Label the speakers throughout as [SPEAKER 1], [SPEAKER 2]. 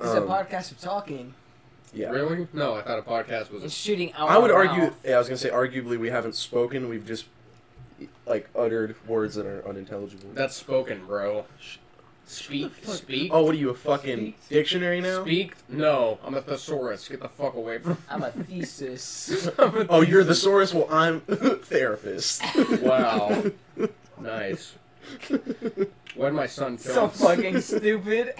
[SPEAKER 1] Um,
[SPEAKER 2] podcast of talking
[SPEAKER 1] Yeah.
[SPEAKER 3] Really? No, I thought a podcast
[SPEAKER 2] and
[SPEAKER 3] was.
[SPEAKER 2] shooting out.
[SPEAKER 1] I would
[SPEAKER 2] our
[SPEAKER 1] argue.
[SPEAKER 2] mouth.
[SPEAKER 1] Yeah, I was gonna say arguably we haven't spoken. We've just like uttered words that are unintelligible.
[SPEAKER 3] That's spoken, bro. Speak, speak,
[SPEAKER 1] oh, what are you a fucking dictionary now?
[SPEAKER 3] speak. No, I'm a thesaurus. Get the fuck away from.
[SPEAKER 2] I'm a thesis.
[SPEAKER 1] Oh, you're the thesaurus. Well, I'm therapist.
[SPEAKER 3] Wow. nice. When my son
[SPEAKER 2] so
[SPEAKER 3] films.
[SPEAKER 2] fucking stupid.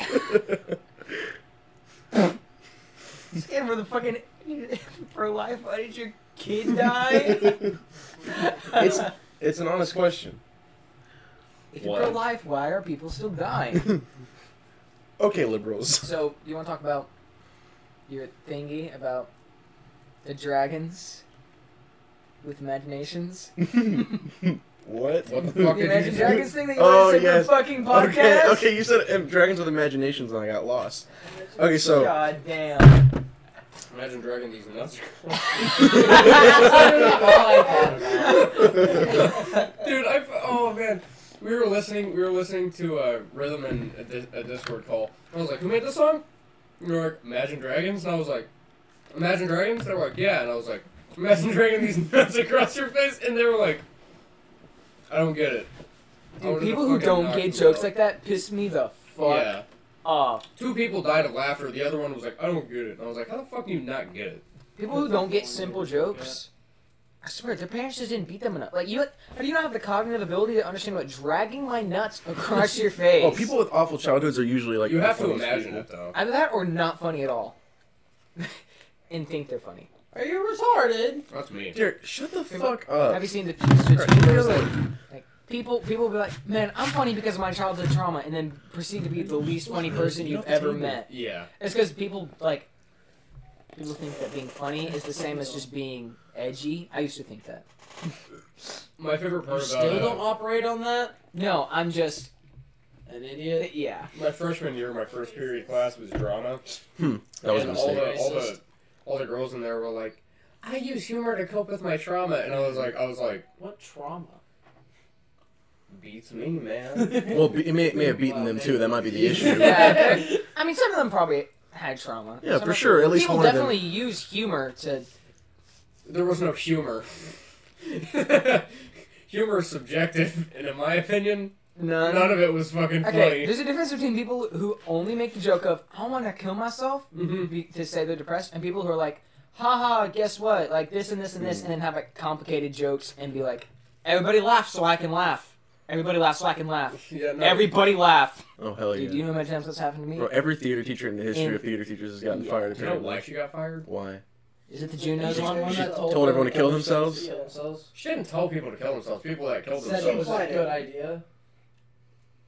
[SPEAKER 2] Just get rid of the fucking pro life. Why did your kid die?
[SPEAKER 1] it's it's an honest question.
[SPEAKER 2] If you're pro life, why are people still dying?
[SPEAKER 1] Okay, liberals.
[SPEAKER 2] So, you want to talk about your thingy about the dragons with imaginations?
[SPEAKER 1] What?
[SPEAKER 3] What the fuck
[SPEAKER 2] The
[SPEAKER 3] did you
[SPEAKER 2] Imagine
[SPEAKER 3] do?
[SPEAKER 2] Dragons thing that you
[SPEAKER 1] Oh,
[SPEAKER 2] want to
[SPEAKER 1] yes.
[SPEAKER 2] fucking podcast?
[SPEAKER 1] Okay, okay, you said um, dragons with imaginations, and I got lost. Okay, so
[SPEAKER 2] God damn.
[SPEAKER 3] Imagine dragging these nuts. Dude, I f- oh man, we were listening, we were listening to a rhythm and a, dis- a Discord call. I was like, who made this song? And they were like, Imagine Dragons, and I was like, Imagine Dragons. They were like, yeah, and I was like, Imagine dragging these nuts across your face, and they were like, I don't get it. I
[SPEAKER 2] Dude,
[SPEAKER 3] would've
[SPEAKER 2] people who
[SPEAKER 3] fucking
[SPEAKER 2] don't
[SPEAKER 3] knocked
[SPEAKER 2] get
[SPEAKER 3] them
[SPEAKER 2] jokes
[SPEAKER 3] out.
[SPEAKER 2] like that piss me the fuck
[SPEAKER 3] Yeah,
[SPEAKER 2] off.
[SPEAKER 3] two people died of laughter. The other one was like, I don't get it. And I was like, how the fuck do you not get it?
[SPEAKER 2] People who don't get simple jokes. I swear, their parents just didn't beat them enough. Like you, how do you not have the cognitive ability to understand what dragging my nuts across your face?
[SPEAKER 1] Oh, people with awful childhoods are usually like
[SPEAKER 3] you
[SPEAKER 1] the
[SPEAKER 3] have to
[SPEAKER 1] funniest
[SPEAKER 3] imagine
[SPEAKER 1] people.
[SPEAKER 3] it though.
[SPEAKER 2] Either that or not funny at all, and think they're funny.
[SPEAKER 4] Are you retarded?
[SPEAKER 3] That's me.
[SPEAKER 1] Derek, shut the
[SPEAKER 2] People-
[SPEAKER 1] fuck up.
[SPEAKER 2] Have you seen the
[SPEAKER 1] Alright, keep
[SPEAKER 2] videos? Like,
[SPEAKER 1] going.
[SPEAKER 2] like people, people will be like, "Man, I'm funny because of my childhood trauma," and then proceed to be the least funny person you've ever met.
[SPEAKER 3] Yeah.
[SPEAKER 2] It's because people like people think that being funny is the same as just being edgy. I used to think that.
[SPEAKER 3] My favorite part
[SPEAKER 4] You
[SPEAKER 3] about
[SPEAKER 4] still
[SPEAKER 3] uh,
[SPEAKER 4] don't operate on that?
[SPEAKER 2] No, I'm just
[SPEAKER 4] An idiot.
[SPEAKER 2] yeah.
[SPEAKER 3] my freshman year, my first period class was drama,
[SPEAKER 1] That was a
[SPEAKER 3] and all
[SPEAKER 1] mistake.
[SPEAKER 3] the, all the all the girls in there were like, "I use humor to cope with my trauma," and I was like, "I was like,
[SPEAKER 4] What trauma?
[SPEAKER 3] beats me, man."
[SPEAKER 1] Well, be- it may, it may have beaten them too. That might be the issue.
[SPEAKER 2] Yeah. I mean, some of them probably had trauma.
[SPEAKER 1] Yeah,
[SPEAKER 2] Some
[SPEAKER 1] for
[SPEAKER 2] of-
[SPEAKER 1] sure. At least
[SPEAKER 2] people
[SPEAKER 1] one of them.
[SPEAKER 2] definitely use humor to.
[SPEAKER 3] there was no humor. humor is subjective, and in my opinion,
[SPEAKER 2] None.
[SPEAKER 3] none of it was fucking
[SPEAKER 2] Okay,
[SPEAKER 3] funny.
[SPEAKER 2] there's a difference between people who only make the joke of "I want to kill myself"
[SPEAKER 3] Mhm.
[SPEAKER 2] be- to say they're depressed, and people who are like, "Haha, guess what? Like this and this and this," and then have like complicated jokes and be like, "Everybody laugh so I can laugh. Everybody laugh so I can laugh.
[SPEAKER 3] Yeah, no.
[SPEAKER 2] Everybody laugh."
[SPEAKER 1] Oh hell yeah.
[SPEAKER 2] Dude, you know how many times that's happened to me?
[SPEAKER 1] Bro, every theater teacher in the history
[SPEAKER 2] And-
[SPEAKER 1] of theater teachers has gotten
[SPEAKER 2] Yeah.
[SPEAKER 1] fired.
[SPEAKER 3] you know
[SPEAKER 1] Apparently.
[SPEAKER 3] why she got fired?
[SPEAKER 1] Why?
[SPEAKER 2] Is it the Junos
[SPEAKER 4] There's
[SPEAKER 2] one?
[SPEAKER 4] one
[SPEAKER 1] She
[SPEAKER 4] that
[SPEAKER 1] told everyone to kill themselves?
[SPEAKER 4] to kill themselves.
[SPEAKER 3] She didn't tell people to kill themselves. People that killed
[SPEAKER 4] Said it was
[SPEAKER 3] themselves.
[SPEAKER 4] a good idea.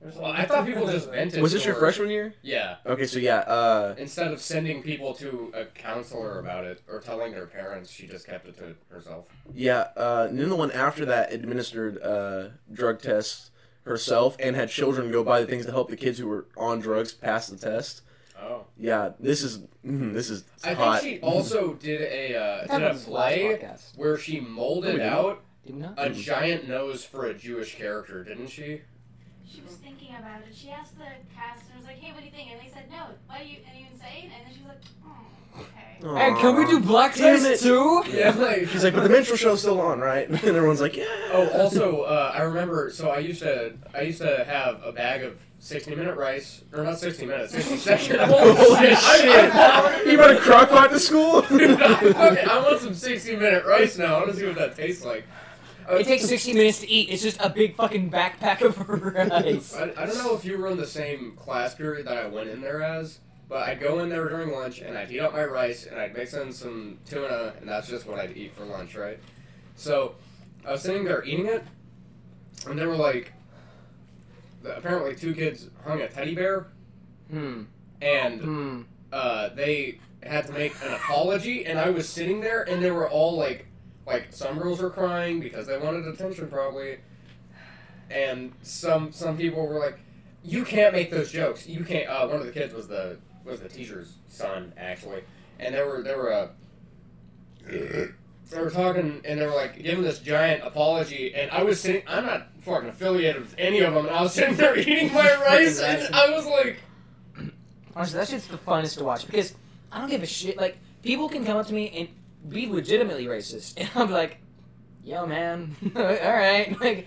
[SPEAKER 4] Or
[SPEAKER 3] Well, I thought people just
[SPEAKER 4] something.
[SPEAKER 3] vented.
[SPEAKER 1] Was this your
[SPEAKER 3] or-
[SPEAKER 1] freshman year?
[SPEAKER 3] Yeah.
[SPEAKER 1] Okay, so yeah. Uh,
[SPEAKER 3] Instead of sending people to a counselor about it or telling their parents, she just kept it to herself.
[SPEAKER 1] yeah. Uh, and then the one after that administered uh, drug tests herself and had children go buy the things to help the kids who were on drugs pass the test.
[SPEAKER 3] Oh.
[SPEAKER 1] Yeah, this is mm, this is
[SPEAKER 3] I
[SPEAKER 1] hot.
[SPEAKER 3] think she also did a uh,
[SPEAKER 2] That
[SPEAKER 3] did a
[SPEAKER 2] was last
[SPEAKER 3] play
[SPEAKER 2] podcast.
[SPEAKER 3] where she molded
[SPEAKER 1] Wait,
[SPEAKER 3] out
[SPEAKER 2] Did we not?
[SPEAKER 3] a
[SPEAKER 1] Mm-hmm.
[SPEAKER 3] giant nose for a Jewish character, didn't she?
[SPEAKER 5] She was thinking about it. She asked the cast and was like, "Hey, what do you think?" And they said, "No." Why do you? Are you insane? And then she was like, "Hmm, okay."
[SPEAKER 1] Aw.
[SPEAKER 2] Hey, can we do
[SPEAKER 1] Damn it.
[SPEAKER 2] blackface too?
[SPEAKER 3] Yeah. Like,
[SPEAKER 1] She's like, but the minstrel show's still on, right? And everyone's like, yeah.
[SPEAKER 3] oh, also, uh, I remember. So I used to I used to have a bag of sixty minute rice, or not sixty minutes, sixty second.
[SPEAKER 1] Holy
[SPEAKER 3] Holy shit! I,
[SPEAKER 1] You brought a crock pot to school?
[SPEAKER 3] Dude, I, fucking- I want some sixty minute rice now. I want to see what that tastes like. Uh, I-
[SPEAKER 2] It takes 60 minutes to eat. It's just a big fucking backpack of rice.
[SPEAKER 3] I, I don't know if you were in the same class period that I went in there as, but I'd go in there during lunch and I'd heat up my rice and I'd mix in some tuna and that's just what I'd eat for lunch, right? So I was sitting there eating it, and they were like, the- apparently two kids hung a teddy bear
[SPEAKER 2] Hmm.
[SPEAKER 3] and
[SPEAKER 2] Hmm.
[SPEAKER 3] uh, they had to make an apology, and I was sitting there and they were all like, like some girls were crying because they wanted attention probably and some some people were like you can't make those jokes you can't uh, one of the kids was the was the teacher's son actually and they were they were uh, they were talking and they were like giving this giant apology and i was sitting i'm not fucking affiliated with any of them and i was sitting there eating my rice and i was like
[SPEAKER 2] Honestly, that shit's the funnest to watch because I don't give a shit. Like people can come up to me and be legitimately racist, and I'll be like, "Yo, man, all right, like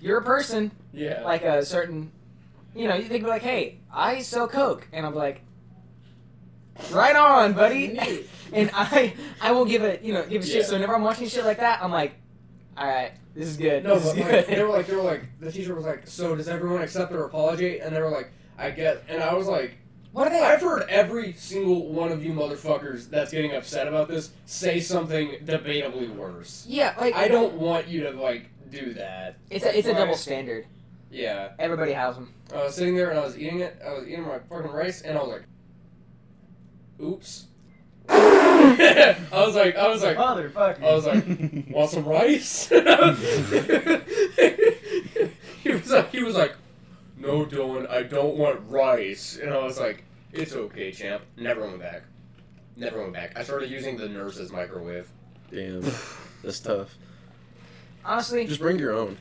[SPEAKER 2] you're a person."
[SPEAKER 3] Yeah.
[SPEAKER 2] Like a certain, you know, you think like, "Hey, I sell coke," and I'm like, "Right on, buddy." and I, I will give it, you know, give a shit.
[SPEAKER 3] Yeah.
[SPEAKER 2] So whenever I'm watching shit like that, I'm like, "All right, this is good."
[SPEAKER 3] No,
[SPEAKER 2] this is
[SPEAKER 3] but like,
[SPEAKER 2] good."
[SPEAKER 3] they were like, they were like, the teacher was like, so does everyone accept their apology? And they were like, I guess. And I was like,
[SPEAKER 2] what are they?
[SPEAKER 3] I've heard every single one of you motherfuckers that's getting upset about this say something debatably worse.
[SPEAKER 2] yeah, like
[SPEAKER 3] I don't want you to like do that.
[SPEAKER 2] It's a, it's a
[SPEAKER 3] Right.
[SPEAKER 2] double standard.
[SPEAKER 3] Yeah.
[SPEAKER 2] Everybody has them.
[SPEAKER 3] I was sitting there and I was eating it. I was eating my fucking rice and I was like, oops. I was like, I was like, I
[SPEAKER 2] Motherfucker.
[SPEAKER 3] was like, want some rice? he was like, he was like, no, Dylan, I don't want rice. And I was like, it's okay, champ. Never went back. Never went back. I started using the nurse's microwave.
[SPEAKER 1] Damn, that's tough.
[SPEAKER 2] Honestly,
[SPEAKER 1] Just bring your own.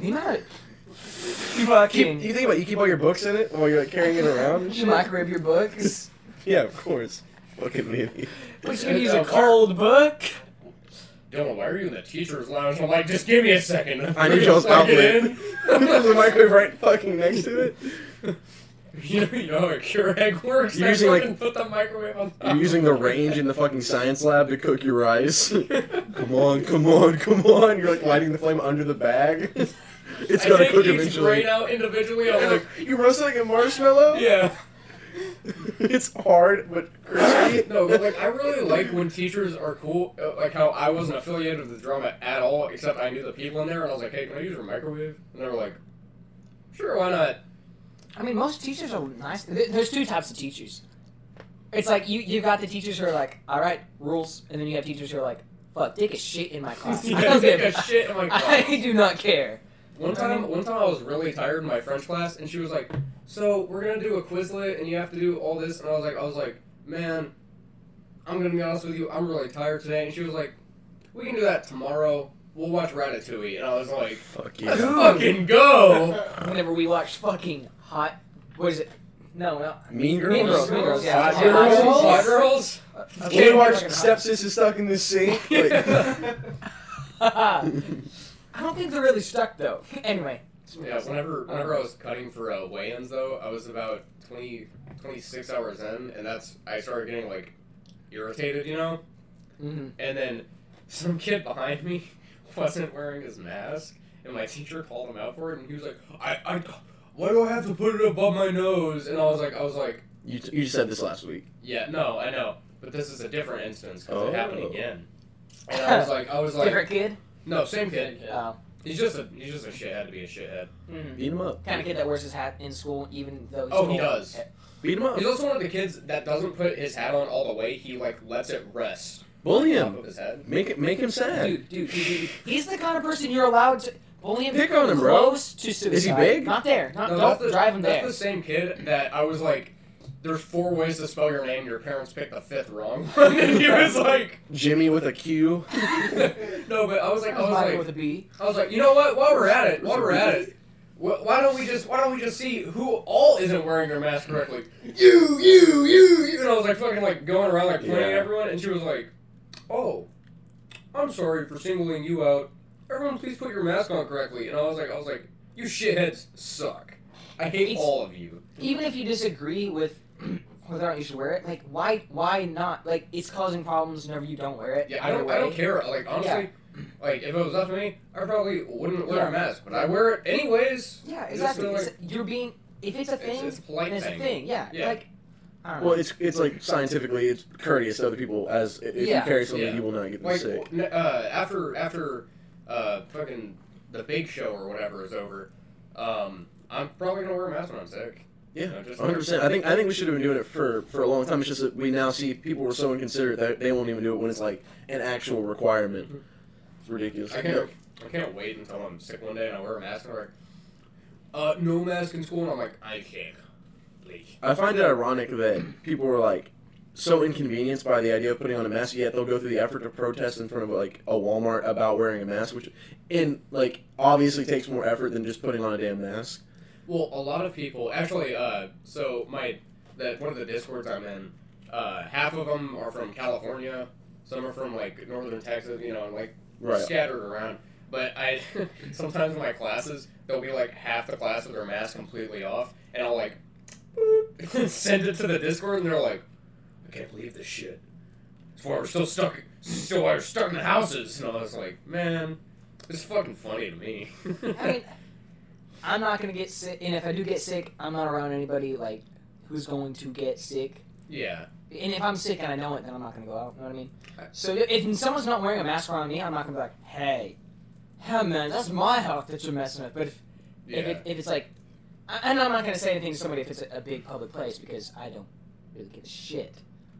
[SPEAKER 2] the amount of
[SPEAKER 1] Keep,
[SPEAKER 2] fucking
[SPEAKER 1] you think about it, you keep all your books in it while you're like carrying it around. and
[SPEAKER 2] you
[SPEAKER 1] shit?
[SPEAKER 2] microwave your books.
[SPEAKER 1] Yeah, of course. Fucking idiot.
[SPEAKER 2] But you use
[SPEAKER 3] Uh,
[SPEAKER 2] a cold book.
[SPEAKER 3] Dylan, why are you in the teacher's lounge? I'm like, just give me a second.
[SPEAKER 1] I need y'all's
[SPEAKER 3] Suck it
[SPEAKER 1] outlet.
[SPEAKER 3] in.
[SPEAKER 1] There's a microwave right fucking next to it.
[SPEAKER 3] You know, you know how a Keurig works.
[SPEAKER 1] You're
[SPEAKER 3] I
[SPEAKER 1] using, like-
[SPEAKER 3] fucking put the microwave on top.
[SPEAKER 1] You're using the range in the fucking science lab to cook your rice. come on, come on, come on. You're like lighting the flame under the bag. It's
[SPEAKER 3] I
[SPEAKER 1] gonna
[SPEAKER 3] take
[SPEAKER 1] cook
[SPEAKER 3] each
[SPEAKER 1] eventually.
[SPEAKER 3] grain out individually. I'm like,
[SPEAKER 1] you roast it like a marshmallow?
[SPEAKER 3] yeah.
[SPEAKER 1] it's hard but crispy.
[SPEAKER 3] No, but, like I really like when teachers are cool. uh, Like how I wasn't affiliated with the drama at all, except I knew the people in there, and I was like, "Hey, can I use your microwave?" And they were like, "Sure, why not?"
[SPEAKER 2] I mean, most teachers are nice. There- There's two types of teachers. It's like you you got the teachers who are like, all right, rules, and then you have teachers who are like, fuck, take a shit in my class. I
[SPEAKER 3] Yeah,
[SPEAKER 2] don't
[SPEAKER 3] take
[SPEAKER 2] give.
[SPEAKER 3] a shit. I'm like,
[SPEAKER 2] I do not care.
[SPEAKER 3] One time, one time I was really tired in my French class, and she was like, "So we're gonna do a Quizlet, and you have to do all this." And I was like, "I was like, man, I'm gonna be honest with you, I'm really tired today." And she was like, "We can do that tomorrow. We'll watch Ratatouille." And I was like,
[SPEAKER 1] Fuck
[SPEAKER 3] "Let's
[SPEAKER 1] yeah.
[SPEAKER 3] fucking go!"
[SPEAKER 2] Whenever we watched fucking hot, what is it? No, no.
[SPEAKER 1] Mean Girls.
[SPEAKER 2] Mean Girls, Mean Girls, yeah.
[SPEAKER 3] Hot girls, hot girls.
[SPEAKER 1] Can't watch
[SPEAKER 2] Fucking hot.
[SPEAKER 1] Stepsis is stuck in this sink. Like,
[SPEAKER 3] yeah,
[SPEAKER 2] I don't think they're really stuck though. Anyway.
[SPEAKER 3] whenever whenever I was cutting for uh, weigh-ins though, I was about 20, 26 hours in, and that's I started getting like irritated, you know.
[SPEAKER 2] Mhm.
[SPEAKER 3] And then some kid behind me wasn't wearing his mask, and my teacher called him out for it, and he was like, "I, I, why do I have to put it above my nose?" And I was like, "I was like,
[SPEAKER 1] you, you said this last week.
[SPEAKER 3] yeah, no, I know, but this is a different instance because it happened
[SPEAKER 1] Oh.
[SPEAKER 3] again." And I was like, I was
[SPEAKER 2] Different
[SPEAKER 3] like,
[SPEAKER 2] kid?
[SPEAKER 3] no, same kid.
[SPEAKER 4] Uh,
[SPEAKER 2] Oh.
[SPEAKER 3] He's just a he's just a shithead to be a shithead.
[SPEAKER 2] Mm-hmm.
[SPEAKER 1] Beat him up.
[SPEAKER 2] Kind of kid that wears his hat in school even though he's
[SPEAKER 3] Oh, he
[SPEAKER 2] old.
[SPEAKER 3] does.
[SPEAKER 1] Beat him up.
[SPEAKER 3] He's also one of the kids that doesn't put his hat on all the way. He like lets it rest
[SPEAKER 1] Bully
[SPEAKER 3] on top
[SPEAKER 1] him.
[SPEAKER 3] of his head.
[SPEAKER 1] Make it. Make him sad.
[SPEAKER 2] Dude, dude, dude, dude. He's the kind of person you're allowed to bully him.
[SPEAKER 1] Pick on him, bro.
[SPEAKER 2] close to suicide.
[SPEAKER 1] big?
[SPEAKER 2] Not there. Not,
[SPEAKER 3] No,
[SPEAKER 2] don't
[SPEAKER 3] that's the,
[SPEAKER 2] drive him
[SPEAKER 3] that's
[SPEAKER 2] there.
[SPEAKER 3] the same kid that I was like, there's four ways to spell your name. Your parents picked the fifth wrong. and he was like,
[SPEAKER 1] Jimmy with a Q.
[SPEAKER 3] no, but I was like, I
[SPEAKER 2] Michael with
[SPEAKER 3] was like,
[SPEAKER 2] a B.
[SPEAKER 3] I was like, you know what? While we're at it, while we're at it, wh- why don't we just why don't we just see who all isn't wearing their mask correctly? You, you, you, you. And I was like fucking like going around like pointing at
[SPEAKER 1] Yeah.
[SPEAKER 3] everyone, and she was like, oh, I'm sorry for singling you out. Everyone, please put your mask on correctly. And I was like, I was like, you shitheads suck. I hate
[SPEAKER 2] It's-
[SPEAKER 3] all of you.
[SPEAKER 2] Even if you disagree with whether or not you should wear it, like why why not? Like it's causing problems whenever you don't wear it.
[SPEAKER 3] Yeah, I don't.
[SPEAKER 2] Either
[SPEAKER 3] I don't
[SPEAKER 2] way.
[SPEAKER 3] care. Like honestly, like if it was up to me, I probably wouldn't wear
[SPEAKER 2] Yeah.
[SPEAKER 3] a mask, but I wear it anyways.
[SPEAKER 2] Yeah,
[SPEAKER 3] Just
[SPEAKER 2] exactly.
[SPEAKER 3] feel like-
[SPEAKER 2] It's- you're being if it's a
[SPEAKER 3] It's,
[SPEAKER 2] thing,
[SPEAKER 3] it's a
[SPEAKER 2] then
[SPEAKER 3] polite
[SPEAKER 2] it's
[SPEAKER 3] thing.
[SPEAKER 2] a thing. Yeah.
[SPEAKER 3] Yeah.
[SPEAKER 2] Like I don't know.
[SPEAKER 1] Well, it's it's like scientifically, it's courteous to other people. As if
[SPEAKER 2] Yeah.
[SPEAKER 1] you carry something,
[SPEAKER 3] Yeah.
[SPEAKER 1] you will not get them
[SPEAKER 3] Like
[SPEAKER 1] sick.
[SPEAKER 3] n- uh, after after uh, fucking the big show or whatever is over, um, I'm probably gonna wear a mask when I'm sick.
[SPEAKER 1] Yeah,
[SPEAKER 3] You know, just-
[SPEAKER 1] 100. percent I think I think we should have been doing it for for a long time. It's just that we now see people were so inconsiderate that they won't even do it when it's like an actual requirement. It's ridiculous.
[SPEAKER 3] I can't. I can't wait until I'm sick one day and I wear a mask and I'm like, uh, no mask in school, and I'm like, I can't. Like,
[SPEAKER 1] I find it ironic that people are like so inconvenienced by the idea of putting on a mask, yet they'll go through the effort to protest in front of like a Walmart about wearing a mask, which in like obviously takes more effort than just putting on a damn mask.
[SPEAKER 3] Well, a lot of people actually. Uh, so my that one of the discords I'm in, uh, half of them are from California, some are from like northern Texas, you know, and like
[SPEAKER 1] Right.
[SPEAKER 3] scattered around. But I sometimes in my classes there'll be like half the class with their mask completely off, and I'll like boop, send it to the Discord, and they're like, "I can't believe this shit." That's why we're still stuck. Still, why we're stuck in the houses, and I was like, "Man, this is fucking funny to me."
[SPEAKER 2] I mean, I'm not gonna get sick, and if I do get sick, I'm not around anybody like who's going to get sick.
[SPEAKER 3] yeah,
[SPEAKER 2] And if I'm sick and I know it, then I'm not gonna go out. You know what I mean? So if someone's not wearing a mask around me, I'm not gonna be like, hey, hey man, that's my health that you're messing with. But if
[SPEAKER 3] yeah.
[SPEAKER 2] if, it, if it's like, I- and I'm not gonna say anything to somebody if it's a, a big public place because I don't really give a shit.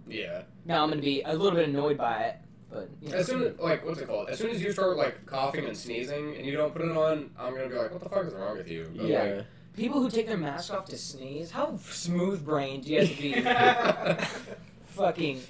[SPEAKER 3] Yeah.
[SPEAKER 2] Now I'm gonna be a little bit annoyed by it, but you know,
[SPEAKER 3] As soon as, like, what's it called? As soon as you start, like, coughing and sneezing and you don't put it on, I'm going to be like, what the fuck is wrong with you? But,
[SPEAKER 2] Yeah. people who take their mask off to sneeze, how smooth brained do you have to be?
[SPEAKER 3] like-
[SPEAKER 2] fucking.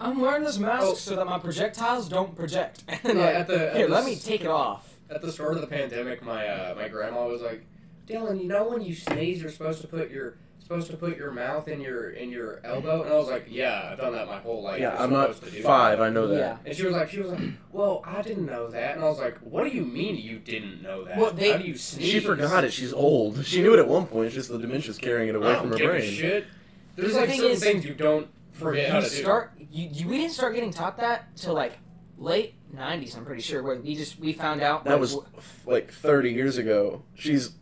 [SPEAKER 2] I'm wearing this mask
[SPEAKER 3] Oh.
[SPEAKER 2] so that my projectiles don't project. And
[SPEAKER 3] Yeah,
[SPEAKER 2] like,
[SPEAKER 3] at the, at
[SPEAKER 2] here,
[SPEAKER 3] the
[SPEAKER 2] let
[SPEAKER 3] s-
[SPEAKER 2] me take it off.
[SPEAKER 3] At the start of the pandemic, my uh, my grandma was like, "Dylan, you know when you sneeze, you're supposed to put your supposed to put your mouth in your in your elbow." And I was like, "Yeah, I've done that my whole life.
[SPEAKER 1] Yeah,
[SPEAKER 3] You're
[SPEAKER 1] I'm not
[SPEAKER 3] supposed to do
[SPEAKER 1] five.
[SPEAKER 3] that."
[SPEAKER 1] I know that.
[SPEAKER 2] Yeah.
[SPEAKER 3] And she was like, she was like, "Well, I didn't know that." And I was like, "What do you mean you didn't know that?
[SPEAKER 2] Well, they-
[SPEAKER 3] How do you sneeze?"
[SPEAKER 1] She forgot it. She's old. She knew it at one point. It's just the dementia's carrying it
[SPEAKER 3] I
[SPEAKER 1] away
[SPEAKER 3] don't
[SPEAKER 1] from her
[SPEAKER 3] give a
[SPEAKER 1] brain.
[SPEAKER 3] shit. There's
[SPEAKER 2] The
[SPEAKER 3] like
[SPEAKER 2] thing
[SPEAKER 3] certain
[SPEAKER 2] is,
[SPEAKER 3] things you don't forget how
[SPEAKER 2] you
[SPEAKER 3] to
[SPEAKER 2] start. You, you, we didn't start getting taught that till like late '90s. I'm pretty sure where we just we found out
[SPEAKER 1] That
[SPEAKER 2] like,
[SPEAKER 1] was
[SPEAKER 2] wh-
[SPEAKER 1] f- like 30 years ago. She's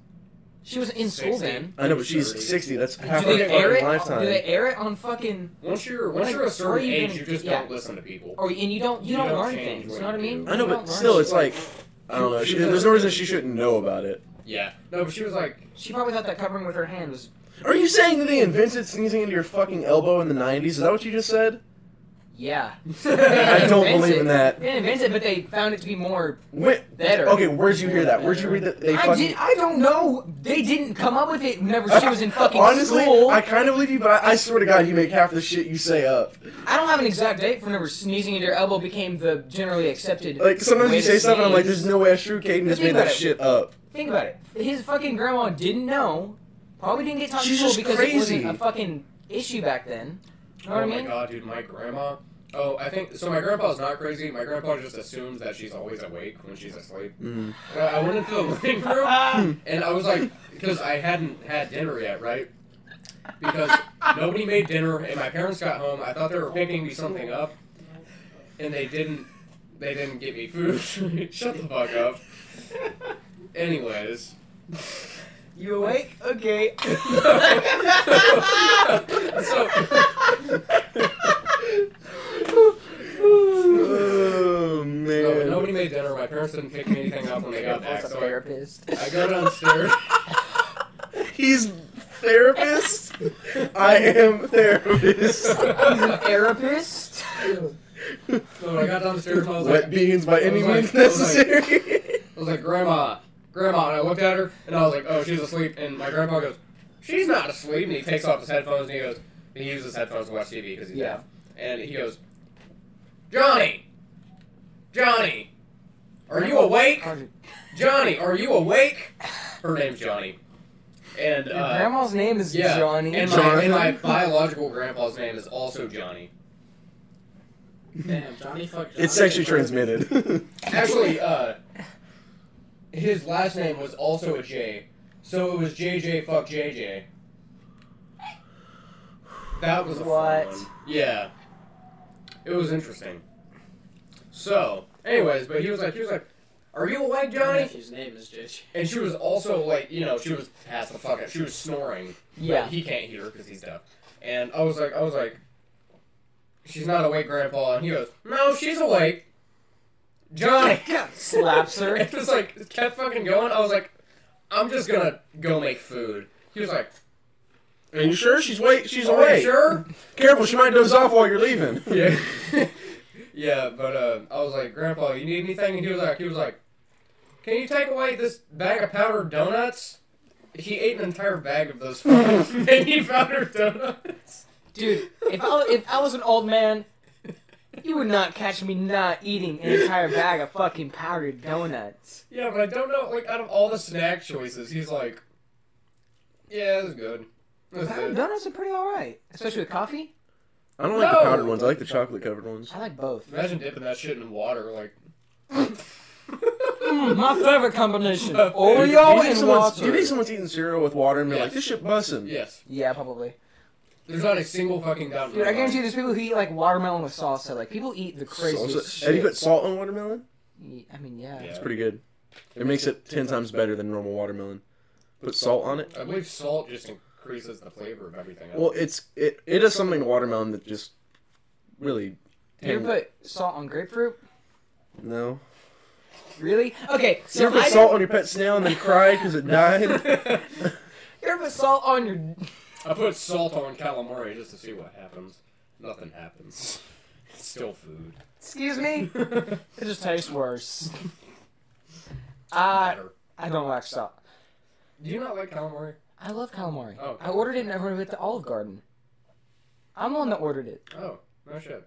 [SPEAKER 2] she was in school then.
[SPEAKER 1] I know, but she's
[SPEAKER 3] 30.
[SPEAKER 1] 60. That's half
[SPEAKER 2] do
[SPEAKER 1] her
[SPEAKER 2] they air
[SPEAKER 1] fucking
[SPEAKER 2] it? Do
[SPEAKER 1] lifetime.
[SPEAKER 2] they air it on fucking?
[SPEAKER 3] do. Once you're once
[SPEAKER 2] Like,
[SPEAKER 3] you're a certain
[SPEAKER 2] you
[SPEAKER 3] age,
[SPEAKER 2] can-
[SPEAKER 3] you just
[SPEAKER 2] yeah.
[SPEAKER 3] don't listen to people.
[SPEAKER 2] Or and you don't you,
[SPEAKER 3] You
[SPEAKER 2] don't,
[SPEAKER 3] don't
[SPEAKER 2] learn
[SPEAKER 3] change
[SPEAKER 2] things.
[SPEAKER 3] what
[SPEAKER 2] You know what I
[SPEAKER 3] you
[SPEAKER 2] mean?
[SPEAKER 3] do.
[SPEAKER 1] I know,
[SPEAKER 2] You don't
[SPEAKER 1] but
[SPEAKER 2] learn
[SPEAKER 1] still,
[SPEAKER 2] shit.
[SPEAKER 1] it's like I don't know. She, there's no reason she shouldn't know about it.
[SPEAKER 3] Yeah. No, but she was like,
[SPEAKER 2] she probably thought that covering with her hand was.
[SPEAKER 1] Are you saying that they invented sneezing into your fucking elbow in the 90s? Is that what you just said?
[SPEAKER 2] Yeah,
[SPEAKER 1] I don't
[SPEAKER 2] Invented.
[SPEAKER 1] believe in that.
[SPEAKER 2] they didn't invent it, but they found it to be more
[SPEAKER 1] Wait,
[SPEAKER 2] better.
[SPEAKER 1] okay, where'd you hear that? Where'd you read that? They
[SPEAKER 2] I
[SPEAKER 1] fucking
[SPEAKER 2] did. I don't know. They didn't come up with it whenever she was in fucking
[SPEAKER 1] Honestly,
[SPEAKER 2] school.
[SPEAKER 1] I kind of believe you, but I, I swear to God, you make half the shit you say up.
[SPEAKER 2] I don't have an exact date for whenever sneezing into your elbow became the generally accepted.
[SPEAKER 1] Like sometimes
[SPEAKER 2] way
[SPEAKER 1] you
[SPEAKER 2] to
[SPEAKER 1] say stuff, and I'm like,
[SPEAKER 2] sneeze.
[SPEAKER 1] "There's no way a true Caden just made
[SPEAKER 2] Think
[SPEAKER 1] that
[SPEAKER 2] about it.
[SPEAKER 1] shit up."
[SPEAKER 2] Think about it. His fucking grandma didn't know. Probably didn't get taught in
[SPEAKER 1] She's
[SPEAKER 2] school
[SPEAKER 1] just
[SPEAKER 2] because it wasn't
[SPEAKER 1] crazy.
[SPEAKER 2] a fucking issue back then. You know
[SPEAKER 3] oh
[SPEAKER 2] what I
[SPEAKER 3] my
[SPEAKER 2] mean?
[SPEAKER 3] god, dude, my grandma. Oh, I think so. My grandpa's not crazy. My grandpa just assumes that she's always awake when she's asleep.
[SPEAKER 1] Mm.
[SPEAKER 3] Uh, I went into the living
[SPEAKER 2] Ah.
[SPEAKER 3] room and I was like, because I hadn't had dinner yet, right? Because nobody made dinner, and my parents got home. I thought they were picking me something up, and they didn't. They didn't get me food. Shut the fuck up. Anyways.
[SPEAKER 2] You awake? Okay.
[SPEAKER 3] so,
[SPEAKER 1] oh
[SPEAKER 3] No, but
[SPEAKER 1] man!
[SPEAKER 3] nobody made dinner. My parents didn't pick me anything up when they got back,
[SPEAKER 2] That's a
[SPEAKER 3] so I,
[SPEAKER 2] therapist.
[SPEAKER 3] I go downstairs.
[SPEAKER 1] He's therapist. I am therapist.
[SPEAKER 2] He's an therapist.
[SPEAKER 3] So when I got downstairs, I was like,
[SPEAKER 1] Wet beans by any
[SPEAKER 3] I
[SPEAKER 1] means
[SPEAKER 3] was like- I was like-
[SPEAKER 1] necessary.
[SPEAKER 3] I was like, Grandma, Grandma, and I looked at her, and I was like, Oh, she's asleep. And my grandpa goes, She's not asleep. And he takes off his headphones, and he goes, He uses headphones to watch TV because he's
[SPEAKER 2] Yeah.
[SPEAKER 3] deaf. And he goes, Johnny, Johnny, are you awake? Johnny, are you awake? Her name's Johnny. And
[SPEAKER 2] Your
[SPEAKER 3] uh,
[SPEAKER 2] grandma's name is
[SPEAKER 3] yeah,
[SPEAKER 2] Johnny.
[SPEAKER 3] And my,
[SPEAKER 1] Johnny.
[SPEAKER 3] and my biological grandpa's name is also Johnny.
[SPEAKER 4] Damn, Johnny fucked Johnny.
[SPEAKER 1] it's sexually transmitted.
[SPEAKER 3] Actually, uh, his last name was also a J, so it was JJ fuck JJ. That was a
[SPEAKER 2] What?
[SPEAKER 3] Fun one. Yeah, it was interesting. So, anyways, but he was like, he was like, "Are you awake,
[SPEAKER 4] My
[SPEAKER 3] Johnny?"
[SPEAKER 4] nephew's name is JJ.
[SPEAKER 3] And she was also like, you know, she was past the fuck out. She was snoring. but
[SPEAKER 2] yeah.
[SPEAKER 3] he can't hear because he's deaf. And I was like, I was like, she's not awake, Grandpa. And he goes, No, she's awake, Johnny.
[SPEAKER 2] Slaps her.
[SPEAKER 3] It was like it kept fucking going. I was like, I'm just gonna go make food. He was like,
[SPEAKER 1] Are you sure she's wait? She's
[SPEAKER 3] Are you
[SPEAKER 1] awake.
[SPEAKER 3] sure?
[SPEAKER 1] Careful, she might doze off while you're leaving.
[SPEAKER 3] Yeah. yeah, but uh, I was like, Grandpa, you need anything? And he was like, he was like, Can you take away this bag of powdered donuts? He ate an entire bag of those fucking mini powdered donuts.
[SPEAKER 2] Dude, if I, if I was an old man, you would not catch me not eating an entire bag of fucking powdered donuts.
[SPEAKER 3] Yeah, but I don't know. Like out of all the snack choices, he's like, Yeah, it was good.
[SPEAKER 2] Powdered donuts are pretty alright, especially with coffee.
[SPEAKER 1] I don't like
[SPEAKER 3] No!
[SPEAKER 1] the powdered ones. I like the chocolate covered ones.
[SPEAKER 2] I like both.
[SPEAKER 3] Imagine dipping that shit in water, like.
[SPEAKER 2] Mm, my favorite combination:
[SPEAKER 3] Dude,
[SPEAKER 2] Oreo
[SPEAKER 1] do you think
[SPEAKER 2] and
[SPEAKER 1] someone's, do
[SPEAKER 2] water.
[SPEAKER 1] you think someone's eating cereal with water and be like,
[SPEAKER 3] Yes.
[SPEAKER 1] this shit bussin'?
[SPEAKER 3] yes.
[SPEAKER 2] Yeah, probably.
[SPEAKER 3] There's not a single fucking down.
[SPEAKER 2] Dude, I guarantee you, there's people who eat like watermelon with salsa. Like people eat the craziest
[SPEAKER 1] Salsa.
[SPEAKER 2] shit.
[SPEAKER 1] And you put salt on watermelon?
[SPEAKER 2] Ye- I mean, yeah.
[SPEAKER 3] Yeah.
[SPEAKER 1] It's pretty good. It makes it ten times better than normal watermelon. Put salt on it.
[SPEAKER 3] I believe salt just increases the flavor of everything.
[SPEAKER 1] Well, it's it, it does something to watermelon that just really.
[SPEAKER 2] You ever put salt on grapefruit?
[SPEAKER 1] no.
[SPEAKER 2] Really? Okay. So
[SPEAKER 1] you ever
[SPEAKER 2] I
[SPEAKER 1] put
[SPEAKER 2] didn't-
[SPEAKER 1] salt on your pet snail and then cry because it died?
[SPEAKER 2] You ever put salt on your?
[SPEAKER 3] I put salt on calamari just to see what happens. Nothing happens. It's still food.
[SPEAKER 2] Excuse me. It just tastes worse. I
[SPEAKER 3] Better.
[SPEAKER 2] I don't like salt.
[SPEAKER 3] Do you not like calamari?
[SPEAKER 2] I love calamari.
[SPEAKER 3] Oh,
[SPEAKER 2] I ordered it and everyone went to Olive Garden. I'm the one that ordered it.
[SPEAKER 3] Oh, no shit.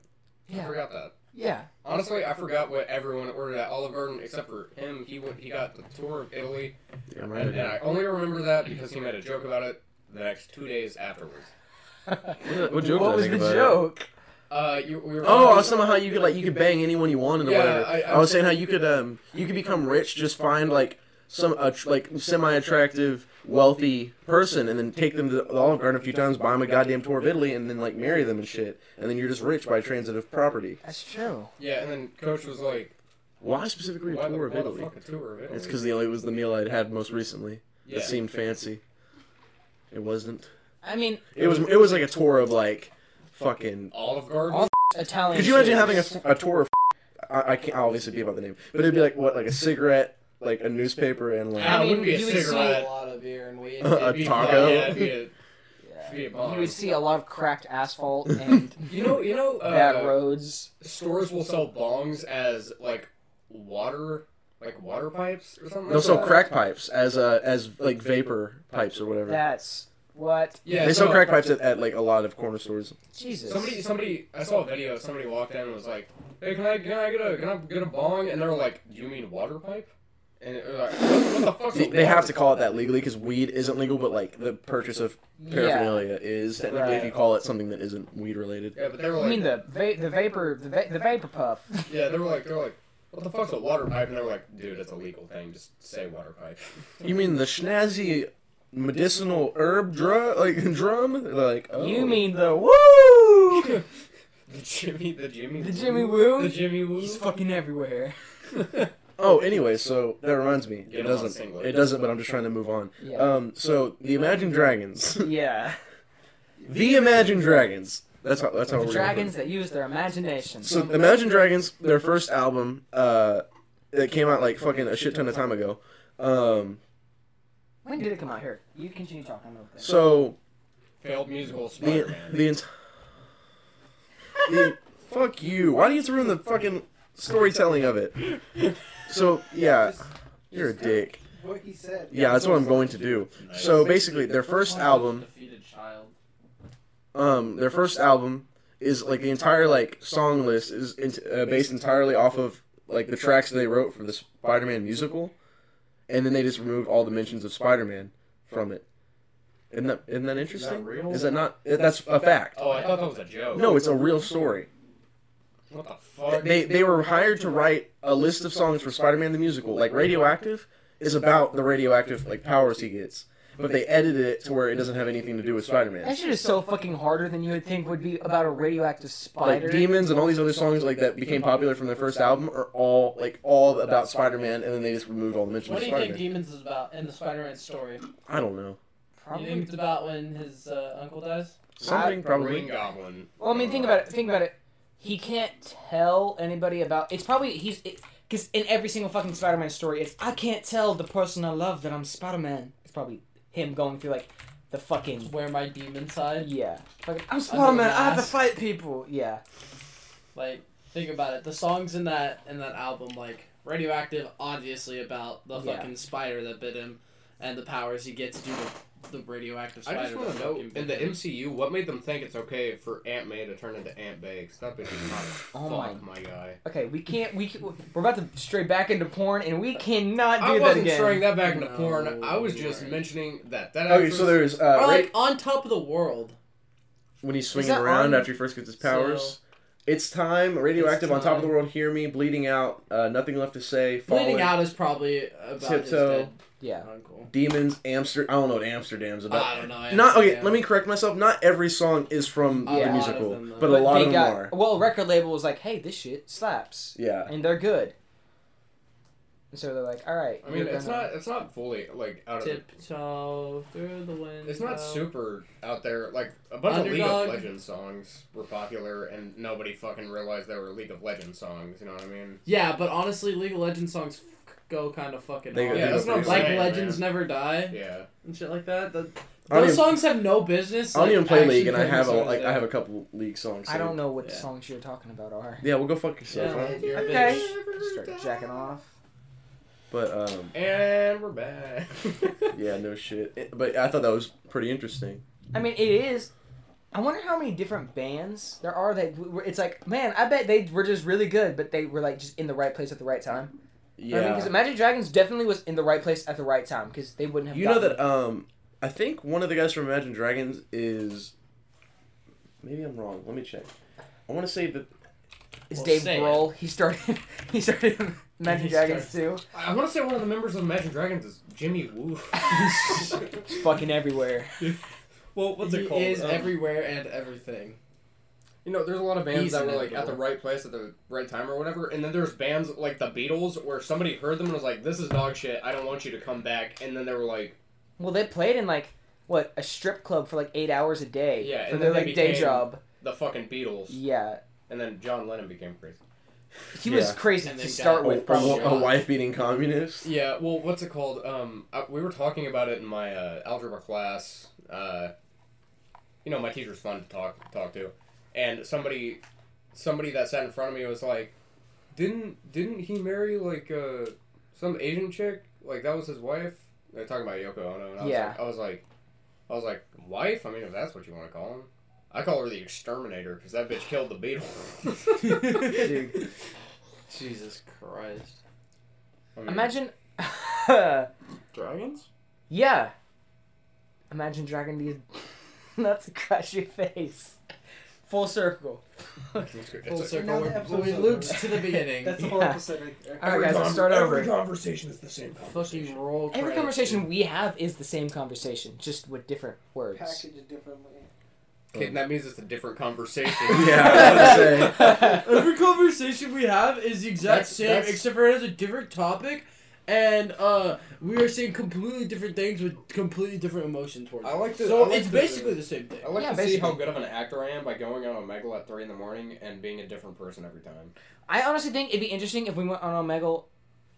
[SPEAKER 3] I
[SPEAKER 2] Yeah.
[SPEAKER 3] forgot that.
[SPEAKER 2] Yeah.
[SPEAKER 3] Honestly, I forgot what everyone ordered at Olive Garden except for him. He went. He got the tour of Italy,
[SPEAKER 1] Damn right. I
[SPEAKER 3] and, and
[SPEAKER 1] did.
[SPEAKER 3] I only remember that because he made a joke about it the next two days afterwards.
[SPEAKER 1] What joke
[SPEAKER 2] what
[SPEAKER 1] did I
[SPEAKER 2] was
[SPEAKER 1] think
[SPEAKER 2] the
[SPEAKER 1] about it?
[SPEAKER 2] joke?
[SPEAKER 3] Uh, you we were.
[SPEAKER 1] Oh, I was talking about how you could like you could bang anyone you wanted or
[SPEAKER 3] Yeah,
[SPEAKER 1] whatever.
[SPEAKER 3] I-
[SPEAKER 1] I,
[SPEAKER 3] I
[SPEAKER 1] was
[SPEAKER 3] was-
[SPEAKER 1] saying how you could um you could become rich, just find like some uh, like semi attractive wealthy person and then take them to the Olive Garden a few times, buy them a goddamn tour of Italy, and then like marry them and shit, and then you're just rich by transitive property.
[SPEAKER 2] That's true.
[SPEAKER 3] yeah, and then Coach was like,
[SPEAKER 1] Why specifically
[SPEAKER 3] "Why
[SPEAKER 1] a
[SPEAKER 3] the,
[SPEAKER 1] tour of
[SPEAKER 3] why the
[SPEAKER 1] Italy?
[SPEAKER 3] fuck a tour of Italy?"
[SPEAKER 1] It's because it was the meal I'd had most recently.
[SPEAKER 3] yeah.
[SPEAKER 1] It seemed fancy. It wasn't.
[SPEAKER 2] I mean,
[SPEAKER 1] It was. It was like a tour of like fucking
[SPEAKER 3] Olive Garden.
[SPEAKER 2] Olive- Italian.
[SPEAKER 1] Could you imagine
[SPEAKER 2] Oh, shit
[SPEAKER 1] having
[SPEAKER 2] is-
[SPEAKER 1] a, a tour of? I, I can't I'll obviously be about the name, but it'd be like what, like a cigarette, like a newspaper, and like
[SPEAKER 3] Ah, it wouldn't be a
[SPEAKER 4] you would see a
[SPEAKER 3] cigarette.
[SPEAKER 4] lot of beer and weed.
[SPEAKER 1] Uh,
[SPEAKER 3] It'd be-
[SPEAKER 1] taco?
[SPEAKER 3] Yeah, it'd be a-
[SPEAKER 2] Yeah.
[SPEAKER 3] be a bomb.
[SPEAKER 2] You would see a lot of cracked asphalt and
[SPEAKER 3] You know, you know,
[SPEAKER 2] bad
[SPEAKER 3] uh,
[SPEAKER 2] roads.
[SPEAKER 3] stores will sell bongs as like water, like water pipes or something.
[SPEAKER 1] they'll
[SPEAKER 3] like
[SPEAKER 1] sell
[SPEAKER 3] that.
[SPEAKER 1] crack pipes as uh as like vapor pipes or whatever.
[SPEAKER 2] That's what
[SPEAKER 3] Yeah,
[SPEAKER 1] they
[SPEAKER 3] so
[SPEAKER 1] sell crack pipes at, at like a lot of corner stores.
[SPEAKER 2] Jesus.
[SPEAKER 3] Somebody, somebody, I saw a video. of Somebody walked in and was like, "Hey, can I, can I get a, can I get a bong?" And they were like, "Do you mean water pipe?" And it was like, "What, what the fuck?"
[SPEAKER 1] They, they have to call it that legally because weed isn't legal, but like the purchase of
[SPEAKER 2] yeah.
[SPEAKER 1] paraphernalia is technically if
[SPEAKER 3] Right.
[SPEAKER 1] you call it something that isn't weed related.
[SPEAKER 3] Yeah, but they were
[SPEAKER 2] I
[SPEAKER 3] like,
[SPEAKER 2] mean the va- the vapor the, va- the vapor puff.
[SPEAKER 3] yeah, they were like, they were like, "What the fuck's a water pipe?" And they were like, "Dude, it's a legal thing. Just say water pipe."
[SPEAKER 1] You mean the schnazzy medicinal herb drum? Like drum? They're like oh.
[SPEAKER 2] You mean the woo?
[SPEAKER 3] the Jimmy, the Jimmy,
[SPEAKER 2] The Jimmy
[SPEAKER 3] the
[SPEAKER 2] Woo.
[SPEAKER 3] Jimmy Woo.
[SPEAKER 2] He's fucking everywhere.
[SPEAKER 1] Oh, anyway, so that reminds me.
[SPEAKER 3] Get
[SPEAKER 1] It
[SPEAKER 3] him on
[SPEAKER 1] doesn't.
[SPEAKER 3] singlet.
[SPEAKER 1] It doesn't, but I'm just trying to move on.
[SPEAKER 2] Yeah.
[SPEAKER 1] Um, so the Imagine Dragons,
[SPEAKER 2] yeah.
[SPEAKER 1] the Imagine Dragons. That's how. That's how
[SPEAKER 2] The
[SPEAKER 1] we're
[SPEAKER 2] dragons that use their imagination.
[SPEAKER 1] Gonna put it. so Imagine Dragons, their first album, uh, that came out like fucking a shit ton of time ago. Um,
[SPEAKER 2] When did it come out? Here, you continue talking. I'm gonna-
[SPEAKER 1] so
[SPEAKER 3] failed musical Spider
[SPEAKER 1] the
[SPEAKER 3] Man.
[SPEAKER 1] the, ent- the fuck you. Why do you have to ruin the fucking storytelling of it? So yeah, you're a dick.
[SPEAKER 4] What he said.
[SPEAKER 1] Yeah, that's what I'm going to do. So basically, their first album.
[SPEAKER 4] Defeated child.
[SPEAKER 1] um their first album is like the entire like song list is int uh, based entirely off of like the tracks they wrote for the Spider-Man musical, and then they just removed all the mentions of Spider-Man from it. Isn't that isn't that interesting?
[SPEAKER 3] real?
[SPEAKER 1] Is that not? eh, That's a fact.
[SPEAKER 3] Oh, I thought that was a joke.
[SPEAKER 1] No, it's a real story.
[SPEAKER 3] What the fuck?
[SPEAKER 1] They they were hired to write a list of songs for Spider-Man the musical. Like Radioactive is about the radioactive like powers he gets, but they edited it to where it doesn't have anything to do with Spider-Man.
[SPEAKER 2] That shit is so fucking harder than you would think would be about a radioactive spider.
[SPEAKER 1] like demons and all these other songs like that became popular from their first album are all like all about Spider-Man, and then they just removed all the mention
[SPEAKER 4] What
[SPEAKER 1] of
[SPEAKER 4] do you think
[SPEAKER 1] Spider-Man.
[SPEAKER 4] Demons is about in the Spider-Man story?
[SPEAKER 1] I don't know,
[SPEAKER 4] You think
[SPEAKER 2] Probably.
[SPEAKER 4] it's about when his uh, uncle dies?
[SPEAKER 1] something
[SPEAKER 3] Green
[SPEAKER 1] probably.
[SPEAKER 3] Goblin.
[SPEAKER 2] Well, I mean, think about it. Think about it. He can't tell anybody about. It's probably he's because in every single fucking Spider-Man story, it's I can't tell the person I love that I'm Spider-Man. It's probably him going through like the fucking
[SPEAKER 4] Where my demons hide.
[SPEAKER 2] yeah. Fucking, I'm
[SPEAKER 4] Spider-Man, I have to
[SPEAKER 2] fight people. Yeah.
[SPEAKER 4] Like, think about it. The songs in that in that album, like Radioactive, obviously about the
[SPEAKER 2] Yeah.
[SPEAKER 4] fucking spider that bit him. and the powers you get to do the, the radioactive
[SPEAKER 3] I
[SPEAKER 4] spider.
[SPEAKER 3] just want to know in the MCU what made them think it's okay for Aunt May to turn into Aunt Bakes. That bitch is not.
[SPEAKER 2] Oh
[SPEAKER 3] fuck my, guy.
[SPEAKER 2] Okay, we can't. We can, we're about to stray back into porn, and we cannot do
[SPEAKER 3] I
[SPEAKER 2] that
[SPEAKER 3] wasn't
[SPEAKER 2] again.
[SPEAKER 3] throwing that back into
[SPEAKER 4] No,
[SPEAKER 3] porn. I was
[SPEAKER 4] you
[SPEAKER 3] just
[SPEAKER 4] weren't.
[SPEAKER 3] mentioning that that.
[SPEAKER 1] Okay,
[SPEAKER 3] actress-
[SPEAKER 1] so there's uh,
[SPEAKER 4] Or like
[SPEAKER 1] right
[SPEAKER 4] on top of the world.
[SPEAKER 1] when he's swinging
[SPEAKER 2] that
[SPEAKER 1] around
[SPEAKER 2] on-
[SPEAKER 1] after he first gets his powers.
[SPEAKER 4] So-
[SPEAKER 1] it's time. Radioactive on top of the
[SPEAKER 4] time.
[SPEAKER 1] world. Hear me. Bleeding out. Uh, nothing left to say. Falling.
[SPEAKER 4] Bleeding out is probably about his
[SPEAKER 1] Tiptoe.
[SPEAKER 4] dead
[SPEAKER 2] Yeah.
[SPEAKER 4] uncle.
[SPEAKER 1] Demons. Amsterdam. I don't know what Amsterdam's about.
[SPEAKER 4] I don't know. I
[SPEAKER 1] not okay.
[SPEAKER 4] understand.
[SPEAKER 1] Let me correct myself. Not every song is from
[SPEAKER 4] A lot
[SPEAKER 1] the
[SPEAKER 4] of
[SPEAKER 1] musical,
[SPEAKER 4] them, though.
[SPEAKER 1] but a lot
[SPEAKER 2] they
[SPEAKER 1] of them
[SPEAKER 2] got,
[SPEAKER 1] are.
[SPEAKER 2] Well, a record label was like, "Hey, this shit slaps,"
[SPEAKER 1] Yeah,
[SPEAKER 2] and they're good. And so they're like, "All right."
[SPEAKER 3] I mean,
[SPEAKER 2] you're
[SPEAKER 3] it's
[SPEAKER 2] gonna-
[SPEAKER 3] not. It's not fully like out of. the-
[SPEAKER 4] Tiptoe through the window.
[SPEAKER 3] It's not super out there. Like a bunch of
[SPEAKER 4] Underdog.
[SPEAKER 3] League of Legends songs were popular, and nobody fucking realized they were League of Legends songs. You know what I mean?
[SPEAKER 4] Yeah, but honestly, League of Legends songs f- go kind of fucking.
[SPEAKER 1] They go-
[SPEAKER 4] hard.
[SPEAKER 1] Yeah, that's what I'm
[SPEAKER 4] like
[SPEAKER 3] saying,
[SPEAKER 4] Legends Never Die
[SPEAKER 3] Yeah.
[SPEAKER 4] and shit like that. The,
[SPEAKER 1] I don't
[SPEAKER 4] those
[SPEAKER 1] even-
[SPEAKER 4] songs have no business.
[SPEAKER 1] I don't
[SPEAKER 4] like,
[SPEAKER 1] even play
[SPEAKER 4] action
[SPEAKER 1] League, and I
[SPEAKER 4] figure
[SPEAKER 1] have a,
[SPEAKER 4] songs
[SPEAKER 1] like I
[SPEAKER 4] there.
[SPEAKER 1] have a couple League songs.
[SPEAKER 2] I don't know what the
[SPEAKER 4] Yeah.
[SPEAKER 2] songs you're talking about are.
[SPEAKER 1] Yeah, we'll go fuck yourself.
[SPEAKER 4] Yeah.
[SPEAKER 1] huh?
[SPEAKER 4] you're a
[SPEAKER 2] Okay.
[SPEAKER 3] bitch.
[SPEAKER 2] Just Start jacking off.
[SPEAKER 1] But um,
[SPEAKER 3] And we're back.
[SPEAKER 1] yeah, no shit. It- but I thought that was pretty interesting.
[SPEAKER 2] I mean, it is. I wonder how many different bands there are that w- were- it's like, man, I bet they were just really good, but they were like just in the right place at the right time.
[SPEAKER 1] Yeah,
[SPEAKER 2] I mean, because Imagine Dragons definitely was in the right place at the right time because they wouldn't have.
[SPEAKER 1] you know
[SPEAKER 2] gotten-
[SPEAKER 1] that um, I think one of the guys from Imagine Dragons is. Maybe I'm wrong. Let me check. I want to say that
[SPEAKER 2] It's
[SPEAKER 4] Well,
[SPEAKER 2] Dave
[SPEAKER 4] say it.
[SPEAKER 2] Grohl. He started. He started in Imagine
[SPEAKER 4] He
[SPEAKER 2] Dragons too.
[SPEAKER 3] I want to say one of the members of Imagine Dragons is Jimmy Woo.
[SPEAKER 2] It's fucking everywhere.
[SPEAKER 3] well,
[SPEAKER 4] he is everywhere and everything.
[SPEAKER 3] You know, there's a lot of bands
[SPEAKER 4] He's
[SPEAKER 3] that
[SPEAKER 4] an
[SPEAKER 3] were like at
[SPEAKER 4] adorable.
[SPEAKER 3] the right place at the right time or whatever, and then there's bands like the Beatles where somebody heard them and was like, "This is dog shit. I don't want you to come back." And then they were like,
[SPEAKER 2] Well, they played in like what a strip club for like eight hours a day.
[SPEAKER 3] Yeah,
[SPEAKER 2] for
[SPEAKER 3] and
[SPEAKER 2] their
[SPEAKER 3] then they
[SPEAKER 2] like day
[SPEAKER 3] became-
[SPEAKER 2] job.
[SPEAKER 3] "The fucking Beatles."
[SPEAKER 2] Yeah,
[SPEAKER 3] And then John Lennon became crazy.
[SPEAKER 2] he was
[SPEAKER 1] Yeah.
[SPEAKER 2] crazy
[SPEAKER 4] And
[SPEAKER 2] to
[SPEAKER 4] then
[SPEAKER 2] start
[SPEAKER 4] got-
[SPEAKER 1] a,
[SPEAKER 2] with. Probably.
[SPEAKER 4] oh,
[SPEAKER 1] wife beating communist.
[SPEAKER 3] Yeah, well, what's it called? Um, I, we were talking about it in my uh, algebra class. Uh, you know, my teacher's fun to talk talk to, and somebody, somebody that sat in front of me was like, "Didn't didn't he marry like uh, some Asian chick? Like that was his wife?" They're talking about Yoko Ono, and I was
[SPEAKER 2] Yeah.
[SPEAKER 3] like, I was like, I was like, wife. I mean, if that's what you want to call him, I call her the exterminator because that bitch killed the Beatles.
[SPEAKER 2] Dude.
[SPEAKER 4] Jesus Christ.
[SPEAKER 3] I mean,
[SPEAKER 2] Imagine.
[SPEAKER 4] Dragons?
[SPEAKER 2] yeah. Imagine dragging these nuts across your face. Full circle.
[SPEAKER 3] it's good.
[SPEAKER 4] Full
[SPEAKER 3] It's a-
[SPEAKER 4] circle.
[SPEAKER 6] now
[SPEAKER 4] We're,
[SPEAKER 6] that
[SPEAKER 4] we
[SPEAKER 6] episode's
[SPEAKER 4] looped
[SPEAKER 6] over.
[SPEAKER 4] to the beginning.
[SPEAKER 6] That's the whole
[SPEAKER 2] Yeah.
[SPEAKER 6] episode. uh, Right there.
[SPEAKER 2] All right, guys, let's start
[SPEAKER 3] every
[SPEAKER 2] over.
[SPEAKER 3] conversation is the same conversation.
[SPEAKER 4] Fucking roll.
[SPEAKER 2] Every
[SPEAKER 4] credits,
[SPEAKER 2] conversation
[SPEAKER 4] dude.
[SPEAKER 2] we have is the same conversation, just with different words.
[SPEAKER 6] Package it differently.
[SPEAKER 3] Okay, that means it's a different conversation.
[SPEAKER 1] Yeah, I was gonna say.
[SPEAKER 4] Every conversation we have is the exact
[SPEAKER 3] That's-
[SPEAKER 4] same,
[SPEAKER 3] that's-
[SPEAKER 4] except for it has a different topic, and uh, we are saying completely different things with completely different emotion towards.
[SPEAKER 3] I
[SPEAKER 4] it.
[SPEAKER 3] like the-
[SPEAKER 4] So
[SPEAKER 3] I like
[SPEAKER 4] it's
[SPEAKER 3] the-
[SPEAKER 4] basically the same thing.
[SPEAKER 3] I like
[SPEAKER 2] Yeah,
[SPEAKER 3] to see
[SPEAKER 2] basically.
[SPEAKER 3] how good of an actor I am by going on Omegle at three in the morning and being a different person every time.
[SPEAKER 2] I honestly think it'd be interesting if we went on Omegle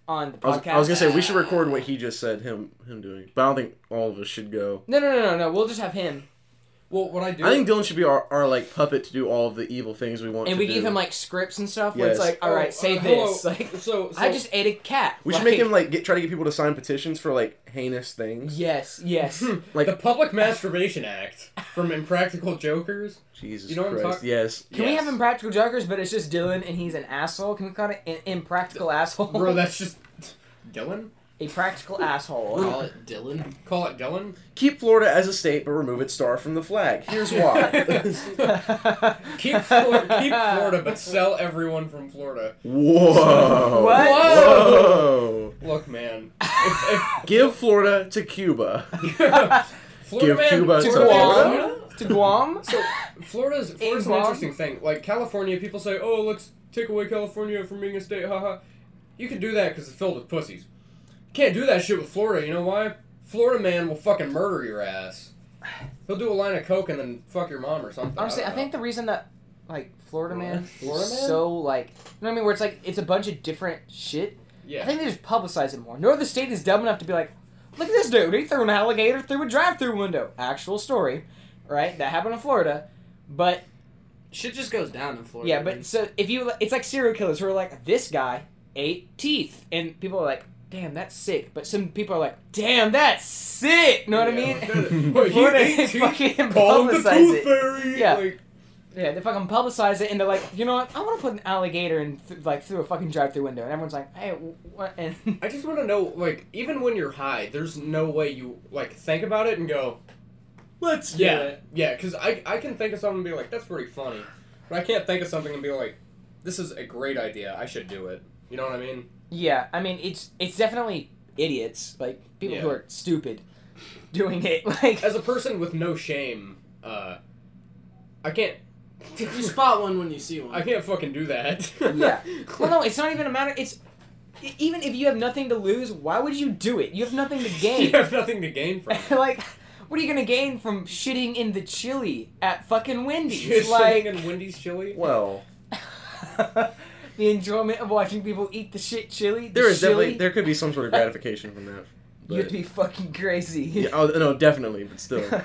[SPEAKER 2] on the
[SPEAKER 1] I was,
[SPEAKER 2] podcast.
[SPEAKER 1] I was gonna say we should record what he just said him him doing, but I don't think all of us should go.
[SPEAKER 2] No, no, no, no, no. We'll just have him,
[SPEAKER 3] Well, what I do,
[SPEAKER 1] I think Dylan should be our, our like puppet to do all of the evil things we want.
[SPEAKER 2] and
[SPEAKER 1] to
[SPEAKER 2] we
[SPEAKER 1] do.
[SPEAKER 2] give him like scripts and stuff. Where it's
[SPEAKER 1] Yes.
[SPEAKER 2] like, all right, say
[SPEAKER 3] uh,
[SPEAKER 2] this.
[SPEAKER 3] hello.
[SPEAKER 2] Like,
[SPEAKER 3] so, so
[SPEAKER 2] I just ate a cat.
[SPEAKER 1] We should
[SPEAKER 2] Like,
[SPEAKER 1] make him like get try to get people to sign petitions for like heinous things.
[SPEAKER 2] Yes, yes.
[SPEAKER 1] Like
[SPEAKER 3] the Public Masturbation Act from Impractical Jokers.
[SPEAKER 1] Jesus
[SPEAKER 3] You know what I'm
[SPEAKER 1] Christ,
[SPEAKER 3] talking-
[SPEAKER 1] yes.
[SPEAKER 2] Can we have Impractical Jokers, but it's just Dylan and he's an asshole? Can we call it an impractical asshole?
[SPEAKER 3] Bro, that's just Dylan.
[SPEAKER 2] a practical asshole.
[SPEAKER 4] Call it Dylan.
[SPEAKER 3] Call it Dylan.
[SPEAKER 1] Keep Florida as a state, but remove its star from the flag. Here's why.
[SPEAKER 3] Keep Florida, keep Florida, but sell everyone from Florida.
[SPEAKER 1] Whoa.
[SPEAKER 2] What?
[SPEAKER 1] Whoa.
[SPEAKER 3] Look, man. If,
[SPEAKER 1] Give Florida to Cuba.
[SPEAKER 3] if, Florida
[SPEAKER 1] Give
[SPEAKER 3] man,
[SPEAKER 1] Cuba to
[SPEAKER 2] to
[SPEAKER 1] Florida.
[SPEAKER 2] Guam? to Guam?
[SPEAKER 3] So Florida's Florida's an
[SPEAKER 2] Guam?
[SPEAKER 3] interesting thing. Like California, people say, "Oh, let's take away California from being a state." Haha. You can do that because it's filled with pussies. Can't do that shit with Florida. You know why? Florida man will fucking murder your ass. He'll do a line of coke and then fuck your mom or something.
[SPEAKER 2] Honestly, I
[SPEAKER 3] don't
[SPEAKER 2] think
[SPEAKER 3] know.
[SPEAKER 2] the reason that like Florida Man
[SPEAKER 3] Florida
[SPEAKER 2] is
[SPEAKER 3] Man?
[SPEAKER 2] so like you know what I mean, where it's like it's a bunch of different shit. I
[SPEAKER 3] yeah.
[SPEAKER 2] think they just publicize it more. No other state is dumb enough to be like, look at this dude, he threw an alligator through a drive-through window. Actual story, right? That happened in Florida, but
[SPEAKER 4] Shit just goes down in Florida.
[SPEAKER 2] yeah,
[SPEAKER 4] man.
[SPEAKER 2] but so if you, it's like serial killers who are like, this guy ate teeth, and people are like, damn, that's sick. But some people are like, damn, that's sick. Know what I mean?
[SPEAKER 3] Wait, he
[SPEAKER 2] Florida
[SPEAKER 3] ate
[SPEAKER 2] is
[SPEAKER 3] teeth?
[SPEAKER 2] fucking
[SPEAKER 3] Call him the
[SPEAKER 2] publicize
[SPEAKER 3] tooth
[SPEAKER 2] it.
[SPEAKER 3] fairy.
[SPEAKER 2] Yeah.
[SPEAKER 3] Like,
[SPEAKER 2] Yeah, they fucking publicize it, and they're like, you know what? I want to put an alligator in, th- like, through a fucking drive-through window, and everyone's like, hey, wh- what? And
[SPEAKER 3] I just want to know, like, even when you're high, there's no way you like think about it and go,
[SPEAKER 2] let's
[SPEAKER 3] yeah, yeah, because I I can think of something and be like, that's pretty funny, but I can't think of something and be like, this is a great idea. I should do it. You know what I mean?
[SPEAKER 2] Yeah, I mean, it's it's definitely idiots, like people who
[SPEAKER 3] Yeah.
[SPEAKER 2] are stupid, doing it. Like,
[SPEAKER 3] As a person with no shame, uh, I can't.
[SPEAKER 4] You spot one when you see one.
[SPEAKER 3] I can't fucking do that.
[SPEAKER 2] Yeah. well, no, it's not even a matter. It's e- even if you have nothing to lose, why would you do it? You have nothing to
[SPEAKER 3] you
[SPEAKER 2] gain.
[SPEAKER 3] have nothing to gain from. it.
[SPEAKER 2] like, what are you gonna gain from shitting in the chili at fucking
[SPEAKER 3] You're
[SPEAKER 2] Wendy's?
[SPEAKER 3] sitting
[SPEAKER 2] like,
[SPEAKER 3] in Wendy's chili.
[SPEAKER 1] Well,
[SPEAKER 2] the enjoyment of watching people eat the shit chili.
[SPEAKER 1] there is
[SPEAKER 2] chili,
[SPEAKER 1] definitely there could be some sort of gratification from that. but-
[SPEAKER 2] You'd be fucking crazy.
[SPEAKER 1] yeah, oh, no, definitely, but still.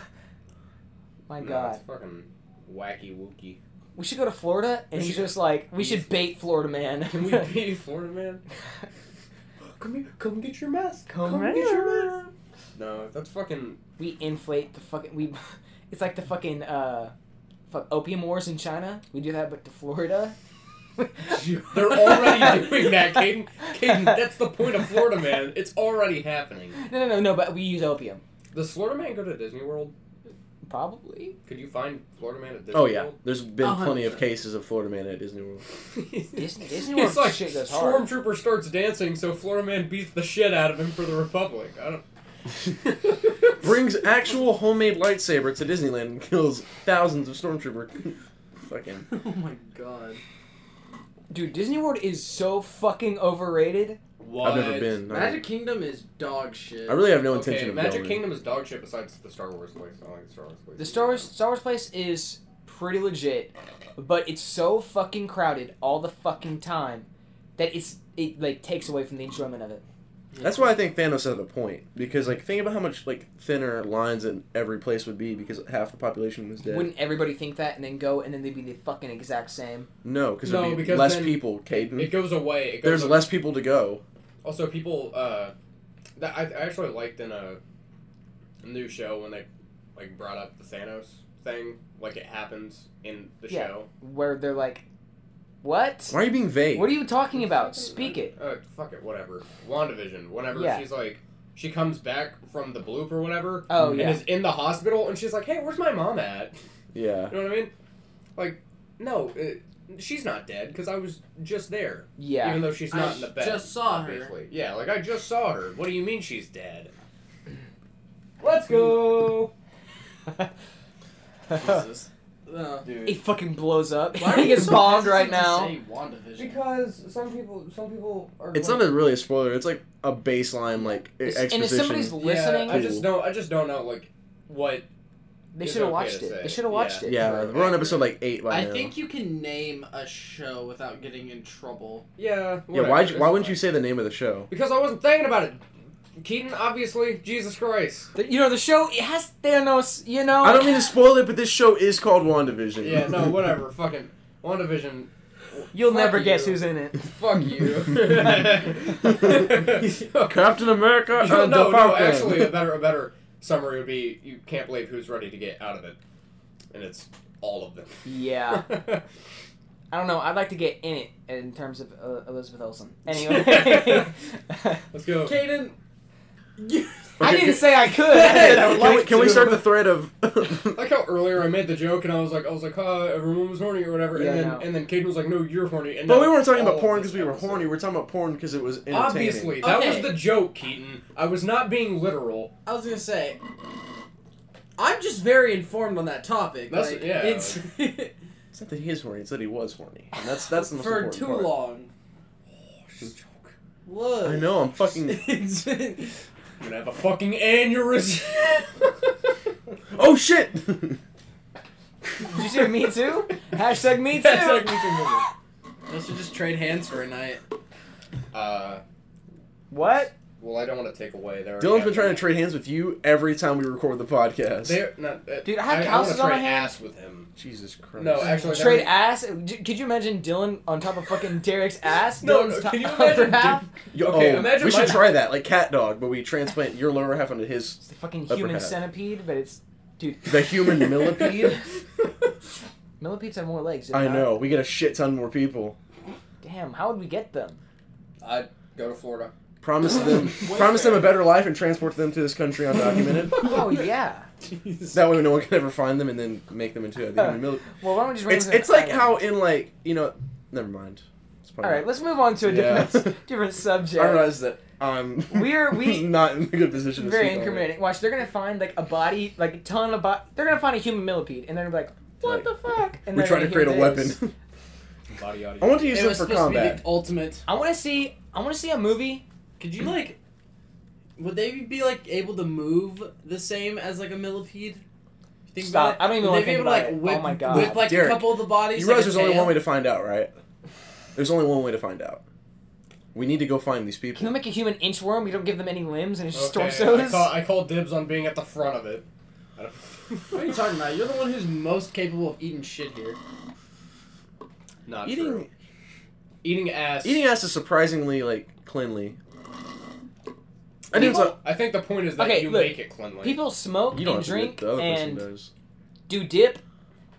[SPEAKER 2] My
[SPEAKER 3] No,
[SPEAKER 2] God.
[SPEAKER 3] it's fucking wacky wookie.
[SPEAKER 2] We should go to Florida and
[SPEAKER 3] We should-
[SPEAKER 2] just like we should bait Florida man.
[SPEAKER 3] Can we be Florida man? Come here, come get your mask.
[SPEAKER 2] Come
[SPEAKER 3] get
[SPEAKER 2] here.
[SPEAKER 3] your mask. No, that's fucking.
[SPEAKER 2] we inflate the fucking we it's like the fucking uh fuck opium wars in China. We do that but to Florida.
[SPEAKER 3] They're already doing that, Caden. Caden, that's the point of Florida Man. It's already happening.
[SPEAKER 2] No no no no but we use opium.
[SPEAKER 3] Does Florida Man go to Disney World?
[SPEAKER 2] Probably.
[SPEAKER 3] Could you find Florida Man at Disney
[SPEAKER 1] oh yeah,
[SPEAKER 3] World?
[SPEAKER 1] there's been
[SPEAKER 4] A hundred
[SPEAKER 1] plenty of
[SPEAKER 4] percent.
[SPEAKER 1] cases of Florida man at Disney World.
[SPEAKER 2] Disney- Disney World
[SPEAKER 3] it's like
[SPEAKER 2] shit goes hard.
[SPEAKER 3] Stormtrooper starts dancing, so Florida Man beats the shit out of him for the Republic. I don't.
[SPEAKER 1] Brings actual homemade lightsaber to Disneyland and kills thousands of stormtrooper. Fucking
[SPEAKER 4] oh my god.
[SPEAKER 2] Dude, Disney World is so fucking overrated.
[SPEAKER 3] What?
[SPEAKER 1] I've never been. no.
[SPEAKER 4] Magic Kingdom is dog shit.
[SPEAKER 1] I really have no intention
[SPEAKER 3] Okay,
[SPEAKER 1] of
[SPEAKER 3] Magic
[SPEAKER 1] going.
[SPEAKER 3] Kingdom is dog shit besides the Star Wars place. I don't like the Star Wars place.
[SPEAKER 2] The Star Wars Star Wars place is pretty legit, but it's so fucking crowded all the fucking time that it's it like takes away from the enjoyment of it.
[SPEAKER 1] That's why I think Thanos had a point because like think about how much like thinner lines in every place would be because half the population was dead.
[SPEAKER 2] Wouldn't everybody think that and then go and then they'd be the fucking exact same?
[SPEAKER 1] no, because
[SPEAKER 3] No,
[SPEAKER 1] there'd be
[SPEAKER 3] because
[SPEAKER 1] less
[SPEAKER 3] then
[SPEAKER 1] people. Caden,
[SPEAKER 3] It goes away. It goes
[SPEAKER 1] Hmm? there's less people to go.
[SPEAKER 3] Also, people uh, that I, I actually liked in a new show when they like brought up the Thanos thing, like it happens in the
[SPEAKER 2] Yeah.
[SPEAKER 3] show.
[SPEAKER 2] Where they're like, what?
[SPEAKER 1] Why are you being vague?
[SPEAKER 2] What are you talking about? Speak it.
[SPEAKER 3] Uh, fuck it, whatever. Wandavision, whenever
[SPEAKER 2] Yeah.
[SPEAKER 3] she's like, she comes back from the bloop or whatever,
[SPEAKER 2] Oh
[SPEAKER 3] and
[SPEAKER 2] yeah.
[SPEAKER 3] is in the hospital, and she's like, "Hey, where's my mom at?"
[SPEAKER 1] yeah,
[SPEAKER 3] You know what I mean? Like, no, it, she's not dead because I was just there,
[SPEAKER 2] Yeah.
[SPEAKER 3] even though she's
[SPEAKER 4] I
[SPEAKER 3] not in the bed.
[SPEAKER 4] just saw her.
[SPEAKER 3] obviously. Yeah, like I just saw her. What do you mean she's dead?
[SPEAKER 2] Let's go.
[SPEAKER 4] Jesus. Uh,
[SPEAKER 2] it fucking blows up.
[SPEAKER 4] why are
[SPEAKER 2] he
[SPEAKER 4] you
[SPEAKER 2] gets
[SPEAKER 4] so
[SPEAKER 2] bombed
[SPEAKER 4] hesitant
[SPEAKER 2] right
[SPEAKER 4] to
[SPEAKER 2] now.
[SPEAKER 4] say WandaVision?
[SPEAKER 3] Because some people, some people are.
[SPEAKER 1] it's not a, really a spoiler. It's like a baseline like e-
[SPEAKER 2] It's-
[SPEAKER 1] exposition.
[SPEAKER 2] And if somebody's listening,
[SPEAKER 3] I just don't. I just don't know like what.
[SPEAKER 2] they
[SPEAKER 3] it's
[SPEAKER 2] should have
[SPEAKER 3] okay
[SPEAKER 2] watched
[SPEAKER 3] to
[SPEAKER 2] it.
[SPEAKER 3] say.
[SPEAKER 2] They should have watched it.
[SPEAKER 1] yeah, we're on episode like eight by
[SPEAKER 4] I
[SPEAKER 1] now.
[SPEAKER 4] think you can name a show without getting in trouble.
[SPEAKER 3] Yeah.
[SPEAKER 1] yeah, why why wouldn't you say the name of the show?
[SPEAKER 3] Because I wasn't thinking about it. Keaton, obviously, Jesus Christ.
[SPEAKER 2] The- you know the show. It has Thanos. You know.
[SPEAKER 1] I don't mean to spoil it, but this show is called WandaVision.
[SPEAKER 3] Oh, Yeah. No. Whatever. Fucking. WandaVision.
[SPEAKER 2] You'll
[SPEAKER 3] Fuck
[SPEAKER 2] never
[SPEAKER 3] you.
[SPEAKER 2] guess who's in it.
[SPEAKER 3] Fuck you.
[SPEAKER 1] Captain America
[SPEAKER 3] no,
[SPEAKER 1] and
[SPEAKER 3] no,
[SPEAKER 1] the Falcon.
[SPEAKER 3] Actually, a better, a better summary would be: you can't believe who's ready to get out of it, and it's all of them.
[SPEAKER 2] Yeah. I don't know. I'd like to get in it in terms of uh, Elizabeth Olsen. Anyway.
[SPEAKER 3] Let's go.
[SPEAKER 4] Caden,
[SPEAKER 2] I
[SPEAKER 1] Okay,
[SPEAKER 2] didn't
[SPEAKER 1] can-
[SPEAKER 2] say I could.
[SPEAKER 3] I
[SPEAKER 1] Can,
[SPEAKER 3] would
[SPEAKER 1] we,
[SPEAKER 3] like
[SPEAKER 1] can we
[SPEAKER 3] to.
[SPEAKER 1] start the thread of?
[SPEAKER 3] I like how earlier I made the joke and I was like, I was like, huh, everyone was horny or whatever,
[SPEAKER 2] Yeah,
[SPEAKER 3] and then
[SPEAKER 2] no.
[SPEAKER 3] and then Caden was like, no, you're horny. And
[SPEAKER 1] but
[SPEAKER 3] now
[SPEAKER 1] we weren't talking
[SPEAKER 3] all
[SPEAKER 1] about
[SPEAKER 3] of
[SPEAKER 1] porn
[SPEAKER 3] this
[SPEAKER 1] because we were
[SPEAKER 3] episode.
[SPEAKER 1] horny. We are talking about porn because it was entertaining.
[SPEAKER 3] Obviously, that
[SPEAKER 4] Okay.
[SPEAKER 3] was the joke, Keaton. I was not being literal.
[SPEAKER 4] I was gonna say, I'm just very informed on that topic.
[SPEAKER 3] That's-
[SPEAKER 4] like,
[SPEAKER 3] yeah.
[SPEAKER 4] It's
[SPEAKER 1] it's not that he is horny; it's that he was horny, and that's that's the most
[SPEAKER 4] for
[SPEAKER 1] important
[SPEAKER 4] too
[SPEAKER 1] part.
[SPEAKER 4] long.
[SPEAKER 3] Oh,
[SPEAKER 4] Look.
[SPEAKER 1] I know. I'm fucking.
[SPEAKER 4] It's been-
[SPEAKER 3] I'm gonna have a fucking aneurysm.
[SPEAKER 1] Oh shit!
[SPEAKER 2] Did you say me too? Hashtag me too.
[SPEAKER 3] That's like me too moment.
[SPEAKER 4] Let's just trade hands for a night.
[SPEAKER 3] Uh,
[SPEAKER 2] What?
[SPEAKER 3] Well, I don't want to take away. There.
[SPEAKER 1] Dylan's been trying to trade hands with you every time we record the podcast.
[SPEAKER 3] They're not. uh,
[SPEAKER 2] Dude, I have
[SPEAKER 3] I, wanna
[SPEAKER 2] calluses on my
[SPEAKER 3] trade
[SPEAKER 2] hand.
[SPEAKER 3] ass with him.
[SPEAKER 1] Jesus Christ.
[SPEAKER 3] No, actually, that
[SPEAKER 2] Trade
[SPEAKER 3] would-
[SPEAKER 2] ass? D- Could you imagine Dylan on top of fucking Derek's ass?
[SPEAKER 3] No,
[SPEAKER 2] Dylan's
[SPEAKER 3] no,
[SPEAKER 2] top-
[SPEAKER 3] can you imagine
[SPEAKER 2] upper half?
[SPEAKER 1] You-
[SPEAKER 3] Okay,
[SPEAKER 1] oh,
[SPEAKER 3] imagine
[SPEAKER 1] we should
[SPEAKER 3] my-
[SPEAKER 1] try that, like cat dog, but we transplant your lower half onto his
[SPEAKER 2] It's the fucking
[SPEAKER 1] Upper
[SPEAKER 2] human
[SPEAKER 1] half.
[SPEAKER 2] centipede, but it's
[SPEAKER 1] the human millipede.
[SPEAKER 2] millipedes have more legs. did
[SPEAKER 1] I
[SPEAKER 2] not?
[SPEAKER 1] know. We get a shit ton more people.
[SPEAKER 2] Damn, how would we get them?
[SPEAKER 3] I'd go to Florida.
[SPEAKER 1] Promise them,
[SPEAKER 4] Wait
[SPEAKER 1] promise them
[SPEAKER 4] there.
[SPEAKER 1] a better life and transport them to this country undocumented.
[SPEAKER 2] Oh yeah.
[SPEAKER 4] Jesus.
[SPEAKER 1] that way, no one can ever find them and then make them into a the human millipede.
[SPEAKER 2] Well, why don't we just?
[SPEAKER 1] It's
[SPEAKER 2] randomly
[SPEAKER 1] it's like
[SPEAKER 2] decide?
[SPEAKER 1] how in like you know, never mind. It's
[SPEAKER 2] All
[SPEAKER 1] probably
[SPEAKER 2] right, let's move on to a
[SPEAKER 1] Yeah.
[SPEAKER 2] different different subject.
[SPEAKER 1] I realize that I'm
[SPEAKER 2] We're- we-
[SPEAKER 1] not in a good position. to
[SPEAKER 2] Very
[SPEAKER 1] speak on it.
[SPEAKER 2] incriminating. Watch, they're gonna find like a body, like a ton of body. They're gonna find a human millipede, and they're gonna be like, "What
[SPEAKER 1] Like,
[SPEAKER 2] the fuck?" And
[SPEAKER 1] We
[SPEAKER 2] they're
[SPEAKER 1] try
[SPEAKER 2] gonna
[SPEAKER 1] to create a
[SPEAKER 2] hear this.
[SPEAKER 1] weapon.
[SPEAKER 3] Body audio.
[SPEAKER 1] I want to use
[SPEAKER 4] It
[SPEAKER 1] them
[SPEAKER 4] was
[SPEAKER 1] for
[SPEAKER 4] supposed to be the
[SPEAKER 1] combat.
[SPEAKER 4] ultimate.
[SPEAKER 2] I want to see. I want to see a movie.
[SPEAKER 4] Could you like? Would they be like able to move the same as like a millipede? Think
[SPEAKER 2] Stop.
[SPEAKER 4] About it?
[SPEAKER 2] I don't even
[SPEAKER 4] Would
[SPEAKER 2] wanna
[SPEAKER 4] they be
[SPEAKER 2] think
[SPEAKER 4] able
[SPEAKER 2] about
[SPEAKER 4] to,
[SPEAKER 2] it.
[SPEAKER 4] like, whip,
[SPEAKER 2] Oh my God.
[SPEAKER 4] Whip like
[SPEAKER 1] Derek,
[SPEAKER 4] a couple of the bodies.
[SPEAKER 1] You
[SPEAKER 4] like
[SPEAKER 1] realize there's
[SPEAKER 4] a
[SPEAKER 1] only
[SPEAKER 4] tail?
[SPEAKER 1] one way to find out, right? There's only one way to find out. We need to go find these
[SPEAKER 2] Can we
[SPEAKER 1] people.
[SPEAKER 2] make a human inchworm? We don't give them any limbs, and it's just
[SPEAKER 3] Okay, I
[SPEAKER 2] torsos.
[SPEAKER 3] call, I call dibs on being at the front of it. I don't-
[SPEAKER 4] What are you talking about? You're the one who's most capable of eating shit here.
[SPEAKER 3] Not true.
[SPEAKER 1] Eating
[SPEAKER 3] Eating ass.
[SPEAKER 1] eating ass is surprisingly like cleanly. I think it's
[SPEAKER 2] People-
[SPEAKER 1] a-
[SPEAKER 3] I think the point is that
[SPEAKER 2] Okay,
[SPEAKER 3] you
[SPEAKER 2] look,
[SPEAKER 3] make it cleanly.
[SPEAKER 2] People smoke
[SPEAKER 1] you don't
[SPEAKER 2] and
[SPEAKER 1] have to do it,
[SPEAKER 2] drink
[SPEAKER 1] the other person
[SPEAKER 2] and
[SPEAKER 1] does.
[SPEAKER 2] do dip,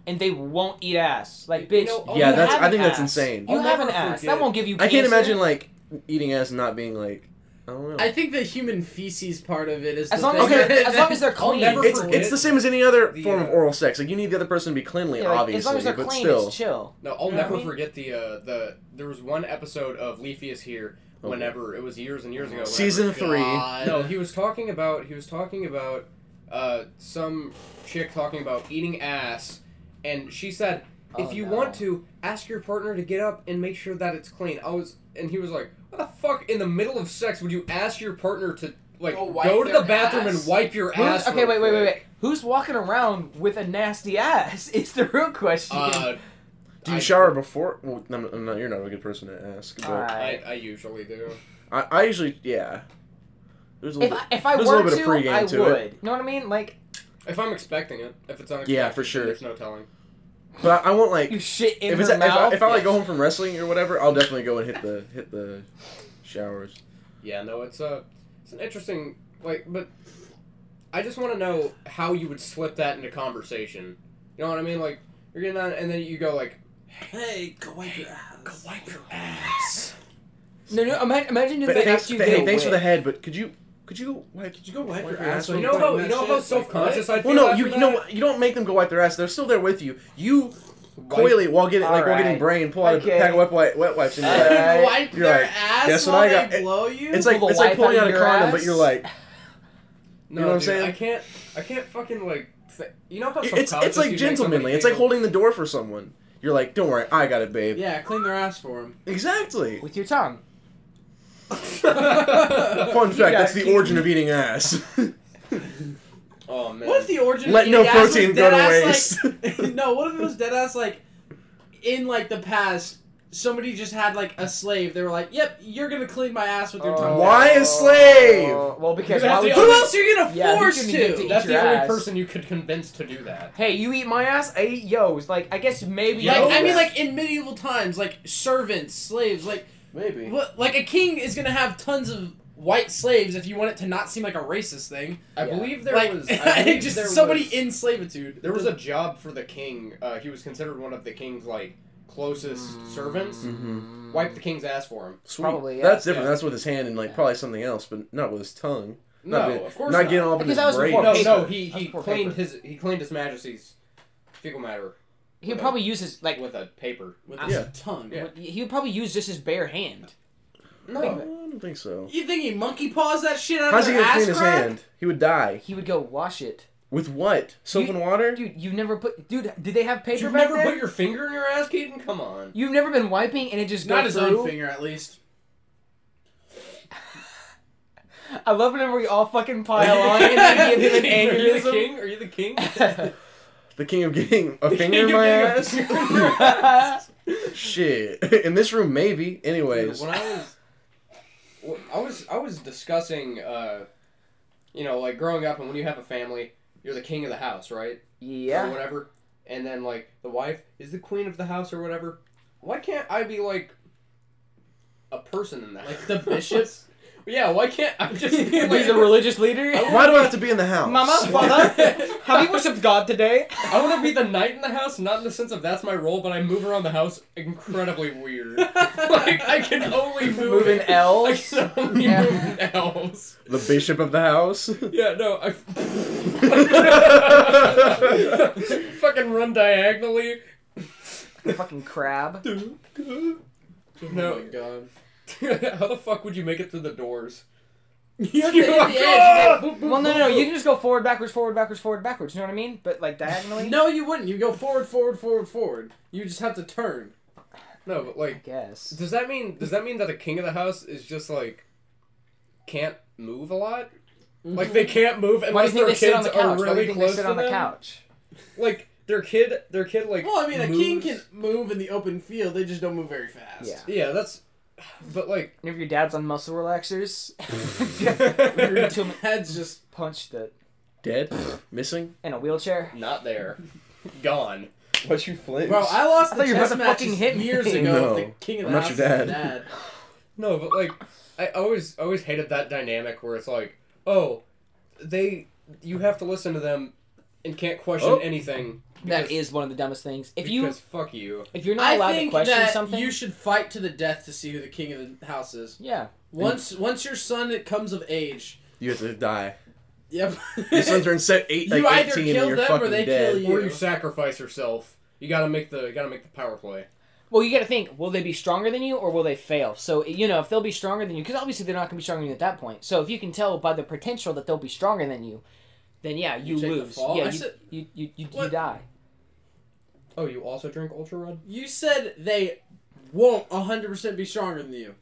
[SPEAKER 2] and they won't eat ass. Like,
[SPEAKER 3] You
[SPEAKER 2] bitch.
[SPEAKER 3] know,
[SPEAKER 2] you
[SPEAKER 3] Yeah,
[SPEAKER 2] have
[SPEAKER 1] that's- I
[SPEAKER 2] an
[SPEAKER 1] think that's
[SPEAKER 2] ass.
[SPEAKER 1] insane.
[SPEAKER 2] You
[SPEAKER 4] I'll
[SPEAKER 2] have an
[SPEAKER 4] never
[SPEAKER 2] ass.
[SPEAKER 4] forget.
[SPEAKER 2] That won't give you.
[SPEAKER 1] I can't
[SPEAKER 2] cancer.
[SPEAKER 1] imagine like eating ass and not being like I don't know.
[SPEAKER 4] I think the human feces part of it is
[SPEAKER 2] As
[SPEAKER 4] the
[SPEAKER 2] long
[SPEAKER 4] thing
[SPEAKER 2] as they're-
[SPEAKER 4] that-
[SPEAKER 2] as long as they're
[SPEAKER 4] I'll
[SPEAKER 2] clean.
[SPEAKER 4] never
[SPEAKER 1] it's
[SPEAKER 4] forget.
[SPEAKER 1] it's the same as any other
[SPEAKER 3] The,
[SPEAKER 1] form of
[SPEAKER 3] uh,
[SPEAKER 1] oral sex. Like you need the other person to be cleanly,
[SPEAKER 2] Yeah, like,
[SPEAKER 1] obviously,
[SPEAKER 2] as long as they're
[SPEAKER 1] but
[SPEAKER 2] clean,
[SPEAKER 1] still.
[SPEAKER 2] it's chill.
[SPEAKER 3] No, I'll
[SPEAKER 2] You know what I
[SPEAKER 3] never
[SPEAKER 2] mean?
[SPEAKER 3] forget the uh, the there was one episode of Leafy is here
[SPEAKER 1] Oh,
[SPEAKER 3] whenever it was years and years ago. whenever-
[SPEAKER 1] Season three.
[SPEAKER 4] God.
[SPEAKER 3] No, he was talking about he was talking about uh, some chick talking about eating ass, and she said, "If
[SPEAKER 2] Oh,
[SPEAKER 3] you
[SPEAKER 2] no.
[SPEAKER 3] want to, ask your partner to get up and make sure that it's clean." I was, and he was like, "What the fuck? In the middle of sex, would you ask your partner to like
[SPEAKER 4] Go wipe
[SPEAKER 3] go to
[SPEAKER 4] their
[SPEAKER 3] the bathroom
[SPEAKER 4] ass?
[SPEAKER 3] and wipe your
[SPEAKER 2] Who's-
[SPEAKER 3] ass?"
[SPEAKER 2] okay,
[SPEAKER 3] real
[SPEAKER 2] wait, wait, wait,
[SPEAKER 3] quick?"
[SPEAKER 2] wait. Who's walking around with a nasty ass? Is the real question.
[SPEAKER 3] Uh,
[SPEAKER 1] Do you
[SPEAKER 3] I-
[SPEAKER 1] shower before? Well, I'm, I'm not. You're not a good person to ask. But
[SPEAKER 2] Alright.
[SPEAKER 3] I, I usually do.
[SPEAKER 1] I, I usually, yeah. There's a
[SPEAKER 2] if
[SPEAKER 1] little
[SPEAKER 2] I, if I
[SPEAKER 1] There's a
[SPEAKER 2] were
[SPEAKER 1] little bit of
[SPEAKER 2] to,
[SPEAKER 1] pregame
[SPEAKER 2] I
[SPEAKER 1] to it.
[SPEAKER 2] would. You know what I mean? Like
[SPEAKER 3] If I'm expecting it, if it's unexpected,
[SPEAKER 1] Yeah, for
[SPEAKER 3] then
[SPEAKER 1] sure.
[SPEAKER 3] There's no telling.
[SPEAKER 1] bit- but I, I won't like.
[SPEAKER 2] you shit in
[SPEAKER 1] if
[SPEAKER 2] her
[SPEAKER 1] it's if I,
[SPEAKER 2] mouth.
[SPEAKER 1] if I like go home from wrestling or whatever, I'll definitely go and hit the hit the showers.
[SPEAKER 3] Yeah, no, it's a it's an interesting like, but I just want to know how you would slip that into conversation. You know what I mean? Like you're getting on, and then you go like,
[SPEAKER 4] Hey, go wipe your ass. Go wipe your
[SPEAKER 3] ass.
[SPEAKER 2] no, no. Imagine, imagine if
[SPEAKER 1] But
[SPEAKER 2] they
[SPEAKER 1] thanks,
[SPEAKER 2] asked you.
[SPEAKER 1] th-
[SPEAKER 2] to
[SPEAKER 1] hey,
[SPEAKER 2] go
[SPEAKER 1] thanks for the
[SPEAKER 2] with.
[SPEAKER 1] head. But could you could you like?
[SPEAKER 4] Could you go wipe,
[SPEAKER 1] Wipe
[SPEAKER 4] your
[SPEAKER 1] your
[SPEAKER 4] ass?
[SPEAKER 1] ass
[SPEAKER 4] when
[SPEAKER 3] You
[SPEAKER 1] with
[SPEAKER 4] you're
[SPEAKER 3] know how
[SPEAKER 4] doing
[SPEAKER 3] you
[SPEAKER 4] that
[SPEAKER 3] know
[SPEAKER 4] shit?
[SPEAKER 3] how
[SPEAKER 4] Like,
[SPEAKER 3] self conscious I feel.
[SPEAKER 1] Well, no, you
[SPEAKER 3] after that?
[SPEAKER 1] you know what? You don't make them go wipe their ass. They're still there with you. You coyly while getting like while getting
[SPEAKER 2] Alright.
[SPEAKER 1] brain, pull out
[SPEAKER 2] Okay.
[SPEAKER 1] a pack of wet wet, wet wipes. And you're
[SPEAKER 4] what?
[SPEAKER 1] like,
[SPEAKER 2] Alright.
[SPEAKER 4] You wipe
[SPEAKER 1] You're
[SPEAKER 4] their
[SPEAKER 1] like,
[SPEAKER 4] ass
[SPEAKER 1] guess what
[SPEAKER 4] while
[SPEAKER 1] I got?
[SPEAKER 4] they
[SPEAKER 1] It-
[SPEAKER 4] blow you?
[SPEAKER 1] it's
[SPEAKER 2] pull
[SPEAKER 1] like
[SPEAKER 2] the
[SPEAKER 1] it's like
[SPEAKER 2] wipe
[SPEAKER 1] pulling
[SPEAKER 2] out
[SPEAKER 1] out
[SPEAKER 2] of
[SPEAKER 1] a
[SPEAKER 2] your
[SPEAKER 1] condom,
[SPEAKER 2] ass?
[SPEAKER 1] but you're like You
[SPEAKER 3] No,
[SPEAKER 1] know what I'm
[SPEAKER 3] dude,
[SPEAKER 1] saying?
[SPEAKER 3] I can't. I can't fucking like. th- You know how
[SPEAKER 1] it's
[SPEAKER 3] self-conscious
[SPEAKER 1] it's like
[SPEAKER 3] you'd make somebody
[SPEAKER 1] gentlemanly. It's like
[SPEAKER 3] feel?
[SPEAKER 1] holding the door for someone. You're like, don't worry, I got it, babe.
[SPEAKER 4] Yeah, clean their ass for him.
[SPEAKER 1] Exactly.
[SPEAKER 2] with your tongue.
[SPEAKER 1] Fun
[SPEAKER 2] You
[SPEAKER 1] fact: that's
[SPEAKER 2] gotta
[SPEAKER 1] the origin of eating ass.
[SPEAKER 3] Oh man.
[SPEAKER 4] What if the origin
[SPEAKER 1] Let
[SPEAKER 4] of
[SPEAKER 1] no
[SPEAKER 4] eating ass was
[SPEAKER 1] protein
[SPEAKER 4] dead
[SPEAKER 1] go to
[SPEAKER 4] ass,
[SPEAKER 1] waste.
[SPEAKER 4] Like, no, what if it was dead ass like in like the past? Somebody just had like a slave. They were like, "Yep, you're gonna clean my ass with your tongue."
[SPEAKER 1] Why a slave?
[SPEAKER 2] Uh, well, because
[SPEAKER 3] Because
[SPEAKER 2] why
[SPEAKER 3] that's the
[SPEAKER 2] would
[SPEAKER 4] Who
[SPEAKER 2] you-
[SPEAKER 3] only-
[SPEAKER 4] else are you gonna
[SPEAKER 2] Yeah, you
[SPEAKER 4] force
[SPEAKER 2] shouldn't get
[SPEAKER 4] to?
[SPEAKER 2] to
[SPEAKER 3] That's
[SPEAKER 2] Eat
[SPEAKER 3] the
[SPEAKER 2] your
[SPEAKER 3] only
[SPEAKER 2] ass.
[SPEAKER 3] person you could convince to do that.
[SPEAKER 2] Hey, you eat my ass. I eat yours. Like I guess maybe.
[SPEAKER 3] Yo.
[SPEAKER 4] Like I mean, like in medieval times, like servants, slaves, like
[SPEAKER 1] Maybe.
[SPEAKER 4] what? Like a king is gonna have tons of white slaves if you want it to not seem like a racist thing.
[SPEAKER 3] I
[SPEAKER 2] Yeah.
[SPEAKER 3] believe there
[SPEAKER 4] like
[SPEAKER 3] was I believe
[SPEAKER 4] just
[SPEAKER 3] there
[SPEAKER 4] somebody
[SPEAKER 3] was-
[SPEAKER 4] in slavitude.
[SPEAKER 3] There was a job for the king. Uh, he was considered one of the king's like closest servants.
[SPEAKER 1] Mhm.
[SPEAKER 3] Wipe the king's ass for him.
[SPEAKER 1] Sweet.
[SPEAKER 2] Probably, yeah.
[SPEAKER 1] That's different.
[SPEAKER 3] Yeah.
[SPEAKER 1] That's with his hand and like probably something else, but not with his tongue.
[SPEAKER 3] No,
[SPEAKER 1] Not being-
[SPEAKER 3] of course
[SPEAKER 1] not
[SPEAKER 3] not.
[SPEAKER 1] getting all up in his
[SPEAKER 2] Because that was
[SPEAKER 1] brain.
[SPEAKER 2] before
[SPEAKER 3] no,
[SPEAKER 2] paper.
[SPEAKER 3] no. He
[SPEAKER 2] That's
[SPEAKER 3] he
[SPEAKER 2] poor
[SPEAKER 3] cleaned
[SPEAKER 2] paper.
[SPEAKER 3] his he cleaned his Majesty's fecal matter
[SPEAKER 2] He would probably use his like.
[SPEAKER 3] with a paper.
[SPEAKER 4] with
[SPEAKER 2] Yeah.
[SPEAKER 4] his tongue.
[SPEAKER 3] Yeah.
[SPEAKER 2] He would probably use just his bare hand.
[SPEAKER 1] I
[SPEAKER 3] No,
[SPEAKER 1] don't think so.
[SPEAKER 4] You think he monkey paws that shit out
[SPEAKER 1] How's he
[SPEAKER 4] of their
[SPEAKER 1] gonna
[SPEAKER 4] ass
[SPEAKER 1] clean his
[SPEAKER 4] crack?
[SPEAKER 1] hand? He would die.
[SPEAKER 2] He would go wash it.
[SPEAKER 1] With what? Soap
[SPEAKER 2] You-
[SPEAKER 1] and water?
[SPEAKER 2] Dude, you've never put. Dude, did they have paper
[SPEAKER 3] you've
[SPEAKER 2] back
[SPEAKER 3] never
[SPEAKER 2] then?
[SPEAKER 3] put your finger in your ass, Keaton. Come on.
[SPEAKER 2] You've never been wiping and it just
[SPEAKER 4] Not
[SPEAKER 2] goes
[SPEAKER 4] his
[SPEAKER 2] through.
[SPEAKER 4] own finger, at least.
[SPEAKER 2] I love whenever we all fucking pile on and then give him
[SPEAKER 3] Are you the
[SPEAKER 2] an
[SPEAKER 3] king? Are you the king?
[SPEAKER 2] aneurysm.
[SPEAKER 1] The king of getting a finger
[SPEAKER 3] king
[SPEAKER 1] in
[SPEAKER 3] of
[SPEAKER 1] my
[SPEAKER 3] getting a
[SPEAKER 1] ass?
[SPEAKER 3] finger in your
[SPEAKER 2] I
[SPEAKER 1] Shit. In this room, maybe. Anyways.
[SPEAKER 3] When I was Well, I was I was discussing, uh, you know, like growing up and when you have a family, you're the king of the house, right? or
[SPEAKER 2] Yeah.
[SPEAKER 3] whatever. And then like the wife is the queen of the house or whatever. Why can't I be like a person in that?
[SPEAKER 4] Like the bishop?
[SPEAKER 3] yeah. Why can't I just
[SPEAKER 2] Be
[SPEAKER 3] be like
[SPEAKER 2] the religious leader.
[SPEAKER 1] Why do I have to be in the house?
[SPEAKER 2] Mama, father, have you worshipped God today?
[SPEAKER 3] I want to be the knight in the house, not in the sense of that's my role, but I move around the house incredibly weird. like I can only move,
[SPEAKER 2] Moving
[SPEAKER 3] I
[SPEAKER 2] elves.
[SPEAKER 3] can only
[SPEAKER 2] Yeah.
[SPEAKER 3] move elves.
[SPEAKER 1] The bishop of the house.
[SPEAKER 3] Yeah. No. I fucking run diagonally.
[SPEAKER 2] Fucking crab.
[SPEAKER 4] Oh
[SPEAKER 3] No. god. How the fuck would you make it through the doors? "Ah!"
[SPEAKER 4] You have
[SPEAKER 3] You
[SPEAKER 4] to hit
[SPEAKER 3] are
[SPEAKER 4] the edge, you
[SPEAKER 2] Well, no, no, no. You can just go forward, backwards, forward, backwards, forward, backwards. You know what I mean? But like diagonally.
[SPEAKER 4] go- No, you wouldn't. You go forward, forward, forward, forward. You just have to turn.
[SPEAKER 3] No, but like.
[SPEAKER 2] I guess.
[SPEAKER 3] Does that mean does that mean that a king of the house is just like can't move a lot? Like they can't move
[SPEAKER 2] Why do
[SPEAKER 3] unless
[SPEAKER 2] you think
[SPEAKER 3] their
[SPEAKER 2] they
[SPEAKER 3] kids
[SPEAKER 2] sit on the
[SPEAKER 3] are
[SPEAKER 2] couch? Why do
[SPEAKER 3] really
[SPEAKER 2] you think they
[SPEAKER 3] close
[SPEAKER 2] sit
[SPEAKER 3] to
[SPEAKER 2] on the
[SPEAKER 3] them.
[SPEAKER 2] couch?
[SPEAKER 3] Like their kid, their kid like.
[SPEAKER 4] Well, I mean, a king can
[SPEAKER 3] moves-
[SPEAKER 4] move in the open field. They just don't move very fast.
[SPEAKER 2] Yeah.
[SPEAKER 3] Yeah, that's. But like,
[SPEAKER 2] And if your dad's on muscle relaxers,
[SPEAKER 4] Your
[SPEAKER 2] Till-
[SPEAKER 4] head's just
[SPEAKER 2] punched it
[SPEAKER 1] Dead? Missing?
[SPEAKER 2] in a wheelchair.
[SPEAKER 3] not there, gone.
[SPEAKER 1] What you flinch?
[SPEAKER 4] Bro, I lost
[SPEAKER 2] I
[SPEAKER 4] the
[SPEAKER 2] thought you were
[SPEAKER 4] chess
[SPEAKER 2] about to
[SPEAKER 4] matches
[SPEAKER 2] fucking hit me.
[SPEAKER 4] years ago.
[SPEAKER 1] No,
[SPEAKER 4] with the king of
[SPEAKER 1] I'm
[SPEAKER 4] the
[SPEAKER 1] not
[SPEAKER 4] house
[SPEAKER 1] your
[SPEAKER 4] and
[SPEAKER 1] dad.
[SPEAKER 3] No, but like, I always always hated that dynamic where it's like, oh, they you have to listen to them and can't question
[SPEAKER 1] Oh.
[SPEAKER 3] anything.
[SPEAKER 2] That
[SPEAKER 3] because-
[SPEAKER 2] is one of the dumbest things. If you
[SPEAKER 3] because fuck you.
[SPEAKER 2] if you're not
[SPEAKER 4] I
[SPEAKER 2] allowed to
[SPEAKER 4] think
[SPEAKER 2] question
[SPEAKER 4] that
[SPEAKER 2] something,
[SPEAKER 4] you should fight to the death to see who the king of the house is.
[SPEAKER 2] yeah,
[SPEAKER 4] Once once your son comes of age,
[SPEAKER 1] You have to die.
[SPEAKER 4] yep.
[SPEAKER 1] Your sons are in set eight,
[SPEAKER 4] You
[SPEAKER 1] like
[SPEAKER 4] either
[SPEAKER 1] 18
[SPEAKER 4] kill
[SPEAKER 1] and you're
[SPEAKER 4] them or
[SPEAKER 1] fucking
[SPEAKER 4] they kill
[SPEAKER 1] dead.
[SPEAKER 4] you.
[SPEAKER 3] Or you sacrifice yourself. You gotta make the you gotta make the power play.
[SPEAKER 2] Well, you got to think: will they be stronger than you, or will they fail? So you know, if they'll be stronger than you, because obviously they're not going to be stronger than you at that point. So if you can tell by the potential that they'll be stronger than you, then yeah, you,
[SPEAKER 4] You take the
[SPEAKER 2] lose.
[SPEAKER 4] fall?
[SPEAKER 2] Yeah,
[SPEAKER 4] I
[SPEAKER 2] you,
[SPEAKER 4] said-
[SPEAKER 2] you, you, you, you
[SPEAKER 4] What?
[SPEAKER 2] die.
[SPEAKER 3] Oh, you also drink Ultra Red?
[SPEAKER 4] you said they won't 100% be stronger than you.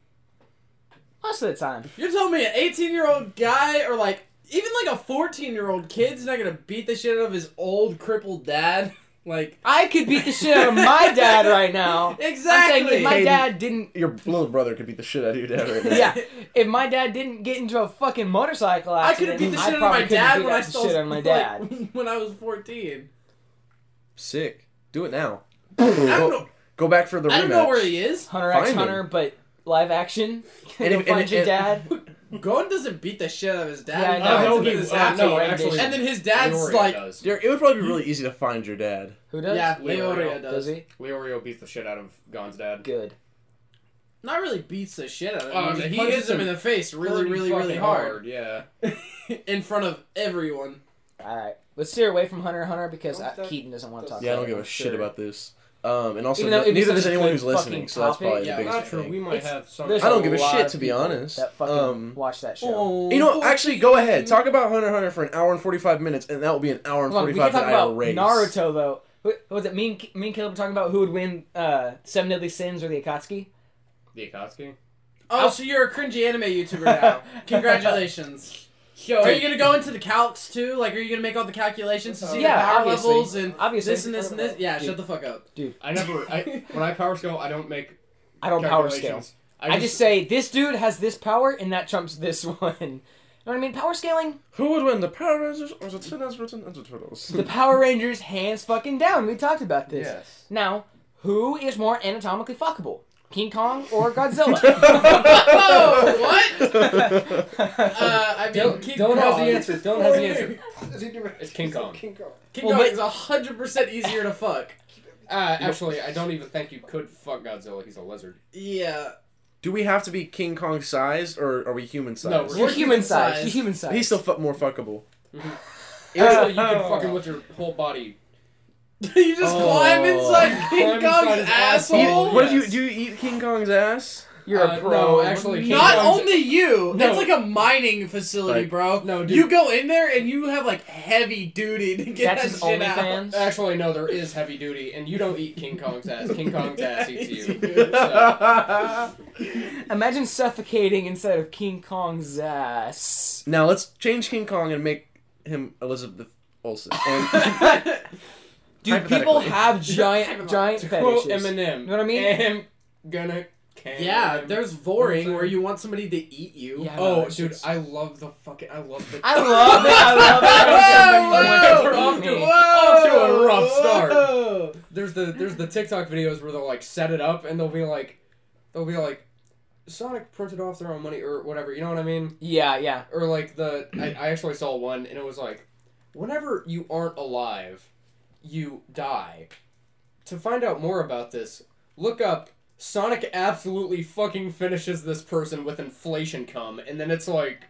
[SPEAKER 2] Most of the time,
[SPEAKER 4] You're telling me an 18 year old guy or like even like a 14 year old kid's not gonna beat the shit out of his old crippled dad? Like
[SPEAKER 2] I could beat the shit out of my dad right now. I'm saying
[SPEAKER 4] exactly.
[SPEAKER 2] if my
[SPEAKER 1] Hayden.
[SPEAKER 2] dad didn't.
[SPEAKER 1] Your little brother could beat the shit out of your dad right now.
[SPEAKER 2] Yeah, if my dad didn't get into a fucking motorcycle
[SPEAKER 4] I could
[SPEAKER 2] accident,
[SPEAKER 4] have beat the
[SPEAKER 2] I
[SPEAKER 4] shit out of
[SPEAKER 2] probably
[SPEAKER 4] my
[SPEAKER 2] couldn't
[SPEAKER 4] dad
[SPEAKER 2] beat
[SPEAKER 4] when I
[SPEAKER 2] the
[SPEAKER 4] still
[SPEAKER 2] shit out of my
[SPEAKER 4] like,
[SPEAKER 2] dad.
[SPEAKER 4] when I was 14.
[SPEAKER 1] Sick. Do it now.
[SPEAKER 4] I
[SPEAKER 1] go,
[SPEAKER 4] don't know.
[SPEAKER 1] go back for the
[SPEAKER 4] I
[SPEAKER 1] rematch.
[SPEAKER 4] don't know where he is.
[SPEAKER 2] Hunter
[SPEAKER 1] Find
[SPEAKER 2] X
[SPEAKER 1] him.
[SPEAKER 2] Hunter, but live action.
[SPEAKER 1] And if-
[SPEAKER 2] And if,
[SPEAKER 1] and
[SPEAKER 2] find
[SPEAKER 1] if-
[SPEAKER 2] your
[SPEAKER 1] and-
[SPEAKER 2] dad.
[SPEAKER 4] Gordon doesn't beat the shit out of his dad.
[SPEAKER 2] Yeah, I
[SPEAKER 4] He
[SPEAKER 2] know.
[SPEAKER 4] finds
[SPEAKER 2] No,
[SPEAKER 4] him
[SPEAKER 2] he-
[SPEAKER 4] in his
[SPEAKER 2] uh,
[SPEAKER 4] house.
[SPEAKER 2] no,
[SPEAKER 3] actually-
[SPEAKER 4] and then his dad's
[SPEAKER 3] Leorio
[SPEAKER 4] like,
[SPEAKER 3] does.
[SPEAKER 1] There- it would probably be really easy to find your dad.
[SPEAKER 2] Who does?
[SPEAKER 4] yeah,
[SPEAKER 3] Leorio
[SPEAKER 4] Leorio does.
[SPEAKER 2] Does he?
[SPEAKER 3] Leorio beats the shit out of Gon's dad.
[SPEAKER 2] Good.
[SPEAKER 4] Not really beats the shit out of him.
[SPEAKER 3] Oh,
[SPEAKER 4] he
[SPEAKER 3] he
[SPEAKER 4] punches
[SPEAKER 3] hits
[SPEAKER 4] him
[SPEAKER 3] him
[SPEAKER 4] in the face really,
[SPEAKER 3] Pretty
[SPEAKER 4] really, really
[SPEAKER 3] fucking
[SPEAKER 4] hard.
[SPEAKER 3] Yeah.
[SPEAKER 4] in front of everyone.
[SPEAKER 2] All right, let's steer away from Hunter x Hunter because
[SPEAKER 4] Don't
[SPEAKER 2] I,
[SPEAKER 4] start-
[SPEAKER 2] Keaton doesn't want to talk.
[SPEAKER 1] Yeah, I
[SPEAKER 2] about
[SPEAKER 1] don't
[SPEAKER 2] it,
[SPEAKER 1] give a
[SPEAKER 2] I'm
[SPEAKER 1] shit
[SPEAKER 2] sure.
[SPEAKER 1] about this. Um, and also,
[SPEAKER 2] Even though it'd be
[SPEAKER 1] neither does
[SPEAKER 2] such a
[SPEAKER 1] anyone
[SPEAKER 2] good
[SPEAKER 1] who's listening,
[SPEAKER 2] fucking
[SPEAKER 1] so that's probably
[SPEAKER 2] topic.
[SPEAKER 4] Yeah,
[SPEAKER 1] the biggest
[SPEAKER 3] Not true.
[SPEAKER 1] thing.
[SPEAKER 3] We might
[SPEAKER 2] It's-
[SPEAKER 3] have some.
[SPEAKER 2] there's
[SPEAKER 1] I don't give a
[SPEAKER 2] lot
[SPEAKER 1] shit,
[SPEAKER 2] of
[SPEAKER 1] to be
[SPEAKER 2] people
[SPEAKER 1] honest.
[SPEAKER 2] That fucking
[SPEAKER 1] Um,
[SPEAKER 2] watch that show.
[SPEAKER 4] Oh,
[SPEAKER 1] You know, actually, go ahead. Talk about Hunter x Hunter for an hour and 45 minutes, and that will be an hour and
[SPEAKER 2] Hold on, we can
[SPEAKER 1] 45
[SPEAKER 2] talk
[SPEAKER 1] an hour
[SPEAKER 2] about
[SPEAKER 1] race.
[SPEAKER 2] Naruto though. Who- What was it? Me and, K- me and Caleb were talking about who would win uh, Seven Deadly Sins or the Akatsuki.
[SPEAKER 3] The Akatsuki.
[SPEAKER 4] oh, so you're a cringy anime YouTuber now. Congratulations.
[SPEAKER 3] Yo,
[SPEAKER 4] Are you gonna go into the calcs too? Like, are you gonna make all the calculations to see
[SPEAKER 2] Yeah,
[SPEAKER 4] the power
[SPEAKER 2] obviously.
[SPEAKER 4] levels and
[SPEAKER 2] Obviously.
[SPEAKER 4] this and this and this? Yeah,
[SPEAKER 2] Dude.
[SPEAKER 4] shut the fuck up.
[SPEAKER 3] I never. I when I power scale, I don't make.
[SPEAKER 2] I don't power scale.
[SPEAKER 3] calculations.
[SPEAKER 2] I just say this dude has this power and that trumps this one. You know what I mean? Power scaling.
[SPEAKER 1] Who would win, the Power Rangers or the Teenage Mutant Ninja Turtles?
[SPEAKER 2] The Power Rangers hands fucking down. We talked about this.
[SPEAKER 1] Hmm. Yes.
[SPEAKER 2] Now, who is more anatomically fuckable? King Kong or Godzilla?
[SPEAKER 4] Oh, what? Uh, I mean,
[SPEAKER 3] Don't,
[SPEAKER 4] King
[SPEAKER 3] don't has
[SPEAKER 4] Kong.
[SPEAKER 3] the answer. Don't has the answer. It's King Kong.
[SPEAKER 4] King
[SPEAKER 2] Well,
[SPEAKER 4] Kong
[SPEAKER 2] but-
[SPEAKER 4] is hundred percent easier to fuck.
[SPEAKER 3] Uh, actually, I don't even think you could fuck Godzilla. He's a lizard.
[SPEAKER 4] Yeah.
[SPEAKER 1] Do we have to be King Kong sized, or are we human
[SPEAKER 3] No,
[SPEAKER 1] sized?
[SPEAKER 3] we're-
[SPEAKER 2] You're human
[SPEAKER 4] human
[SPEAKER 2] sized.
[SPEAKER 4] size.
[SPEAKER 2] You're human sized.
[SPEAKER 1] He's still fu- more fuckable.
[SPEAKER 3] Actually, you can fuck him with your whole body.
[SPEAKER 4] you just
[SPEAKER 1] Oh.
[SPEAKER 4] climb inside King
[SPEAKER 3] Climb inside
[SPEAKER 4] Kong's
[SPEAKER 3] his
[SPEAKER 1] You-
[SPEAKER 4] asshole.
[SPEAKER 3] asshole?
[SPEAKER 1] what if you
[SPEAKER 3] Yes.
[SPEAKER 1] do you eat King Kong's ass?
[SPEAKER 2] You're
[SPEAKER 3] Uh,
[SPEAKER 2] a
[SPEAKER 3] no,
[SPEAKER 2] pro.
[SPEAKER 3] actually, King
[SPEAKER 4] Not
[SPEAKER 3] Kong's-
[SPEAKER 4] only you.
[SPEAKER 3] No.
[SPEAKER 4] It's like a mining facility,
[SPEAKER 1] Like-
[SPEAKER 4] bro.
[SPEAKER 3] No, dude.
[SPEAKER 4] You go in there and you have like heavy duty to get
[SPEAKER 2] That's
[SPEAKER 4] that
[SPEAKER 2] his
[SPEAKER 4] shit out.
[SPEAKER 2] OnlyFans.
[SPEAKER 3] Actually, no, there is heavy duty, and you don't eat King Kong's ass. King Kong's ass eats you.
[SPEAKER 4] uh,
[SPEAKER 2] Imagine suffocating inside of King Kong's ass.
[SPEAKER 1] now let's change King Kong and make him Elizabeth Olsen. And
[SPEAKER 2] Dude, people
[SPEAKER 1] Hypothetically.
[SPEAKER 2] have giant, giant
[SPEAKER 3] Quote
[SPEAKER 2] fetishes.
[SPEAKER 3] Eminem.
[SPEAKER 2] You know what I mean?
[SPEAKER 3] am gonna can.
[SPEAKER 4] Yeah, there's voring
[SPEAKER 3] What's
[SPEAKER 4] where
[SPEAKER 3] that?
[SPEAKER 4] you want somebody to eat you.
[SPEAKER 2] Yeah.
[SPEAKER 3] Oh,
[SPEAKER 2] it's-
[SPEAKER 3] dude, I love the fucking. I love the.
[SPEAKER 2] I love it. I love it.
[SPEAKER 3] Whoa,
[SPEAKER 2] When
[SPEAKER 3] whoa,
[SPEAKER 2] somebody wants to eat me.
[SPEAKER 3] Off to a rough start.
[SPEAKER 4] whoa.
[SPEAKER 3] There's the there's the TikTok videos where they'll like set it up and they'll be like, they'll be like, Sonic printed off their own money or whatever. You know what I mean?
[SPEAKER 2] Yeah, yeah.
[SPEAKER 3] Or like the I, I actually saw one and it was like, whenever you aren't alive, you die. To find out more about this, look up Sonic absolutely fucking finishes this person with inflation cum, and then it's like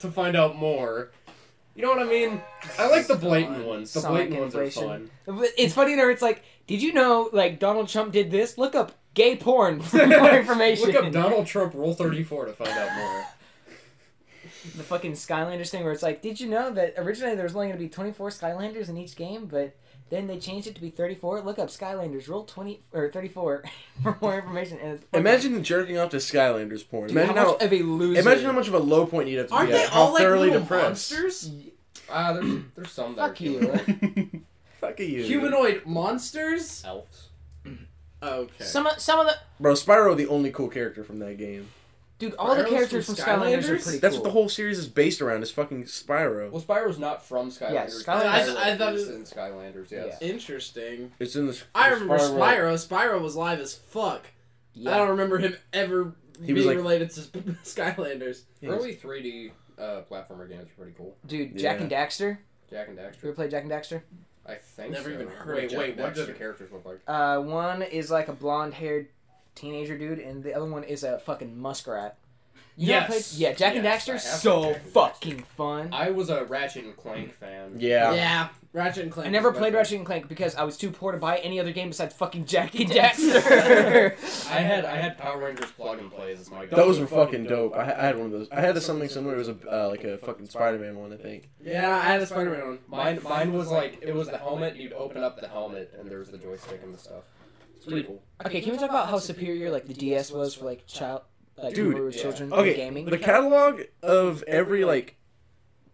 [SPEAKER 3] to find out more. You know what I mean? I like the blatant ones. The
[SPEAKER 2] Sonic
[SPEAKER 3] blatant ones are
[SPEAKER 2] inflation.
[SPEAKER 3] fun.
[SPEAKER 2] But It's funny though. It's like, did you know, like Donald Trump did this? Look up gay porn for more information.
[SPEAKER 3] Look up Donald Trump Rule 34 to find out more.
[SPEAKER 2] the fucking Skylanders thing where it's like, did you know that originally there was only going to be 24 Skylanders in each game, but then they changed it to be 34? Look up Skylanders, roll 20 or 34 for more information. And it's fucking-
[SPEAKER 1] Imagine jerking off to Skylanders porn.
[SPEAKER 2] Dude,
[SPEAKER 1] imagine
[SPEAKER 2] how
[SPEAKER 1] how,
[SPEAKER 2] much of a loser.
[SPEAKER 1] imagine how much of a low point you'd have to
[SPEAKER 4] Aren't
[SPEAKER 1] be at.
[SPEAKER 4] they
[SPEAKER 1] how
[SPEAKER 4] all like
[SPEAKER 1] thoroughly
[SPEAKER 4] little
[SPEAKER 1] depressed.
[SPEAKER 4] monsters?
[SPEAKER 3] Ah, there's, there's some that
[SPEAKER 2] Fuck
[SPEAKER 3] are
[SPEAKER 2] you.
[SPEAKER 3] humanoid.
[SPEAKER 1] Fuck you,
[SPEAKER 4] Humanoid monsters?
[SPEAKER 3] Elves.
[SPEAKER 4] Okay.
[SPEAKER 2] Some of, some of the
[SPEAKER 1] bro. Spyro, the only cool character from that game.
[SPEAKER 2] dude, all the
[SPEAKER 4] Spyro's
[SPEAKER 2] characters from
[SPEAKER 4] from
[SPEAKER 2] Skylanders, are
[SPEAKER 4] Skylanders?
[SPEAKER 2] pretty
[SPEAKER 1] That's
[SPEAKER 2] cool.
[SPEAKER 1] what the whole series is based around. Is fucking Spyro.
[SPEAKER 3] Well, Spyro's not from Skylanders.
[SPEAKER 2] Yeah,
[SPEAKER 3] He's
[SPEAKER 2] Skylanders-
[SPEAKER 4] I- I thought it was-
[SPEAKER 3] in Skylanders, yes.
[SPEAKER 4] Interesting.
[SPEAKER 1] It's in this.
[SPEAKER 4] I remember Spyro. Spyro was live as fuck.
[SPEAKER 2] yeah.
[SPEAKER 4] I don't remember him ever
[SPEAKER 1] He
[SPEAKER 4] being
[SPEAKER 1] was like-
[SPEAKER 4] related to Sp- Skylanders.
[SPEAKER 1] Yes.
[SPEAKER 3] Early 3D uh, platformer games are pretty cool.
[SPEAKER 2] Dude, Jack and Daxter.
[SPEAKER 3] Jack and
[SPEAKER 2] You
[SPEAKER 3] Daxter.
[SPEAKER 2] ever play Jack and Daxter?
[SPEAKER 3] I think
[SPEAKER 4] Never
[SPEAKER 3] so.
[SPEAKER 4] even heard
[SPEAKER 3] Wait,
[SPEAKER 4] of Jack
[SPEAKER 3] wait,
[SPEAKER 4] and
[SPEAKER 3] what do
[SPEAKER 4] Daxter.
[SPEAKER 3] the characters look like?
[SPEAKER 2] Uh, one is like a blonde-haired teenager dude, and the other one is a fucking muskrat. You ever
[SPEAKER 4] Yes.
[SPEAKER 2] played- yeah, Jack
[SPEAKER 3] Yes, I
[SPEAKER 2] and
[SPEAKER 3] have
[SPEAKER 2] Daxter, so
[SPEAKER 3] played Jack and Daxter.
[SPEAKER 2] fucking fun.
[SPEAKER 3] I was a Ratchet and Clank fan.
[SPEAKER 1] Yeah.
[SPEAKER 4] Yeah. Ratchet and Clank.
[SPEAKER 2] I never
[SPEAKER 4] was my
[SPEAKER 2] played
[SPEAKER 4] favorite.
[SPEAKER 2] Ratchet and Clank because I was too poor to buy any other game besides fucking Jack and Daxter.
[SPEAKER 3] I had I had Power Rangers plug and plays as my
[SPEAKER 1] Those were fucking dope. I, I had one of those. I had something similar. It was a uh, like a fucking Spider-Man one, I think.
[SPEAKER 4] Yeah, I had a Spider-Man one.
[SPEAKER 3] Mine mine was like it was the helmet. You'd open up the helmet and there was the joystick and the stuff. It's pretty cool.
[SPEAKER 2] okay, can we talk about how superior like the DS was for like child, like when
[SPEAKER 1] Dude,
[SPEAKER 2] we were
[SPEAKER 3] yeah.
[SPEAKER 2] children
[SPEAKER 1] Okay,
[SPEAKER 2] for gaming?
[SPEAKER 1] The catalog of every like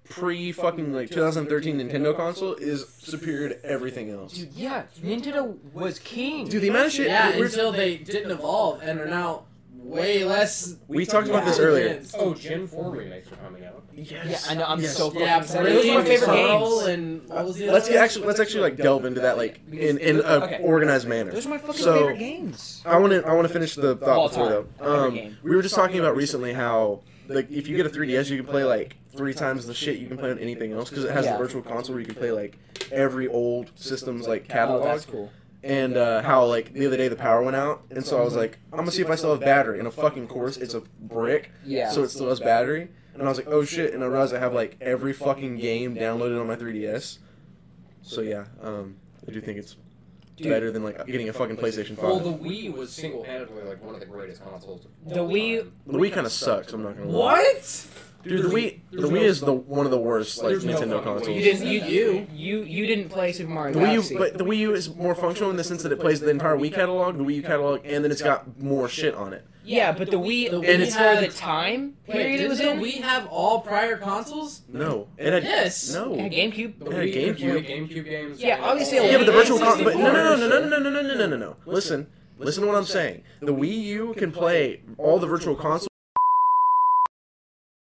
[SPEAKER 1] pre fucking like 2013 Nintendo console is superior to everything else.
[SPEAKER 2] Dude, yeah, Nintendo was king.
[SPEAKER 1] Dude, the amount of shit.
[SPEAKER 4] Yeah,
[SPEAKER 1] we're-
[SPEAKER 4] until they didn't evolve and are now way less.
[SPEAKER 1] we talked about this earlier.
[SPEAKER 3] Oh, Gen 4 remakes are coming out.
[SPEAKER 2] yeah, I know. I'm
[SPEAKER 1] Yes.
[SPEAKER 2] so fucking
[SPEAKER 4] Yeah,
[SPEAKER 2] excited.
[SPEAKER 4] Brilliant,
[SPEAKER 2] Those are my favorite
[SPEAKER 4] Pearl,
[SPEAKER 2] games.
[SPEAKER 4] And what was the
[SPEAKER 1] Let's
[SPEAKER 4] other
[SPEAKER 1] get
[SPEAKER 4] one?
[SPEAKER 1] actually let's actually like delve into that like in in a
[SPEAKER 2] Okay.
[SPEAKER 1] organized manner.
[SPEAKER 2] Those are my fucking
[SPEAKER 1] So-
[SPEAKER 2] favorite games.
[SPEAKER 1] I want to I want to finish the
[SPEAKER 2] All
[SPEAKER 1] thought before
[SPEAKER 2] time.
[SPEAKER 1] though.
[SPEAKER 2] Every
[SPEAKER 1] Um,
[SPEAKER 2] game.
[SPEAKER 1] we were just talking about recently how like if you get a 3DS, you can play like three times the shit you can play on anything else because it has the
[SPEAKER 2] Yeah.
[SPEAKER 1] virtual console where you can play like every old system's like
[SPEAKER 2] Oh,
[SPEAKER 1] catalog.
[SPEAKER 2] that's cool.
[SPEAKER 1] And uh, how like the other day the power went out, and so I was like, I'm gonna see if I still have battery. And of fucking course, it's a brick,
[SPEAKER 2] Yeah.
[SPEAKER 1] so it still has battery. And I was like, oh shit! And I realized I have like every fucking game downloaded on my 3DS. So yeah, um, I do think it's
[SPEAKER 2] Dude.
[SPEAKER 1] better than like getting a fucking PlayStation
[SPEAKER 3] Well, the
[SPEAKER 1] 5.
[SPEAKER 3] Wii was single-handedly like one of the greatest consoles. of
[SPEAKER 2] The
[SPEAKER 3] all
[SPEAKER 2] Wii-
[SPEAKER 3] time.
[SPEAKER 1] The Wii kind of sucks. I'm not gonna lie.
[SPEAKER 4] What?
[SPEAKER 1] Dude, the Wii,
[SPEAKER 3] There's
[SPEAKER 1] the
[SPEAKER 3] no-
[SPEAKER 1] Wii is the one of the worst like
[SPEAKER 3] There's no
[SPEAKER 1] Nintendo
[SPEAKER 3] fucking
[SPEAKER 1] consoles.
[SPEAKER 3] way.
[SPEAKER 2] You
[SPEAKER 1] The
[SPEAKER 2] didn't. You, you you you didn't play Super Mario
[SPEAKER 1] Wii
[SPEAKER 2] Galaxy.
[SPEAKER 1] U, but the Wii U is more functional in the sense that it plays the entire Wii catalog, the Wii U catalog, and then it's got more shit on it.
[SPEAKER 2] yeah, but the Wii
[SPEAKER 4] the
[SPEAKER 2] and
[SPEAKER 4] Wii
[SPEAKER 2] it's
[SPEAKER 4] had-
[SPEAKER 2] for the time
[SPEAKER 4] Wait,
[SPEAKER 2] period it
[SPEAKER 4] didn't
[SPEAKER 2] was
[SPEAKER 4] the
[SPEAKER 2] in.
[SPEAKER 4] Wii have all prior consoles?
[SPEAKER 1] No, it had
[SPEAKER 4] Yes.
[SPEAKER 2] Yeah,
[SPEAKER 1] no.
[SPEAKER 2] GameCube.
[SPEAKER 3] The
[SPEAKER 1] It had a
[SPEAKER 3] Wii could play
[SPEAKER 1] GameCube.
[SPEAKER 3] GameCube games.
[SPEAKER 2] Yeah,
[SPEAKER 3] and
[SPEAKER 2] obviously
[SPEAKER 3] all-
[SPEAKER 2] a
[SPEAKER 1] Yeah, but the virtual
[SPEAKER 4] N64
[SPEAKER 1] console. But no, no, no, no, no, no, no, no, no, no, no. Listen, listen to what I'm saying. The Wii U can play all the virtual consoles.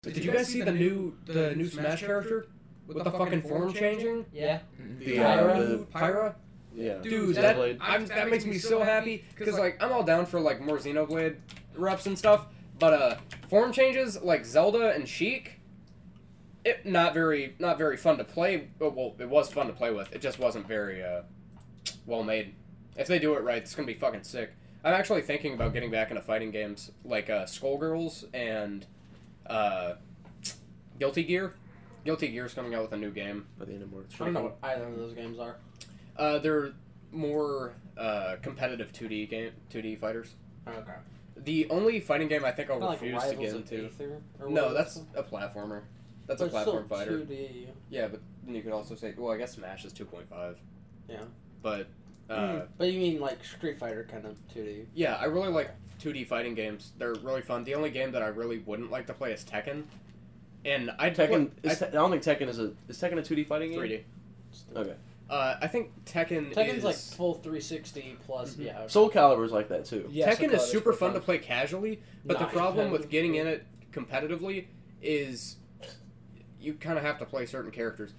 [SPEAKER 3] Did you guys see the new the new Smash character with the fucking form changing?
[SPEAKER 4] Yeah.
[SPEAKER 1] The, uh,
[SPEAKER 3] Pyra, Pyra,
[SPEAKER 1] yeah.
[SPEAKER 3] dude, that I'm, that makes me so happy because like I'm all down for like more Xenoblade reps and stuff, but uh, form changes like Zelda and Sheik, it not very not very fun to play. uh, Well, it was fun to play with. It just wasn't very uh, well made. If they do it right, it's gonna be fucking sick. I'm actually thinking about getting back into fighting games like uh, Skullgirls and uh, Guilty Gear. Guilty Gear's coming out with a new game.
[SPEAKER 1] By the end of March.
[SPEAKER 4] I don't know what either of those games are.
[SPEAKER 3] Uh, they're more uh, competitive 2D game, 2D fighters.
[SPEAKER 4] oh, Okay.
[SPEAKER 3] The only fighting game I think I'll
[SPEAKER 4] Kinda like
[SPEAKER 3] refuse to get
[SPEAKER 4] Rivals of
[SPEAKER 3] into.
[SPEAKER 4] Aether. or
[SPEAKER 3] No,
[SPEAKER 4] whatever.
[SPEAKER 3] that's a platformer. That's a
[SPEAKER 4] But it's
[SPEAKER 3] platform
[SPEAKER 4] still
[SPEAKER 3] fighter.
[SPEAKER 4] 2D.
[SPEAKER 3] Yeah, but then you could also say, well, I guess Smash is 2.5.
[SPEAKER 4] Yeah. Hmm.
[SPEAKER 3] But uh,
[SPEAKER 4] But you mean like Street Fighter kind of 2D?
[SPEAKER 3] yeah, I really like 2D fighting games. They're really fun. The only game that I really wouldn't like to play is Tekken. And I
[SPEAKER 1] Tekken.
[SPEAKER 3] I,
[SPEAKER 1] Is, Te- I don't think Tekken is a is Tekken a 2D fighting game.
[SPEAKER 3] 3D.
[SPEAKER 1] Okay.
[SPEAKER 3] Uh, I think Tekken.
[SPEAKER 4] Tekken's
[SPEAKER 3] is,
[SPEAKER 4] like full 360 plus.
[SPEAKER 3] Mhm.
[SPEAKER 4] Yeah. okay.
[SPEAKER 1] Soul Calibur's like that too.
[SPEAKER 4] Yeah,
[SPEAKER 3] Tekken
[SPEAKER 4] Soul
[SPEAKER 3] is
[SPEAKER 4] Calibur's
[SPEAKER 3] super fun
[SPEAKER 4] fun.
[SPEAKER 3] to play casually, but
[SPEAKER 4] Nah,
[SPEAKER 3] the problem
[SPEAKER 4] competitive.
[SPEAKER 3] with getting in it competitively is you kind of have to play certain characters.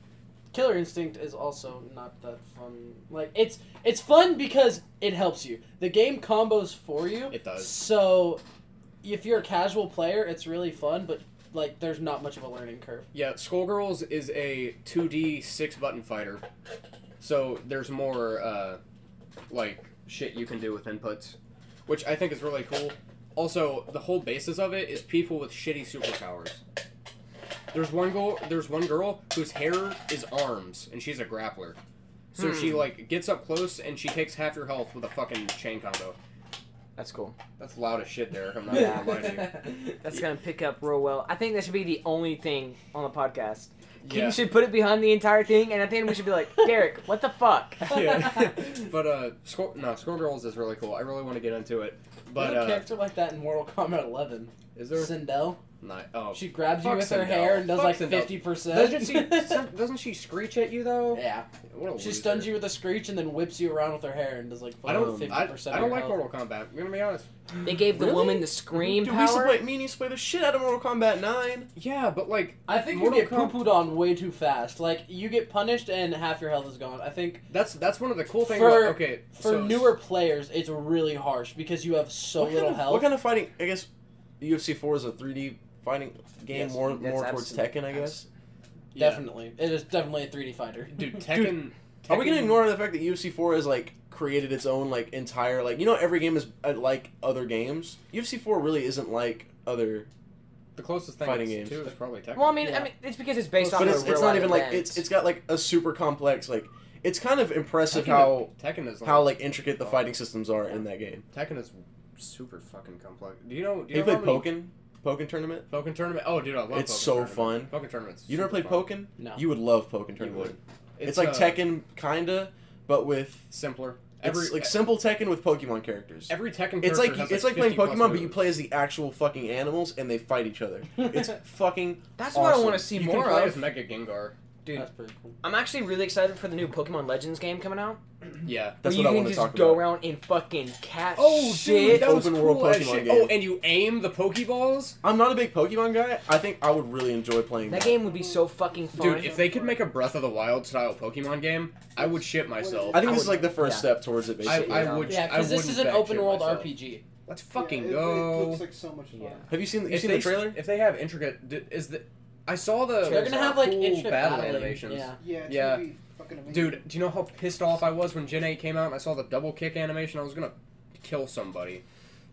[SPEAKER 4] Killer Instinct is also not that fun. Like it's it's fun because it helps you. The game combos for you.
[SPEAKER 3] It does.
[SPEAKER 4] So if you're a casual player, it's really fun, but like there's not much of a learning curve.
[SPEAKER 3] Yeah, Skullgirls is a 2D six button fighter, so there's more uh, like shit you can do with inputs, which I think is really cool. Also, the whole basis of it is people with shitty superpowers. There's one girl. There's one girl whose hair is arms, and she's a grappler. So she like gets up close and she takes half your health with a fucking chain combo.
[SPEAKER 2] That's cool.
[SPEAKER 3] That's loud as shit. There, I'm not gonna lie to you.
[SPEAKER 2] That's gonna pick up real well. I think that should be the only thing on the podcast.
[SPEAKER 3] Yeah.
[SPEAKER 2] You should put it behind the entire thing, and at the end we should be like, Derek, what the fuck?
[SPEAKER 3] yeah. but uh, Score- no, Skullgirls is really cool. I really want to get into it. But
[SPEAKER 4] There's a
[SPEAKER 3] uh,
[SPEAKER 4] character like that in Mortal Kombat 11.
[SPEAKER 3] is there?
[SPEAKER 4] Sindel.
[SPEAKER 3] Not, oh,
[SPEAKER 4] She grabs you
[SPEAKER 3] Fuck
[SPEAKER 4] with her
[SPEAKER 3] Sindel.
[SPEAKER 4] hair and does
[SPEAKER 3] Fuck
[SPEAKER 4] like
[SPEAKER 3] Sindel.
[SPEAKER 4] 50 percent.
[SPEAKER 3] doesn't she? doesn't she screech at you though?
[SPEAKER 4] yeah.
[SPEAKER 3] What a
[SPEAKER 4] She
[SPEAKER 3] loser.
[SPEAKER 4] stuns you with a screech and then whips you around with her hair and does like
[SPEAKER 3] I don't.
[SPEAKER 4] 50
[SPEAKER 3] I,
[SPEAKER 4] percent.
[SPEAKER 3] I don't like Mortal Kombat. I'm gonna be honest.
[SPEAKER 2] They gave the
[SPEAKER 1] Really?
[SPEAKER 2] woman the scream
[SPEAKER 1] Dude, we used to
[SPEAKER 2] power.
[SPEAKER 1] play. Me and you used to play the shit out of Mortal Kombat Nine.
[SPEAKER 3] Yeah, but like
[SPEAKER 4] I think
[SPEAKER 3] Mortal
[SPEAKER 4] you get
[SPEAKER 3] Kombat-
[SPEAKER 4] poo-pooed on way too fast. Like you get punished and half your health is gone. I think
[SPEAKER 3] that's that's one of the cool things.
[SPEAKER 4] For-
[SPEAKER 3] about, okay,
[SPEAKER 4] for
[SPEAKER 3] so-
[SPEAKER 4] newer players it's really harsh because you have so
[SPEAKER 1] what
[SPEAKER 4] little
[SPEAKER 1] kind of,
[SPEAKER 4] health.
[SPEAKER 1] What kind of fighting? I guess UFC Four is a 3D fighting game,
[SPEAKER 4] Yes,
[SPEAKER 1] more
[SPEAKER 2] that's
[SPEAKER 1] more towards
[SPEAKER 2] absolute-
[SPEAKER 1] Tekken, I guess.
[SPEAKER 3] yeah.
[SPEAKER 4] Definitely, it is definitely a 3D fighter.
[SPEAKER 3] dude, Tekken.
[SPEAKER 1] Are we gonna
[SPEAKER 3] Tekken-
[SPEAKER 1] ignore the fact that UFC Four has like created its own like entire like you know every game is uh, like other games. UFC Four really isn't like other,
[SPEAKER 3] the closest thing
[SPEAKER 1] fighting games?
[SPEAKER 3] is to is probably Tekken?
[SPEAKER 2] Well, I mean,
[SPEAKER 4] Yeah.
[SPEAKER 2] I mean, it's because it's based
[SPEAKER 4] Well,
[SPEAKER 2] off
[SPEAKER 1] but
[SPEAKER 2] of
[SPEAKER 1] it's,
[SPEAKER 2] real
[SPEAKER 1] it's not
[SPEAKER 2] life
[SPEAKER 1] even like
[SPEAKER 2] events.
[SPEAKER 1] it's it's got like a super complex like it's kind of impressive
[SPEAKER 3] Tekken,
[SPEAKER 1] how
[SPEAKER 3] Tekken is like,
[SPEAKER 1] how like intricate the fighting systems are in that game.
[SPEAKER 3] Tekken is super fucking complex. Do you know?
[SPEAKER 1] Have
[SPEAKER 3] Do
[SPEAKER 1] you
[SPEAKER 3] you,
[SPEAKER 1] played
[SPEAKER 3] know how many-
[SPEAKER 1] Pokken? Pokken tournament?
[SPEAKER 3] Pokken tournament. Oh, dude, I love.
[SPEAKER 1] It's
[SPEAKER 3] Pokken
[SPEAKER 1] so
[SPEAKER 3] tournament. Pokken tournaments.
[SPEAKER 1] You never
[SPEAKER 3] super
[SPEAKER 1] played
[SPEAKER 3] fun.
[SPEAKER 1] Pokken?
[SPEAKER 4] No.
[SPEAKER 1] You would love Pokken tournament.
[SPEAKER 3] would.
[SPEAKER 1] It's, like
[SPEAKER 3] uh,
[SPEAKER 1] Tekken kinda, but with
[SPEAKER 3] simpler.
[SPEAKER 1] every,
[SPEAKER 3] Every e,
[SPEAKER 1] like simple Tekken with Pokemon characters.
[SPEAKER 3] every Tekken.
[SPEAKER 1] It's
[SPEAKER 3] character
[SPEAKER 1] like
[SPEAKER 3] has,
[SPEAKER 1] it's like playing
[SPEAKER 3] 50 plus
[SPEAKER 1] Pokemon, but you
[SPEAKER 3] moves.
[SPEAKER 1] play as the actual fucking animals and they fight each other. It's fucking
[SPEAKER 2] That's what I
[SPEAKER 1] awesome.
[SPEAKER 2] want to see
[SPEAKER 3] You can
[SPEAKER 2] more
[SPEAKER 3] play
[SPEAKER 2] of.
[SPEAKER 3] as Mega Gengar. Dude.
[SPEAKER 4] That's pretty cool.
[SPEAKER 2] I'm actually really excited for the new Pokemon Legends game coming out.
[SPEAKER 3] Yeah.
[SPEAKER 1] That's
[SPEAKER 2] where
[SPEAKER 1] what I want
[SPEAKER 2] you can
[SPEAKER 1] to
[SPEAKER 2] just
[SPEAKER 1] talk
[SPEAKER 2] go
[SPEAKER 1] about.
[SPEAKER 2] around and fucking catch
[SPEAKER 3] Oh,
[SPEAKER 2] shit.
[SPEAKER 3] dude, that was
[SPEAKER 1] Open
[SPEAKER 3] cool
[SPEAKER 1] world
[SPEAKER 3] as
[SPEAKER 1] Pokemon
[SPEAKER 3] shit.
[SPEAKER 1] game.
[SPEAKER 3] Oh, and you aim the Pokeballs,
[SPEAKER 1] I'm not a big Pokemon guy. I think I would really enjoy playing
[SPEAKER 2] that game would be so fucking fun.
[SPEAKER 3] dude. If they could make a Breath of the Wild style Pokemon game, I would shit myself.
[SPEAKER 1] I think this
[SPEAKER 2] I would-
[SPEAKER 1] is like the first
[SPEAKER 2] yeah.
[SPEAKER 1] step towards it.
[SPEAKER 3] I,
[SPEAKER 1] Basically,
[SPEAKER 3] I would.
[SPEAKER 4] Yeah,
[SPEAKER 3] I
[SPEAKER 4] because this
[SPEAKER 3] wouldn't
[SPEAKER 4] is an
[SPEAKER 3] back
[SPEAKER 4] open
[SPEAKER 3] shit
[SPEAKER 4] world
[SPEAKER 3] myself.
[SPEAKER 4] RPG.
[SPEAKER 3] Let's
[SPEAKER 6] Yeah,
[SPEAKER 3] fucking
[SPEAKER 6] it-
[SPEAKER 3] go.
[SPEAKER 6] It looks like so much fun.
[SPEAKER 2] Yeah.
[SPEAKER 1] have you seen? You
[SPEAKER 3] if
[SPEAKER 1] seen
[SPEAKER 3] they,
[SPEAKER 1] the trailer?
[SPEAKER 3] If they have intricate, d- is the I saw the.
[SPEAKER 4] They're gonna have like
[SPEAKER 3] cool
[SPEAKER 4] intricate
[SPEAKER 3] battle
[SPEAKER 4] battling.
[SPEAKER 3] animations.
[SPEAKER 4] Yeah.
[SPEAKER 6] Yeah, it's
[SPEAKER 3] Yeah.
[SPEAKER 6] gonna be fucking amazing.
[SPEAKER 3] Dude, do you know how pissed off I was when Gen 8 came out and I saw the double kick animation? I was gonna kill somebody.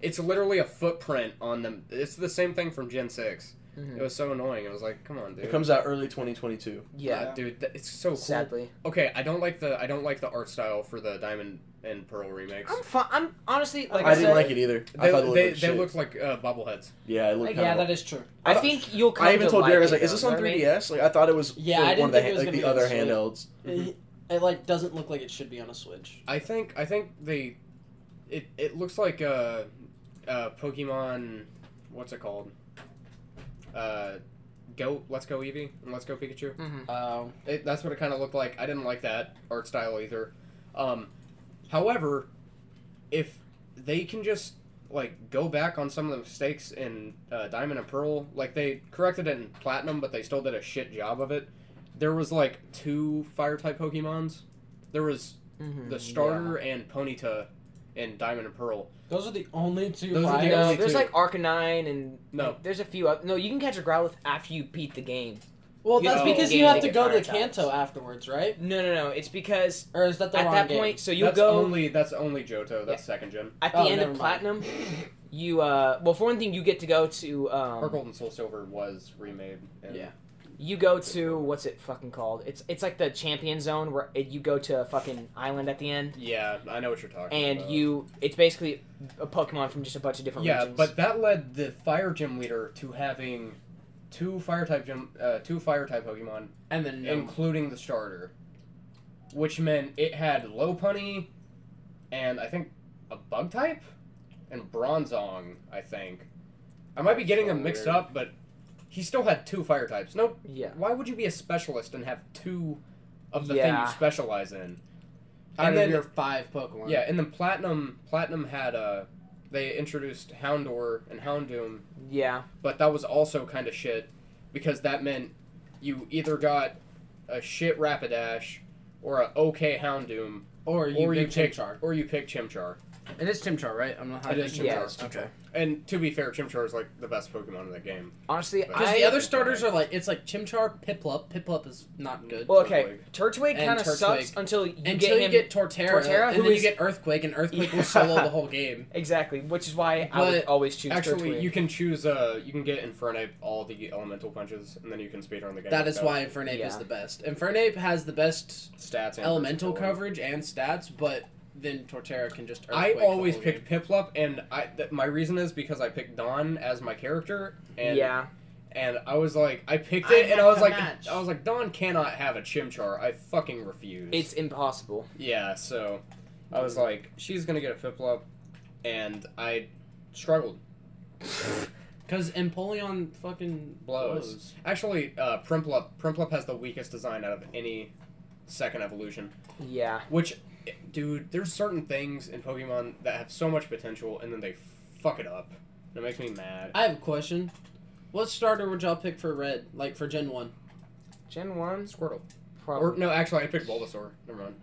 [SPEAKER 3] It's literally a footprint on them. It's the same thing from Gen 6. It
[SPEAKER 2] Mhm.
[SPEAKER 3] was so annoying. It was like, come on, dude.
[SPEAKER 1] It comes out early 2022.
[SPEAKER 2] yeah,
[SPEAKER 3] dude, that, it's so cool.
[SPEAKER 2] sadly,
[SPEAKER 3] Okay, I don't like the I don't like the art style for the Diamond and Pearl remix.
[SPEAKER 2] I'm fun. I'm honestly like I,
[SPEAKER 1] I
[SPEAKER 2] said,
[SPEAKER 1] didn't like it either.
[SPEAKER 3] They
[SPEAKER 1] I thought it looked
[SPEAKER 3] they,
[SPEAKER 1] like
[SPEAKER 3] they
[SPEAKER 1] shit.
[SPEAKER 3] look like uh, bobbleheads.
[SPEAKER 1] yeah, it
[SPEAKER 2] Like,
[SPEAKER 1] looked
[SPEAKER 4] Yeah,
[SPEAKER 1] kind of.
[SPEAKER 4] that is true.
[SPEAKER 2] I think you'll. Come
[SPEAKER 1] I even
[SPEAKER 2] to
[SPEAKER 1] told
[SPEAKER 2] like
[SPEAKER 1] Derek, I was
[SPEAKER 2] it,
[SPEAKER 1] like, "Is
[SPEAKER 2] though,
[SPEAKER 1] this
[SPEAKER 2] you know
[SPEAKER 1] on
[SPEAKER 2] what I mean?
[SPEAKER 1] 3DS?" Like I thought it was
[SPEAKER 4] Yeah,
[SPEAKER 1] for
[SPEAKER 4] I
[SPEAKER 1] one of
[SPEAKER 4] didn't
[SPEAKER 1] the
[SPEAKER 4] think it
[SPEAKER 1] ha-
[SPEAKER 4] was
[SPEAKER 1] like
[SPEAKER 4] gonna
[SPEAKER 1] the
[SPEAKER 4] be on
[SPEAKER 1] other
[SPEAKER 4] Switch.
[SPEAKER 1] handhelds.
[SPEAKER 4] It, it, like doesn't look like it should be on a Switch.
[SPEAKER 3] I think I think they, it it looks like uh, uh Pokemon, what's it called? Uh, go Let's Go Eevee and Let's Go Pikachu.
[SPEAKER 2] Mhm.
[SPEAKER 4] Um,
[SPEAKER 3] It, that's what it kind of looked like. I didn't like that art style either. Um, however, if they can just like go back on some of the mistakes in uh, Diamond and Pearl, like they corrected it in Platinum, but they still did a shit job of it. There was like two fire type Pokemons. There was
[SPEAKER 2] Mhm.
[SPEAKER 3] the starter and Ponyta in Diamond and Pearl.
[SPEAKER 4] those are the only two.
[SPEAKER 3] Those are the
[SPEAKER 4] fires.
[SPEAKER 2] No,
[SPEAKER 3] only
[SPEAKER 2] there's
[SPEAKER 3] two.
[SPEAKER 2] like Arcanine and
[SPEAKER 3] No.
[SPEAKER 2] there's a few. Up. No, you can catch a Growlithe after you beat the game.
[SPEAKER 4] well,
[SPEAKER 2] you
[SPEAKER 4] that's
[SPEAKER 3] know,
[SPEAKER 4] because
[SPEAKER 2] the
[SPEAKER 4] you
[SPEAKER 2] Oh, game
[SPEAKER 4] have
[SPEAKER 2] they get
[SPEAKER 4] to go to
[SPEAKER 2] prioritized.
[SPEAKER 4] Kanto afterwards, right?
[SPEAKER 2] No, no, no. It's because
[SPEAKER 4] Or is that the
[SPEAKER 2] at
[SPEAKER 4] wrong
[SPEAKER 2] that
[SPEAKER 4] game?
[SPEAKER 2] point, so you
[SPEAKER 3] that's
[SPEAKER 2] go
[SPEAKER 3] only that's only Johto. That's second gen.
[SPEAKER 2] at the
[SPEAKER 4] Oh,
[SPEAKER 2] end
[SPEAKER 4] never
[SPEAKER 2] of
[SPEAKER 4] mind.
[SPEAKER 2] Platinum. You uh, well, for one thing, you get to go to um,
[SPEAKER 3] Purple and Soul Silver was remade. And
[SPEAKER 4] Yeah.
[SPEAKER 2] You go to what's it fucking called? It's it's like the champion zone where it, you go to a fucking island at the end,
[SPEAKER 3] yeah, I know what you're talking
[SPEAKER 2] and
[SPEAKER 3] about.
[SPEAKER 2] you it's basically a Pokemon from just a bunch of different
[SPEAKER 3] Uh, Yeah,
[SPEAKER 2] regions.
[SPEAKER 3] but that led the fire gym leader to having two fire type gym, uh, two fire type Pokemon,
[SPEAKER 4] and then no.
[SPEAKER 3] including the starter, which meant it had Lopunny, and I think a bug type, and Bronzong. I think I might be getting them mixed
[SPEAKER 1] Weird.
[SPEAKER 3] up, but he still had two fire types. No,
[SPEAKER 2] yeah,
[SPEAKER 3] why would you be a specialist and have two of the thing
[SPEAKER 2] Yeah.
[SPEAKER 3] you specialize in.
[SPEAKER 4] Out
[SPEAKER 3] And
[SPEAKER 4] of
[SPEAKER 3] then-
[SPEAKER 4] your five Pokemon.
[SPEAKER 3] Yeah, and then Platinum Platinum had uh they introduced Houndour and Houndoom,
[SPEAKER 2] Yeah.
[SPEAKER 3] but that was also kind of shit because that meant you either got a shit Rapidash or a okay Houndoom
[SPEAKER 4] Or you,
[SPEAKER 3] or you
[SPEAKER 4] pick
[SPEAKER 3] pick
[SPEAKER 4] Chimchar.
[SPEAKER 3] or you pick Chimchar.
[SPEAKER 4] It is Chimchar, right? I'm not.
[SPEAKER 3] It is
[SPEAKER 2] Chimchar. Yeah,
[SPEAKER 4] it's
[SPEAKER 2] it's
[SPEAKER 4] Chimchar.
[SPEAKER 3] And to be fair, Chimchar is like the best Pokemon in the game.
[SPEAKER 2] Honestly,
[SPEAKER 3] Because
[SPEAKER 4] Because
[SPEAKER 2] I
[SPEAKER 4] the other starters are like it's like Chimchar, Piplup. Piplup is not good.
[SPEAKER 2] well, okay.
[SPEAKER 3] Turtwig.
[SPEAKER 2] Turtwig
[SPEAKER 4] And
[SPEAKER 2] kind of sucks
[SPEAKER 4] Turtwig.
[SPEAKER 2] until you
[SPEAKER 4] Until
[SPEAKER 2] get
[SPEAKER 4] you
[SPEAKER 2] him
[SPEAKER 4] get Torterra,
[SPEAKER 2] Torterra,
[SPEAKER 4] and
[SPEAKER 2] who
[SPEAKER 4] then you
[SPEAKER 2] is-
[SPEAKER 4] get Earthquake, and Earthquake
[SPEAKER 2] Yeah.
[SPEAKER 4] will solo the whole game.
[SPEAKER 2] exactly, which is why I would
[SPEAKER 4] But
[SPEAKER 2] always choose
[SPEAKER 3] Actually,
[SPEAKER 2] Turtwig.
[SPEAKER 3] you can choose. Uh, you can get Infernape all the elemental punches, and then you can speedrun the game.
[SPEAKER 4] That is
[SPEAKER 3] without
[SPEAKER 4] why Infernape is
[SPEAKER 2] Yeah.
[SPEAKER 4] the best. Infernape has the best
[SPEAKER 3] stats and
[SPEAKER 4] elemental
[SPEAKER 3] versatility.
[SPEAKER 4] coverage and stats, but then Torterra can just.
[SPEAKER 3] I
[SPEAKER 4] Earthquake the
[SPEAKER 3] always
[SPEAKER 4] whole game.
[SPEAKER 3] picked Piplup, and I th- my reason is because I picked Dawn as my character, and
[SPEAKER 2] yeah.
[SPEAKER 3] and I was like, I picked
[SPEAKER 4] I
[SPEAKER 3] it, and
[SPEAKER 4] have
[SPEAKER 3] I was
[SPEAKER 4] to
[SPEAKER 3] like,
[SPEAKER 4] match.
[SPEAKER 3] I was like, Dawn cannot have a Chimchar. I fucking refuse.
[SPEAKER 2] It's impossible.
[SPEAKER 3] yeah, so I was like, she's gonna get a Piplup, and I struggled.
[SPEAKER 4] Because Empoleon fucking
[SPEAKER 3] Blows.
[SPEAKER 4] blows.
[SPEAKER 3] Actually, uh, Primplup Primplup has the weakest design out of any second evolution.
[SPEAKER 2] Yeah.
[SPEAKER 3] Which, dude, there's certain things in Pokemon that have so much potential and then they fuck it up. It makes me mad.
[SPEAKER 4] I have a question. What starter would y'all pick for red, like for Gen One?
[SPEAKER 2] Gen one,
[SPEAKER 3] Squirtle. Or
[SPEAKER 2] probably.
[SPEAKER 3] no, actually, I picked Bulbasaur. Never mind.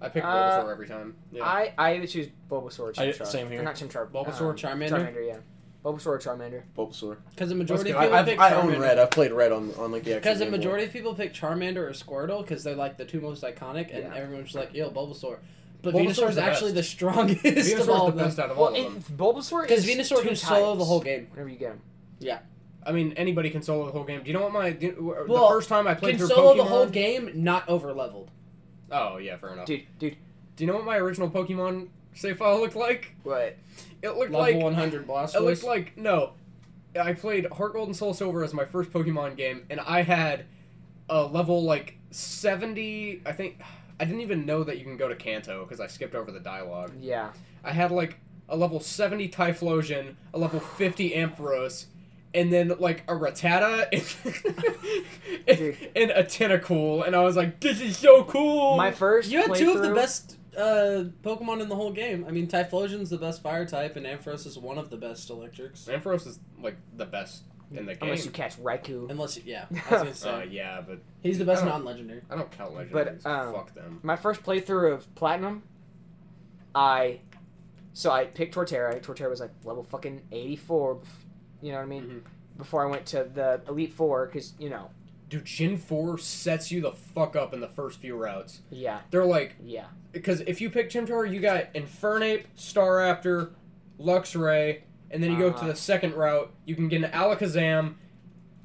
[SPEAKER 3] I pick
[SPEAKER 2] Uh,
[SPEAKER 3] Bulbasaur every time. Yeah.
[SPEAKER 2] I I either choose Bulbasaur or
[SPEAKER 1] I-
[SPEAKER 2] Chimchar.
[SPEAKER 1] same here.
[SPEAKER 2] Or not Chimchar.
[SPEAKER 4] Bulbasaur
[SPEAKER 2] um,
[SPEAKER 4] or Charmander?
[SPEAKER 2] Charmander, yeah. Bulbasaur or Charmander.
[SPEAKER 1] Bulbasaur.
[SPEAKER 4] Because the majority of
[SPEAKER 1] I,
[SPEAKER 3] Let's go.
[SPEAKER 4] people pick
[SPEAKER 1] I've, I own
[SPEAKER 4] Charmander.
[SPEAKER 1] red. I've played red on on like the actual.
[SPEAKER 4] Because the
[SPEAKER 1] Game Boy.
[SPEAKER 4] majority of people pick Charmander or Squirtle because they're like the two most iconic, and
[SPEAKER 2] Yeah.
[SPEAKER 4] everyone's just like, "Yo, Bulbasaur." But
[SPEAKER 3] Bulbasaur's
[SPEAKER 4] Venusaur's
[SPEAKER 3] the
[SPEAKER 4] actually the strongest
[SPEAKER 3] Venusaur's
[SPEAKER 4] of all
[SPEAKER 3] the
[SPEAKER 4] of them.
[SPEAKER 3] best out of all
[SPEAKER 2] Well,
[SPEAKER 3] of them.
[SPEAKER 2] it, Bulbasaur
[SPEAKER 4] Because
[SPEAKER 2] is
[SPEAKER 4] Venusaur
[SPEAKER 2] two
[SPEAKER 4] can solo
[SPEAKER 2] types.
[SPEAKER 4] the whole game.
[SPEAKER 2] Whenever you get him.
[SPEAKER 3] I mean, anybody can solo the whole game. Do you know what my do,
[SPEAKER 4] Well,
[SPEAKER 3] the first time I played
[SPEAKER 4] Can
[SPEAKER 3] through
[SPEAKER 4] solo
[SPEAKER 3] Pokemon?
[SPEAKER 4] the whole game, not over leveled.
[SPEAKER 3] Oh yeah, fair enough.
[SPEAKER 2] Dude, dude,
[SPEAKER 3] Do you know what my original Pokemon save file looked like?
[SPEAKER 2] what?
[SPEAKER 3] It looked
[SPEAKER 4] Level
[SPEAKER 3] like
[SPEAKER 4] 100
[SPEAKER 3] It looked
[SPEAKER 4] Blastoise.
[SPEAKER 3] like no. I played Heart Gold and Soul Silver as my first Pokemon game, and I had a level like seventy. I think I didn't even know that you can go to Kanto because I skipped over the dialogue.
[SPEAKER 2] Yeah.
[SPEAKER 3] I had like a level seventy Typhlosion, a level fifty Ampharos, and then like a Rattata and, and,
[SPEAKER 2] Dude.
[SPEAKER 3] a Tentacool, and I was like, "This is so cool."
[SPEAKER 2] My first
[SPEAKER 4] Oh, You had two of the
[SPEAKER 2] playthrough-
[SPEAKER 4] best uh, Pokemon in the whole game. I mean, Typhlosion's the best Fire type, and Ampharos is one of the best Electrics.
[SPEAKER 3] Ampharos is like the best in the game.
[SPEAKER 2] Unless you catch Raikou.
[SPEAKER 4] Unless, yeah, I was gonna say
[SPEAKER 3] Uh, yeah, but
[SPEAKER 4] he's the best
[SPEAKER 3] I don't-
[SPEAKER 4] non-legendary.
[SPEAKER 3] I don't count legendaries.
[SPEAKER 2] But, um,
[SPEAKER 3] Fuck them.
[SPEAKER 2] my first playthrough of platinum i so i picked torterra torterra was like level fucking 84 bef- you know what i mean
[SPEAKER 4] Mm-hmm.
[SPEAKER 2] before i went to the elite four because you know
[SPEAKER 3] Dude, Gen 4 sets you the fuck up in the first few routes.
[SPEAKER 2] yeah
[SPEAKER 3] They're like,
[SPEAKER 2] yeah
[SPEAKER 3] because if you pick Chimchar, you got Infernape, Staraptor, Luxray, and then you go to
[SPEAKER 2] Uh-huh.
[SPEAKER 3] the second route, you can get an Alakazam.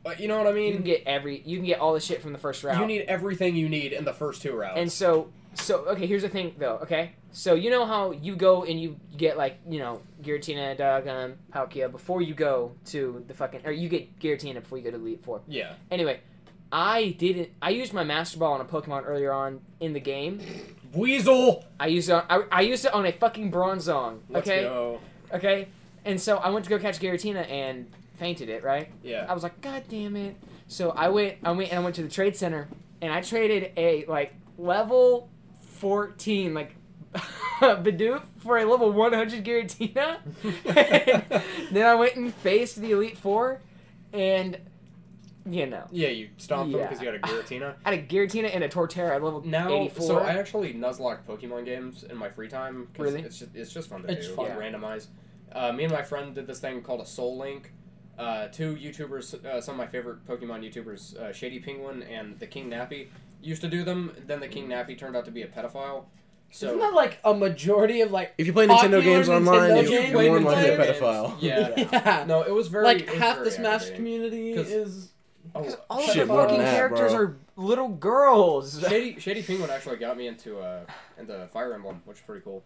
[SPEAKER 3] But You know what I
[SPEAKER 2] you can
[SPEAKER 3] mean?
[SPEAKER 2] get every you can get all the shit from the first round
[SPEAKER 3] You need everything you need in the first two routes.
[SPEAKER 2] and so so okay here's the thing though okay so you know how you go and you get like you know giratina Dragon, palkia before you go to the fucking or you get giratina before you go to elite four
[SPEAKER 3] yeah.
[SPEAKER 2] anyway i didn't i used my master ball on a pokemon earlier on in the game
[SPEAKER 3] Weasel!
[SPEAKER 2] I used it on, I, I used it on a fucking Bronzong.
[SPEAKER 3] Let's
[SPEAKER 2] Okay.
[SPEAKER 3] go.
[SPEAKER 2] Okay. And so I went to go catch Giratina and fainted it, right?
[SPEAKER 3] Yeah.
[SPEAKER 2] I was like, God damn it. So I went I went and I went to the trade center and I traded a like level fourteen, like Bidoof for a level one hundred Giratina. And then I went and faced the Elite Four and you know.
[SPEAKER 3] yeah, you stomped them
[SPEAKER 2] Yeah.
[SPEAKER 3] because you had a Giratina.
[SPEAKER 2] I had a Giratina and a Torterra at level
[SPEAKER 3] Now,
[SPEAKER 2] 84.
[SPEAKER 3] so I actually nuzlocke Pokemon games in my free time. 'cause
[SPEAKER 2] Really?
[SPEAKER 3] It's just, it's just fun to
[SPEAKER 4] It's
[SPEAKER 3] do.
[SPEAKER 4] fun.
[SPEAKER 3] and Randomize. Uh, me and my friend did this thing called a Soul Link. Uh, two YouTubers, uh, some of my favorite Pokemon YouTubers, uh, Shady Penguin and the King Nappy, used to do them. Then the King Nappy turned out to be a pedophile.
[SPEAKER 4] Mm. Isn't
[SPEAKER 3] So
[SPEAKER 4] that like a majority of like?
[SPEAKER 1] If you play
[SPEAKER 4] Popular
[SPEAKER 1] Nintendo games
[SPEAKER 4] Nintendo
[SPEAKER 1] online,
[SPEAKER 4] games.
[SPEAKER 1] you,
[SPEAKER 4] If you
[SPEAKER 1] are
[SPEAKER 4] play
[SPEAKER 1] more likely a
[SPEAKER 4] Nintendo
[SPEAKER 1] pedophile.
[SPEAKER 3] games, yeah.
[SPEAKER 4] yeah.
[SPEAKER 3] no, it was very
[SPEAKER 4] like
[SPEAKER 3] it was
[SPEAKER 4] half
[SPEAKER 3] very
[SPEAKER 4] the Smash
[SPEAKER 3] aggravating.
[SPEAKER 4] community
[SPEAKER 3] 'Cause-
[SPEAKER 4] is.
[SPEAKER 2] Because
[SPEAKER 3] Oh,
[SPEAKER 2] all
[SPEAKER 1] Shit,
[SPEAKER 2] of the
[SPEAKER 1] more than
[SPEAKER 2] fucking
[SPEAKER 1] that,
[SPEAKER 2] characters
[SPEAKER 1] bro.
[SPEAKER 2] are little girls.
[SPEAKER 3] Shady Shady Penguin actually got me into uh, into Fire Emblem, which is pretty cool.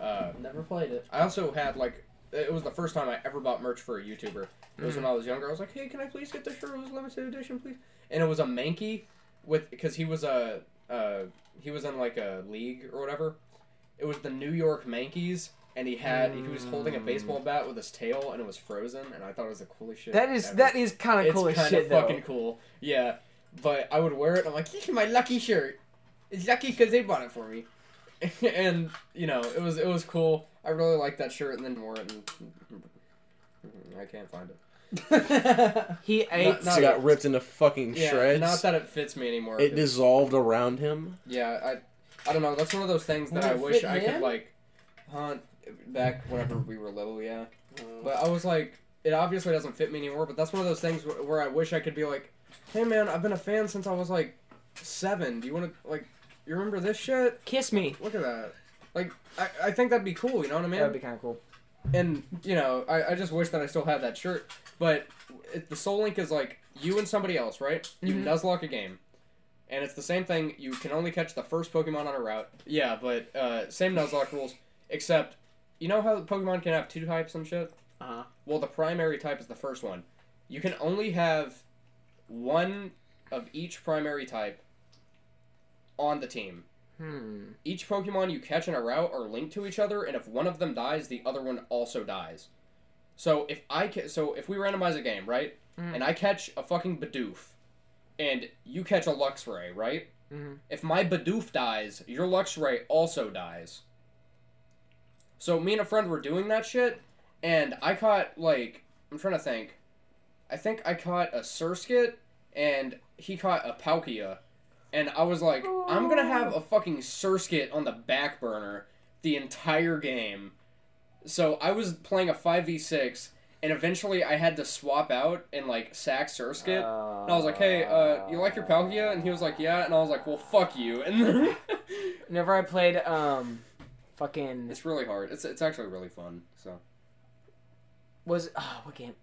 [SPEAKER 3] Uh,
[SPEAKER 4] Never played it.
[SPEAKER 3] I also had like it was the first time I ever bought merch for a YouTuber. It
[SPEAKER 2] Mm-hmm.
[SPEAKER 3] was when I was younger. I was like, "Hey, can I please get the Sherlock's limited edition, please?" And it was a Mankey with because he was a uh, he was in like a league or whatever. It was the New York Mankeys, and he had he was holding a baseball bat with his tail, and it was frozen. And I thought it was the coolest shit.
[SPEAKER 2] That is
[SPEAKER 3] ever.
[SPEAKER 2] that is kind of
[SPEAKER 3] it's
[SPEAKER 2] cool as
[SPEAKER 3] kinda
[SPEAKER 2] shit though.
[SPEAKER 3] fucking cool. Yeah, but I would wear it. and I'm like, "This is my lucky shirt." it's yucky because they bought it for me, and you know it was it was cool. I really liked that shirt, and then wore it, and I can't find it.
[SPEAKER 2] He ate.
[SPEAKER 3] not-
[SPEAKER 1] it got ripped into fucking
[SPEAKER 3] Yeah,
[SPEAKER 1] shreds.
[SPEAKER 3] not that it fits me anymore.
[SPEAKER 1] it
[SPEAKER 3] 'cause-
[SPEAKER 1] dissolved around him.
[SPEAKER 3] Yeah, I I don't know. That's one of those things that
[SPEAKER 4] Would it
[SPEAKER 3] I wish
[SPEAKER 4] fit
[SPEAKER 3] I could
[SPEAKER 4] him?
[SPEAKER 3] like hunt back whenever we were little. Yeah, but I was like, it obviously doesn't fit me anymore. But that's one of those things where, where I wish I could be like, hey man, I've been a fan since I was like seven. Do you want to like, you remember this shit?
[SPEAKER 2] Kiss me.
[SPEAKER 3] Look at that. Like, I, I think that'd be cool. You know what I mean?
[SPEAKER 2] That would be kind of cool.
[SPEAKER 3] and you know, I, I just wish that I still had that shirt. But it, the Soul Link is like you and somebody else, right? You
[SPEAKER 2] Mhm.
[SPEAKER 3] nuzlocke a game, and it's the same thing. You can only catch the first Pokemon on a route. Yeah, but uh, same nuzlocke rules, except you know how Pokemon can have two types and shit.
[SPEAKER 4] Uh-huh.
[SPEAKER 3] Well, the primary type is the first one. You can only have one of each primary type on the team.
[SPEAKER 2] Hmm.
[SPEAKER 3] Each Pokemon you catch in a route are linked to each other, and if one of them dies, the other one also dies. So if I ca- so if we randomize a game, right,
[SPEAKER 2] Mm.
[SPEAKER 3] and I catch a fucking Bidoof, and you catch a Luxray, right?
[SPEAKER 2] Mhm.
[SPEAKER 3] If my Bidoof dies, your Luxray also dies. So me and a friend were doing that shit, and I caught like I'm trying to think, I think I caught a Surskit, and he caught a Palkia and I was like, I'm gonna have a fucking Surskit on the back burner the entire game. So I was playing a five v six, and eventually I had to swap out and like sack Surskit. and I was like, "Hey, uh, you like your Palkia?" And he was like, "Yeah." And I was like, "Well, fuck you." And then
[SPEAKER 2] Whenever I played, um, fucking
[SPEAKER 3] it's really hard. It's it's actually really fun. So
[SPEAKER 2] was ah what game?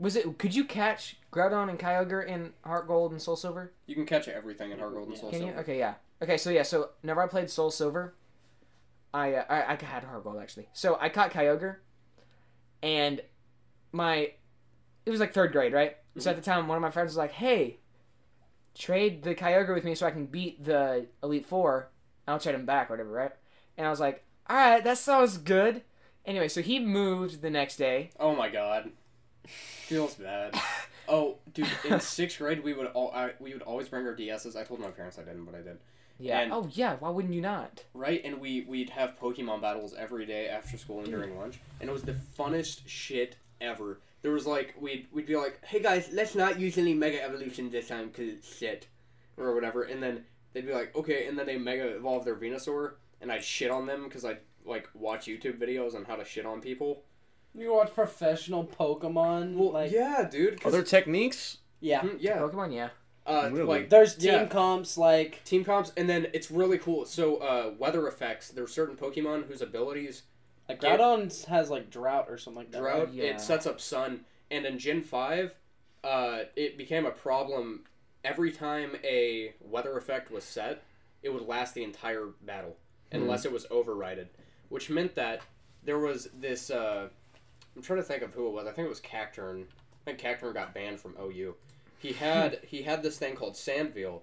[SPEAKER 2] Was it? Could you catch Groudon and Kyogre in Heart Gold and Soul Silver?
[SPEAKER 3] you can catch everything in Heart Gold and Soul
[SPEAKER 2] Can you?
[SPEAKER 3] Silver.
[SPEAKER 2] Okay, yeah. Okay, so yeah, so whenever I played Soul Silver, I uh, I, I had hard gold actually. So I caught Kyogre, and my it was like third grade, right? So
[SPEAKER 3] Mm-hmm.
[SPEAKER 2] at the time, one of my friends was like, "Hey, trade the Kyogre with me so I can beat the Elite Four. and I'll trade him back, or whatever, right?" And I was like, "All right, that sounds good." Anyway, so he moved the next day.
[SPEAKER 3] Oh my god, feels bad. Oh, dude, in sixth grade we would all I, we would always bring our DSs. I told my parents I didn't, but I did.
[SPEAKER 2] Yeah.
[SPEAKER 3] And-
[SPEAKER 2] oh yeah. Why wouldn't you not?
[SPEAKER 3] right? And we we'd have Pokemon battles every day after school and during lunch, and it was the funnest shit ever. There was like we'd we'd be like, "Hey guys, let's not use any Mega Evolution this time because it's shit," or whatever, and then they'd be like, "Okay," and then they Mega evolve their Venusaur, and I'd shit on them because I like watch YouTube videos on how to shit on people.
[SPEAKER 4] You watch professional Pokemon. like, yeah.
[SPEAKER 3] dude.
[SPEAKER 1] Other techniques?
[SPEAKER 3] Mm, yeah,
[SPEAKER 2] Pokemon, yeah.
[SPEAKER 3] uh,
[SPEAKER 1] Really?
[SPEAKER 3] like
[SPEAKER 4] There's team
[SPEAKER 3] Yeah.
[SPEAKER 4] comps like
[SPEAKER 3] team comps, and then it's really cool. So uh, weather effects. There's certain Pokemon whose abilities
[SPEAKER 4] Like
[SPEAKER 3] Yeah.
[SPEAKER 4] Groudon has like drought or something like that.
[SPEAKER 3] drought.
[SPEAKER 4] right?
[SPEAKER 2] yeah.
[SPEAKER 3] It sets up sun, and in Gen Five, uh, it became a problem. Every time a weather effect was set, it would last the entire battle unless it was overridden, which meant that there was this. Uh, I'm trying to think of who it was. I think it was Cacturn. I think Cacturn got banned from OU. He had he had this thing called Sandveil,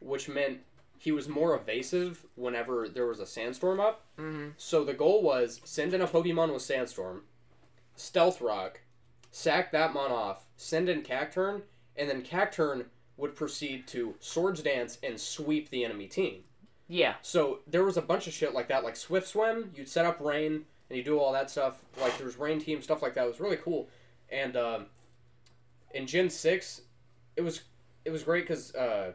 [SPEAKER 3] which meant he was more evasive whenever there was a sandstorm up.
[SPEAKER 2] Mm-hmm.
[SPEAKER 3] So the goal was send in a Pokemon with Sandstorm, Stealth Rock, sack that mon off, send in Cacturn, and then Cacturn would proceed to Swords Dance and sweep the enemy team.
[SPEAKER 2] Yeah.
[SPEAKER 3] So there was a bunch of shit like that, like Swift Swim. You'd set up rain and you do all that stuff. Like there's rain team stuff like that. It was really cool. And um, in Gen six, it was it was great because uh,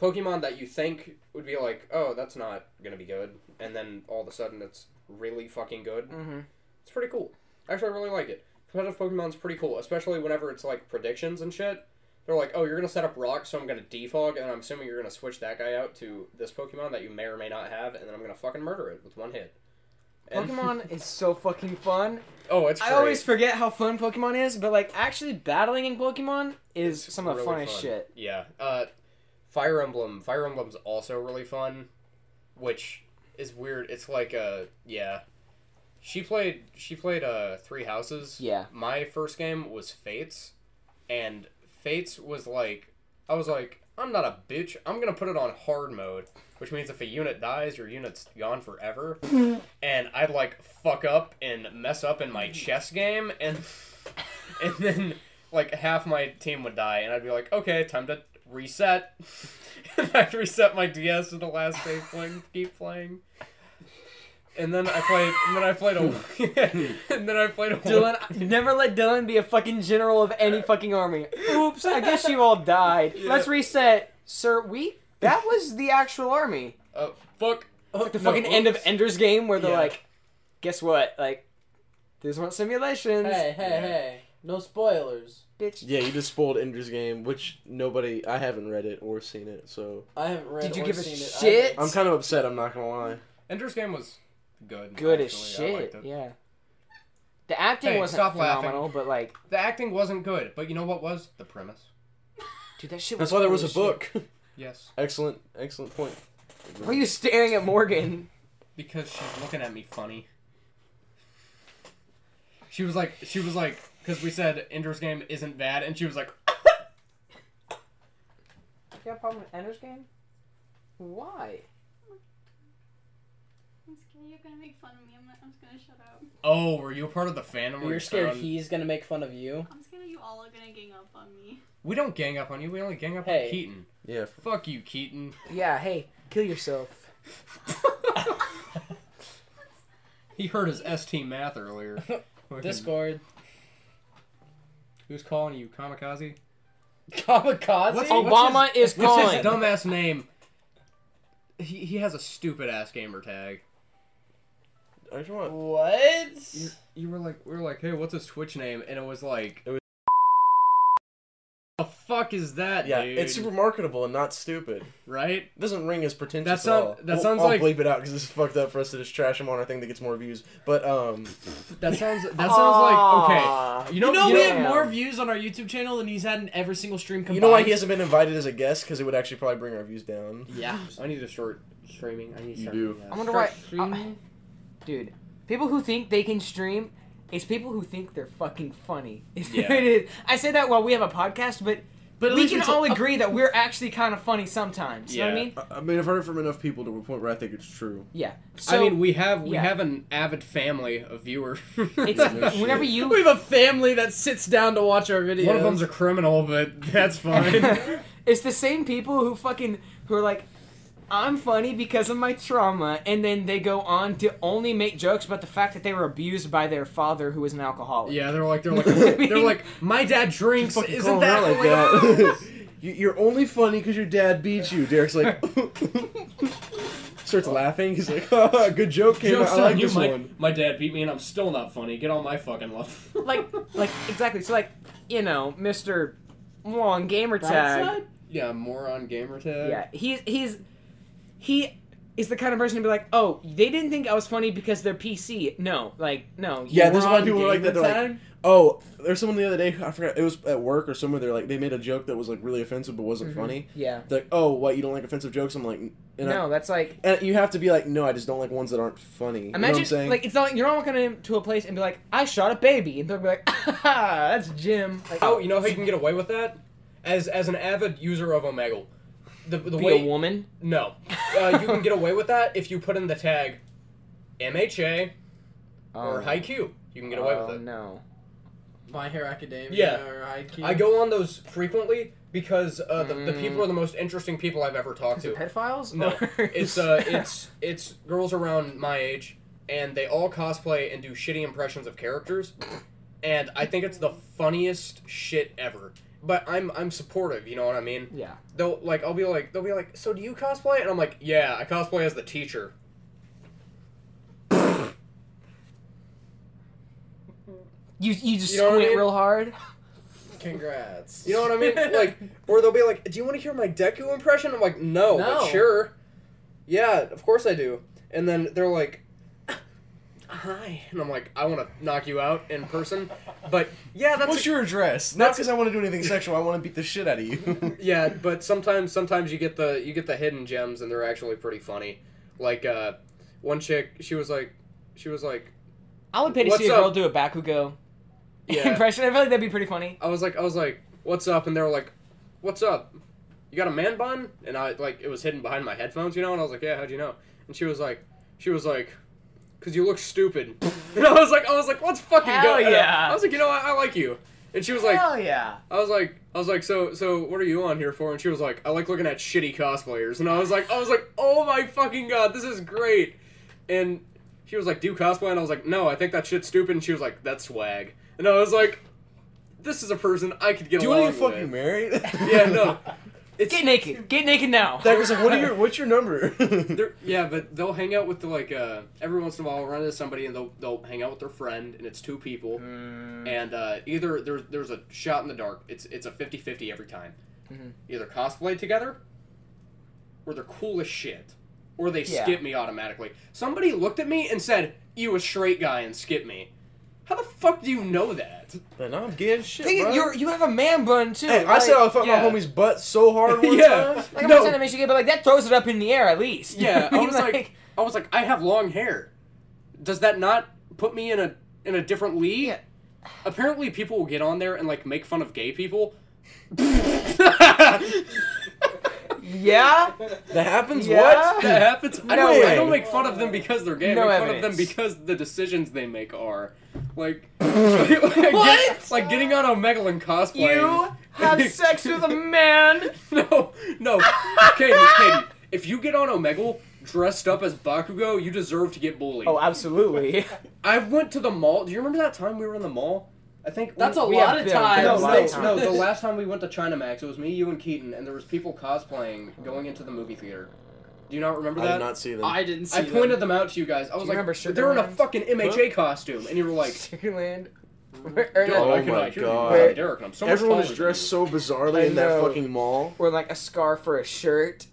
[SPEAKER 3] Pokemon that you think would be like, oh, that's not gonna be good, and then all of a sudden it's really fucking good.
[SPEAKER 2] Mm-hmm.
[SPEAKER 3] It's pretty cool. Actually, I really like it. Competitive Pokemon's pretty cool, especially whenever it's like predictions and shit. They're like, oh, you're gonna set up rock, so I'm gonna defog, and I'm assuming you're gonna switch that guy out to this Pokemon that you may or may not have, and then I'm gonna fucking murder it with one hit. And-
[SPEAKER 2] Pokemon is so fucking fun.
[SPEAKER 3] oh, it's. Great.
[SPEAKER 2] I always forget how fun Pokemon is, but like actually battling in Pokemon is some of the
[SPEAKER 3] really
[SPEAKER 2] funnest
[SPEAKER 3] fun.
[SPEAKER 2] shit.
[SPEAKER 3] Yeah. Uh, Fire Emblem. Fire Emblem's also really fun, which is weird. It's like uh, yeah. She played. She played uh Three Houses.
[SPEAKER 2] Yeah.
[SPEAKER 3] My first game was Fates, and Fates was like, I was like, I'm not a bitch. I'm gonna put it on hard mode, which means if a unit dies, your unit's gone forever. and I'd like fuck up and mess up in my chess game, and and then like half my team would die, and I'd be like, okay, time to reset. and I'd reset my DS to the last day playing, keep playing. And then I played. And then I played a. and then I played a.
[SPEAKER 2] Dylan, never let Dylan be a fucking general of any fucking army. Oops, I guess you all died. Let's reset, sir. We that was the actual army.
[SPEAKER 3] Oh, fuck.
[SPEAKER 2] It's like the fucking end of Ender's Game where they're
[SPEAKER 3] Yeah.
[SPEAKER 2] like, guess what? Like, these weren't simulations,
[SPEAKER 4] Hey, hey, hey. No spoilers.
[SPEAKER 2] bitch.
[SPEAKER 1] Yeah, you just spoiled Ender's Game, which nobody. I haven't read it or seen it, so
[SPEAKER 4] I haven't read
[SPEAKER 2] Did you
[SPEAKER 4] or
[SPEAKER 2] give a
[SPEAKER 4] seen it.
[SPEAKER 2] shit?
[SPEAKER 1] I'm kind of upset. I'm not gonna lie.
[SPEAKER 3] Ender's Game was good.
[SPEAKER 2] Good as
[SPEAKER 3] actually. I
[SPEAKER 2] shit.
[SPEAKER 3] liked it.
[SPEAKER 2] Yeah. The acting
[SPEAKER 3] Hey,
[SPEAKER 2] wasn't
[SPEAKER 3] stop laughing.
[SPEAKER 2] phenomenal, but like,
[SPEAKER 3] The acting wasn't good, but you know what was? The premise.
[SPEAKER 2] dude, that shit.
[SPEAKER 1] That's
[SPEAKER 2] Was
[SPEAKER 1] why there
[SPEAKER 2] cool
[SPEAKER 1] was a
[SPEAKER 2] as shit.
[SPEAKER 1] book.
[SPEAKER 3] Yes.
[SPEAKER 1] excellent, excellent point.
[SPEAKER 2] Why are you staring at Morgan?
[SPEAKER 3] Because she's looking at me funny. She was like, she was like, because we said Ender's Game isn't bad, and she was like,
[SPEAKER 2] You have a problem with Ender's Game? Why?
[SPEAKER 5] I'm scared you're gonna make fun of me. I'm, not, I'm just gonna shut up.
[SPEAKER 3] "Oh, were you a part of the fandom?" where
[SPEAKER 4] You're scared
[SPEAKER 3] found-
[SPEAKER 4] he's gonna make fun of you.
[SPEAKER 5] I'm scared you all are gonna gang up on me.
[SPEAKER 3] We don't gang up on you. We only gang up
[SPEAKER 4] Hey.
[SPEAKER 3] on Keaton.
[SPEAKER 1] Yeah.
[SPEAKER 3] Fuck you, Keaton.
[SPEAKER 2] Yeah. Hey, kill yourself.
[SPEAKER 3] he heard his ST math earlier. Fucking-
[SPEAKER 4] Discord.
[SPEAKER 3] Who's calling you, Kamikaze?
[SPEAKER 2] Oh,
[SPEAKER 4] Kamikaze.
[SPEAKER 3] What's-
[SPEAKER 2] Obama
[SPEAKER 3] his-
[SPEAKER 2] is
[SPEAKER 3] What's
[SPEAKER 2] calling.
[SPEAKER 3] his dumbass name? He, he has a stupid ass gamer tag.
[SPEAKER 1] I just want.
[SPEAKER 4] What?
[SPEAKER 3] You, you were like, we were like, hey, what's his Twitch name? And it was like,
[SPEAKER 1] It was-
[SPEAKER 3] the fuck is that,
[SPEAKER 1] Yeah,
[SPEAKER 3] dude?
[SPEAKER 1] it's super marketable and not stupid.
[SPEAKER 3] right.
[SPEAKER 1] It doesn't ring as pretentious
[SPEAKER 3] That
[SPEAKER 1] at
[SPEAKER 3] sound-
[SPEAKER 1] all.
[SPEAKER 3] that
[SPEAKER 1] We'll-
[SPEAKER 3] sounds
[SPEAKER 1] I'll
[SPEAKER 3] like-
[SPEAKER 1] bleep it out because it's fucked up for us to just trash him on our thing that gets more views. But um,
[SPEAKER 3] That sounds. That sounds like
[SPEAKER 2] Aw.
[SPEAKER 3] okay. You
[SPEAKER 4] You
[SPEAKER 3] know,
[SPEAKER 4] know we
[SPEAKER 2] yeah.
[SPEAKER 4] have more views on our YouTube channel than he's had in every single stream combined.
[SPEAKER 1] you know why he hasn't been invited as a guest? Because it would actually probably bring our views down.
[SPEAKER 4] Yeah.
[SPEAKER 3] I need to start streaming. I need to
[SPEAKER 1] You
[SPEAKER 3] start,
[SPEAKER 1] do.
[SPEAKER 3] yeah.
[SPEAKER 2] I wonder
[SPEAKER 3] Start
[SPEAKER 2] why-
[SPEAKER 3] streaming?
[SPEAKER 2] Dude, people who think they can stream is people who think they're fucking funny.
[SPEAKER 3] Yeah.
[SPEAKER 2] It is- I say that while we have a podcast, but,
[SPEAKER 4] But at
[SPEAKER 2] we
[SPEAKER 4] least
[SPEAKER 2] can
[SPEAKER 4] it's a-
[SPEAKER 2] all agree that we're actually kind of funny sometimes. You know what I
[SPEAKER 3] Yeah.
[SPEAKER 2] mean?
[SPEAKER 1] I, I mean, I've heard it from enough people to a point where I think it's true.
[SPEAKER 2] Yeah. So,
[SPEAKER 3] I mean, we have we
[SPEAKER 2] yeah.
[SPEAKER 3] have an avid family of viewers.
[SPEAKER 2] it's, whenever you.
[SPEAKER 4] We have a family that sits down to watch our videos.
[SPEAKER 3] One of them's a criminal, but that's fine.
[SPEAKER 2] it's the same people who fucking who are like i'm funny because of my trauma and then they go on to only make jokes about the fact that they were abused by their father who was an alcoholic
[SPEAKER 3] yeah, they're like they're like they're like my dad drinks.
[SPEAKER 1] Fucking
[SPEAKER 3] Isn't
[SPEAKER 1] call him out
[SPEAKER 3] that
[SPEAKER 1] like that? you, you're only funny because your dad beat you. Derek's like, starts laughing. He's like, "Ah, good joke came out. I like this
[SPEAKER 3] my,
[SPEAKER 1] one.
[SPEAKER 3] my dad beat me and I'm still not funny. Get on my fucking love.
[SPEAKER 2] like like exactly so like you know mr long gamer
[SPEAKER 4] That's
[SPEAKER 2] tag
[SPEAKER 4] not-
[SPEAKER 3] yeah, moron gamer tag.
[SPEAKER 2] yeah he's he's he is the kind of person to be like oh they didn't think i was funny because they're pc no like no
[SPEAKER 1] Yeah,
[SPEAKER 2] you
[SPEAKER 1] there's a
[SPEAKER 2] were
[SPEAKER 1] lot of
[SPEAKER 2] on
[SPEAKER 1] people who are like
[SPEAKER 2] gamer
[SPEAKER 1] that. They're like,
[SPEAKER 2] tag.
[SPEAKER 1] oh, there's someone the other day. I forgot it was at work or somewhere. They're like, they made a joke that was like really offensive but wasn't funny.
[SPEAKER 2] Mm-hmm. yeah
[SPEAKER 1] They're like, oh, what? You don't like offensive jokes? I'm like, "N- and I-
[SPEAKER 2] no that's like
[SPEAKER 1] and you have to be like, no, I just don't like ones that aren't funny. you know what I'm
[SPEAKER 2] Imagine,
[SPEAKER 1] saying?
[SPEAKER 2] like, it's not like you're not walking into a place and be like, I shot a baby. And they'll be like, ah, that's Jim. Like,
[SPEAKER 3] Oh, you know how you can get away with that? As as an avid user of Omegle, the the
[SPEAKER 2] be
[SPEAKER 3] way
[SPEAKER 2] a woman.
[SPEAKER 3] no, uh, you can get away with that if you put in the tag MHA or
[SPEAKER 2] Oh.
[SPEAKER 3] HiQ. You can get away
[SPEAKER 2] Oh,
[SPEAKER 3] with it.
[SPEAKER 2] no.
[SPEAKER 4] My Hero Academia.
[SPEAKER 3] Yeah.
[SPEAKER 4] Or IQ.
[SPEAKER 3] I go on those frequently because uh, the, the
[SPEAKER 2] Mm.
[SPEAKER 3] people are the most interesting people I've ever talked
[SPEAKER 2] Is it
[SPEAKER 3] to.
[SPEAKER 2] pedophiles?
[SPEAKER 3] No,
[SPEAKER 2] Or-
[SPEAKER 3] it's uh, it's it's girls around my age, and they all cosplay and do shitty impressions of characters, and I think it's the funniest shit ever. But I'm I'm supportive, you know what I mean?
[SPEAKER 2] Yeah.
[SPEAKER 3] They'll like I'll be like they'll be like, so do you cosplay? And I'm like, yeah, I cosplay as the teacher.
[SPEAKER 2] You, you just
[SPEAKER 3] You know what I
[SPEAKER 2] squint
[SPEAKER 3] mean?
[SPEAKER 2] real hard.
[SPEAKER 4] Congrats.
[SPEAKER 3] You know what I mean? like, or they'll be like, do you want to hear my Deku impression? I'm like, no,
[SPEAKER 4] No.
[SPEAKER 3] but sure. Yeah, of course I do. And then they're like, hi, and I'm like, I want to knock you out in person, but yeah, that's
[SPEAKER 1] What's your address? Not because I want to do anything sexual. I want to beat the shit out of you.
[SPEAKER 3] Yeah, but sometimes sometimes you get the you get the hidden gems and they're actually pretty funny. Like uh one chick, she was like she was like
[SPEAKER 2] I would pay to
[SPEAKER 3] What's
[SPEAKER 2] see a girl
[SPEAKER 3] up?
[SPEAKER 2] do a Bakugo
[SPEAKER 3] yeah.
[SPEAKER 2] impression. I feel like that'd be pretty funny.
[SPEAKER 3] I was like I was like, "What's up?" and they were like, "What's up? You got a man bun?" And I like it was hidden behind my headphones, you know, and I was like, "Yeah, how'd you know?" And she was like she was like Cause you look stupid, and I was like, I was like, let's fucking
[SPEAKER 2] Hell
[SPEAKER 3] go. And I-
[SPEAKER 2] yeah.
[SPEAKER 3] I was like, you know, what? I like you, And she was like,
[SPEAKER 4] Hell yeah.
[SPEAKER 3] I was like, I was like, so, so, what are you on here for? And she was like, I like looking at shitty cosplayers. And I was like, I was like, oh my fucking god, this is great. And she was like, do cosplay? And I was like, no, I think that shit's stupid. And she was like, that's swag. And I was like, this is a person I could get
[SPEAKER 1] Do you
[SPEAKER 3] along
[SPEAKER 1] want to get fucking
[SPEAKER 3] with.
[SPEAKER 1] married?
[SPEAKER 3] Yeah, no. It's,
[SPEAKER 2] Get naked. Get naked now.
[SPEAKER 1] That was like, what are your, what's your number?
[SPEAKER 3] they're- yeah, but they'll hang out with the, like uh, every once in a while, I'll run into somebody and they'll they'll hang out with their friend, and it's two people. and uh, either there's there's a shot in the dark. It's it's a 50-50 every time.
[SPEAKER 2] Mhm.
[SPEAKER 3] Either cosplay together, or they're cool as shit, or they
[SPEAKER 2] Yeah.
[SPEAKER 3] skip me automatically. Somebody looked at me and said, "You a straight guy?" and skip me. How the fuck do you know that?
[SPEAKER 1] Then I'm gay as shit,
[SPEAKER 2] Think
[SPEAKER 1] bro.
[SPEAKER 2] you're, you have a man bun too.
[SPEAKER 1] Hey, I
[SPEAKER 2] like-
[SPEAKER 1] said I fucked
[SPEAKER 3] yeah.
[SPEAKER 1] my homie's butt so hard one
[SPEAKER 3] yeah,
[SPEAKER 1] time.
[SPEAKER 2] Like, I'm not saying
[SPEAKER 3] no,
[SPEAKER 2] that makes you gay, but like that throws it up in the air at least.
[SPEAKER 3] yeah. I
[SPEAKER 2] mean,
[SPEAKER 3] was like, I was like, I have long hair. Does that not put me in a in a different league?
[SPEAKER 2] Yeah.
[SPEAKER 3] Apparently, people will get on there and like make fun of gay people.
[SPEAKER 2] yeah.
[SPEAKER 1] That happens.
[SPEAKER 2] Yeah.
[SPEAKER 1] What?
[SPEAKER 3] that happens. I don't, I don't
[SPEAKER 1] Way.
[SPEAKER 3] make fun of them because they're gay. I
[SPEAKER 2] No
[SPEAKER 3] make fun of
[SPEAKER 2] evidence.
[SPEAKER 3] them because the decisions they make are like like,
[SPEAKER 2] What?
[SPEAKER 3] like getting on Omegle and
[SPEAKER 2] You
[SPEAKER 3] cosplaying.
[SPEAKER 2] have sex with a man.
[SPEAKER 3] no, no. Katie, Katie, if you get on Omegle dressed up as Bakugo, you deserve to get bullied.
[SPEAKER 2] Oh, absolutely.
[SPEAKER 3] I went to the mall. Do you remember that time we were in the mall? I think
[SPEAKER 4] That's a
[SPEAKER 2] We have
[SPEAKER 4] lot of
[SPEAKER 2] been- we have
[SPEAKER 4] times.
[SPEAKER 2] a
[SPEAKER 3] No,
[SPEAKER 2] lot
[SPEAKER 3] no,
[SPEAKER 2] of
[SPEAKER 3] no,
[SPEAKER 2] times.
[SPEAKER 3] the last time we went to China Max, it was me, you, and Keaton, and there was people cosplaying going into the movie theater. Do you not remember
[SPEAKER 1] I
[SPEAKER 3] that?
[SPEAKER 1] did not see them.
[SPEAKER 4] I didn't see
[SPEAKER 3] I pointed
[SPEAKER 4] them.
[SPEAKER 3] them out to you guys. I was
[SPEAKER 2] you
[SPEAKER 3] like,
[SPEAKER 2] remember Sugar
[SPEAKER 3] they're in a
[SPEAKER 2] Land?
[SPEAKER 3] fucking MHA costume, and you were like,
[SPEAKER 2] Sugarland.
[SPEAKER 3] "Duh,
[SPEAKER 1] Oh
[SPEAKER 3] I cannot
[SPEAKER 1] my
[SPEAKER 3] hear you.
[SPEAKER 1] God.
[SPEAKER 3] Where- Derek, I'm so much
[SPEAKER 1] Everyone was
[SPEAKER 3] taller
[SPEAKER 1] dressed so
[SPEAKER 3] than
[SPEAKER 1] bizarrely
[SPEAKER 2] I
[SPEAKER 1] in that
[SPEAKER 2] know.
[SPEAKER 1] fucking mall.
[SPEAKER 2] Or like a scarf or a shirt.
[SPEAKER 3] you."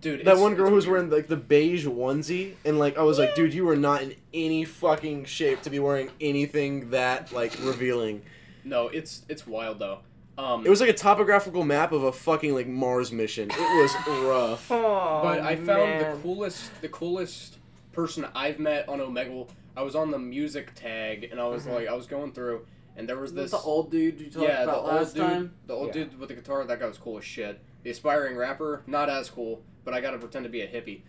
[SPEAKER 3] dude.
[SPEAKER 1] That
[SPEAKER 3] it's-
[SPEAKER 1] one girl
[SPEAKER 3] it's
[SPEAKER 1] who was
[SPEAKER 3] weird.
[SPEAKER 1] wearing like the beige onesie, and like I was like, dude, you are not in any fucking shape to be wearing anything that like revealing.
[SPEAKER 3] No, it's it's wild though. Um,
[SPEAKER 1] It was like a topographical map of a fucking like Mars mission. It was rough.
[SPEAKER 2] Oh,
[SPEAKER 3] but I found the coolest the coolest person I've met on Omegle. I was on the music tag, and I was like, I was going through, and there was
[SPEAKER 4] Mm-hmm. Is that
[SPEAKER 3] this
[SPEAKER 4] the old dude you talked
[SPEAKER 3] yeah,
[SPEAKER 4] about
[SPEAKER 3] the old
[SPEAKER 4] last
[SPEAKER 3] dude,
[SPEAKER 4] time?
[SPEAKER 3] the old
[SPEAKER 2] Yeah.
[SPEAKER 3] dude with the guitar. That guy was cool as shit. The aspiring rapper, not as cool, but I gotta pretend to be a hippie.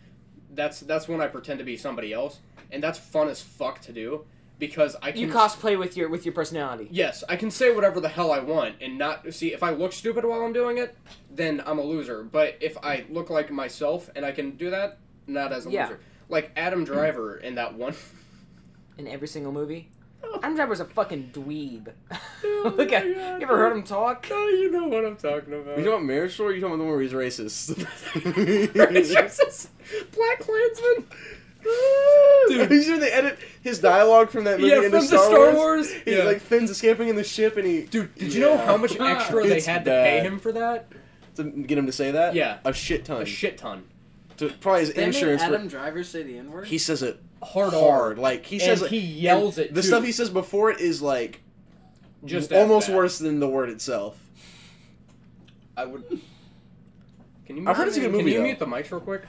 [SPEAKER 3] That's that's when I pretend to be somebody else, and that's fun as fuck to do because I can.
[SPEAKER 2] You cosplay with your with your personality.
[SPEAKER 3] Yes, I can say whatever the hell I want and not see if I look stupid while I'm doing it, then I'm a loser. But if I look like myself and I can do that, not as a
[SPEAKER 2] Yeah.
[SPEAKER 3] loser. Like Adam Driver in that one.
[SPEAKER 2] in every single movie. Adam Driver's a fucking dweeb.
[SPEAKER 3] Oh
[SPEAKER 2] Look at
[SPEAKER 3] my
[SPEAKER 2] you
[SPEAKER 3] God,
[SPEAKER 2] ever heard him talk?
[SPEAKER 3] Oh, you know what I'm talking about.
[SPEAKER 1] You talking about Marriage Story? You talking about the one where he's racist?
[SPEAKER 3] Jesus. Black Klansman.
[SPEAKER 1] Dude, you sure they edit his dialogue from that movie
[SPEAKER 3] yeah,
[SPEAKER 1] into
[SPEAKER 3] from the
[SPEAKER 1] Star, Wars? He
[SPEAKER 3] Yeah.
[SPEAKER 1] like Finn's escaping in the ship, and he
[SPEAKER 3] Dude, did you know how much extra they
[SPEAKER 1] It's
[SPEAKER 3] had
[SPEAKER 1] bad.
[SPEAKER 3] to pay him for that?
[SPEAKER 1] to get him to say that.
[SPEAKER 3] Yeah.
[SPEAKER 1] a shit ton.
[SPEAKER 3] A shit ton.
[SPEAKER 1] to probably his
[SPEAKER 4] They made
[SPEAKER 1] insurance. for-
[SPEAKER 4] Adam Driver say the N word.
[SPEAKER 1] he says it
[SPEAKER 3] Hard
[SPEAKER 1] hard, like he
[SPEAKER 3] He
[SPEAKER 1] says
[SPEAKER 3] says and
[SPEAKER 1] it.
[SPEAKER 3] he yells
[SPEAKER 1] and
[SPEAKER 3] it.
[SPEAKER 1] The
[SPEAKER 3] too.
[SPEAKER 1] stuff he says before it is like
[SPEAKER 3] just as
[SPEAKER 1] almost
[SPEAKER 3] bad.
[SPEAKER 1] worse than the word itself.
[SPEAKER 3] I would. Can you?
[SPEAKER 1] I've heard it's a good
[SPEAKER 3] Can
[SPEAKER 1] movie,
[SPEAKER 3] you
[SPEAKER 1] though.
[SPEAKER 3] mute the mics real quick?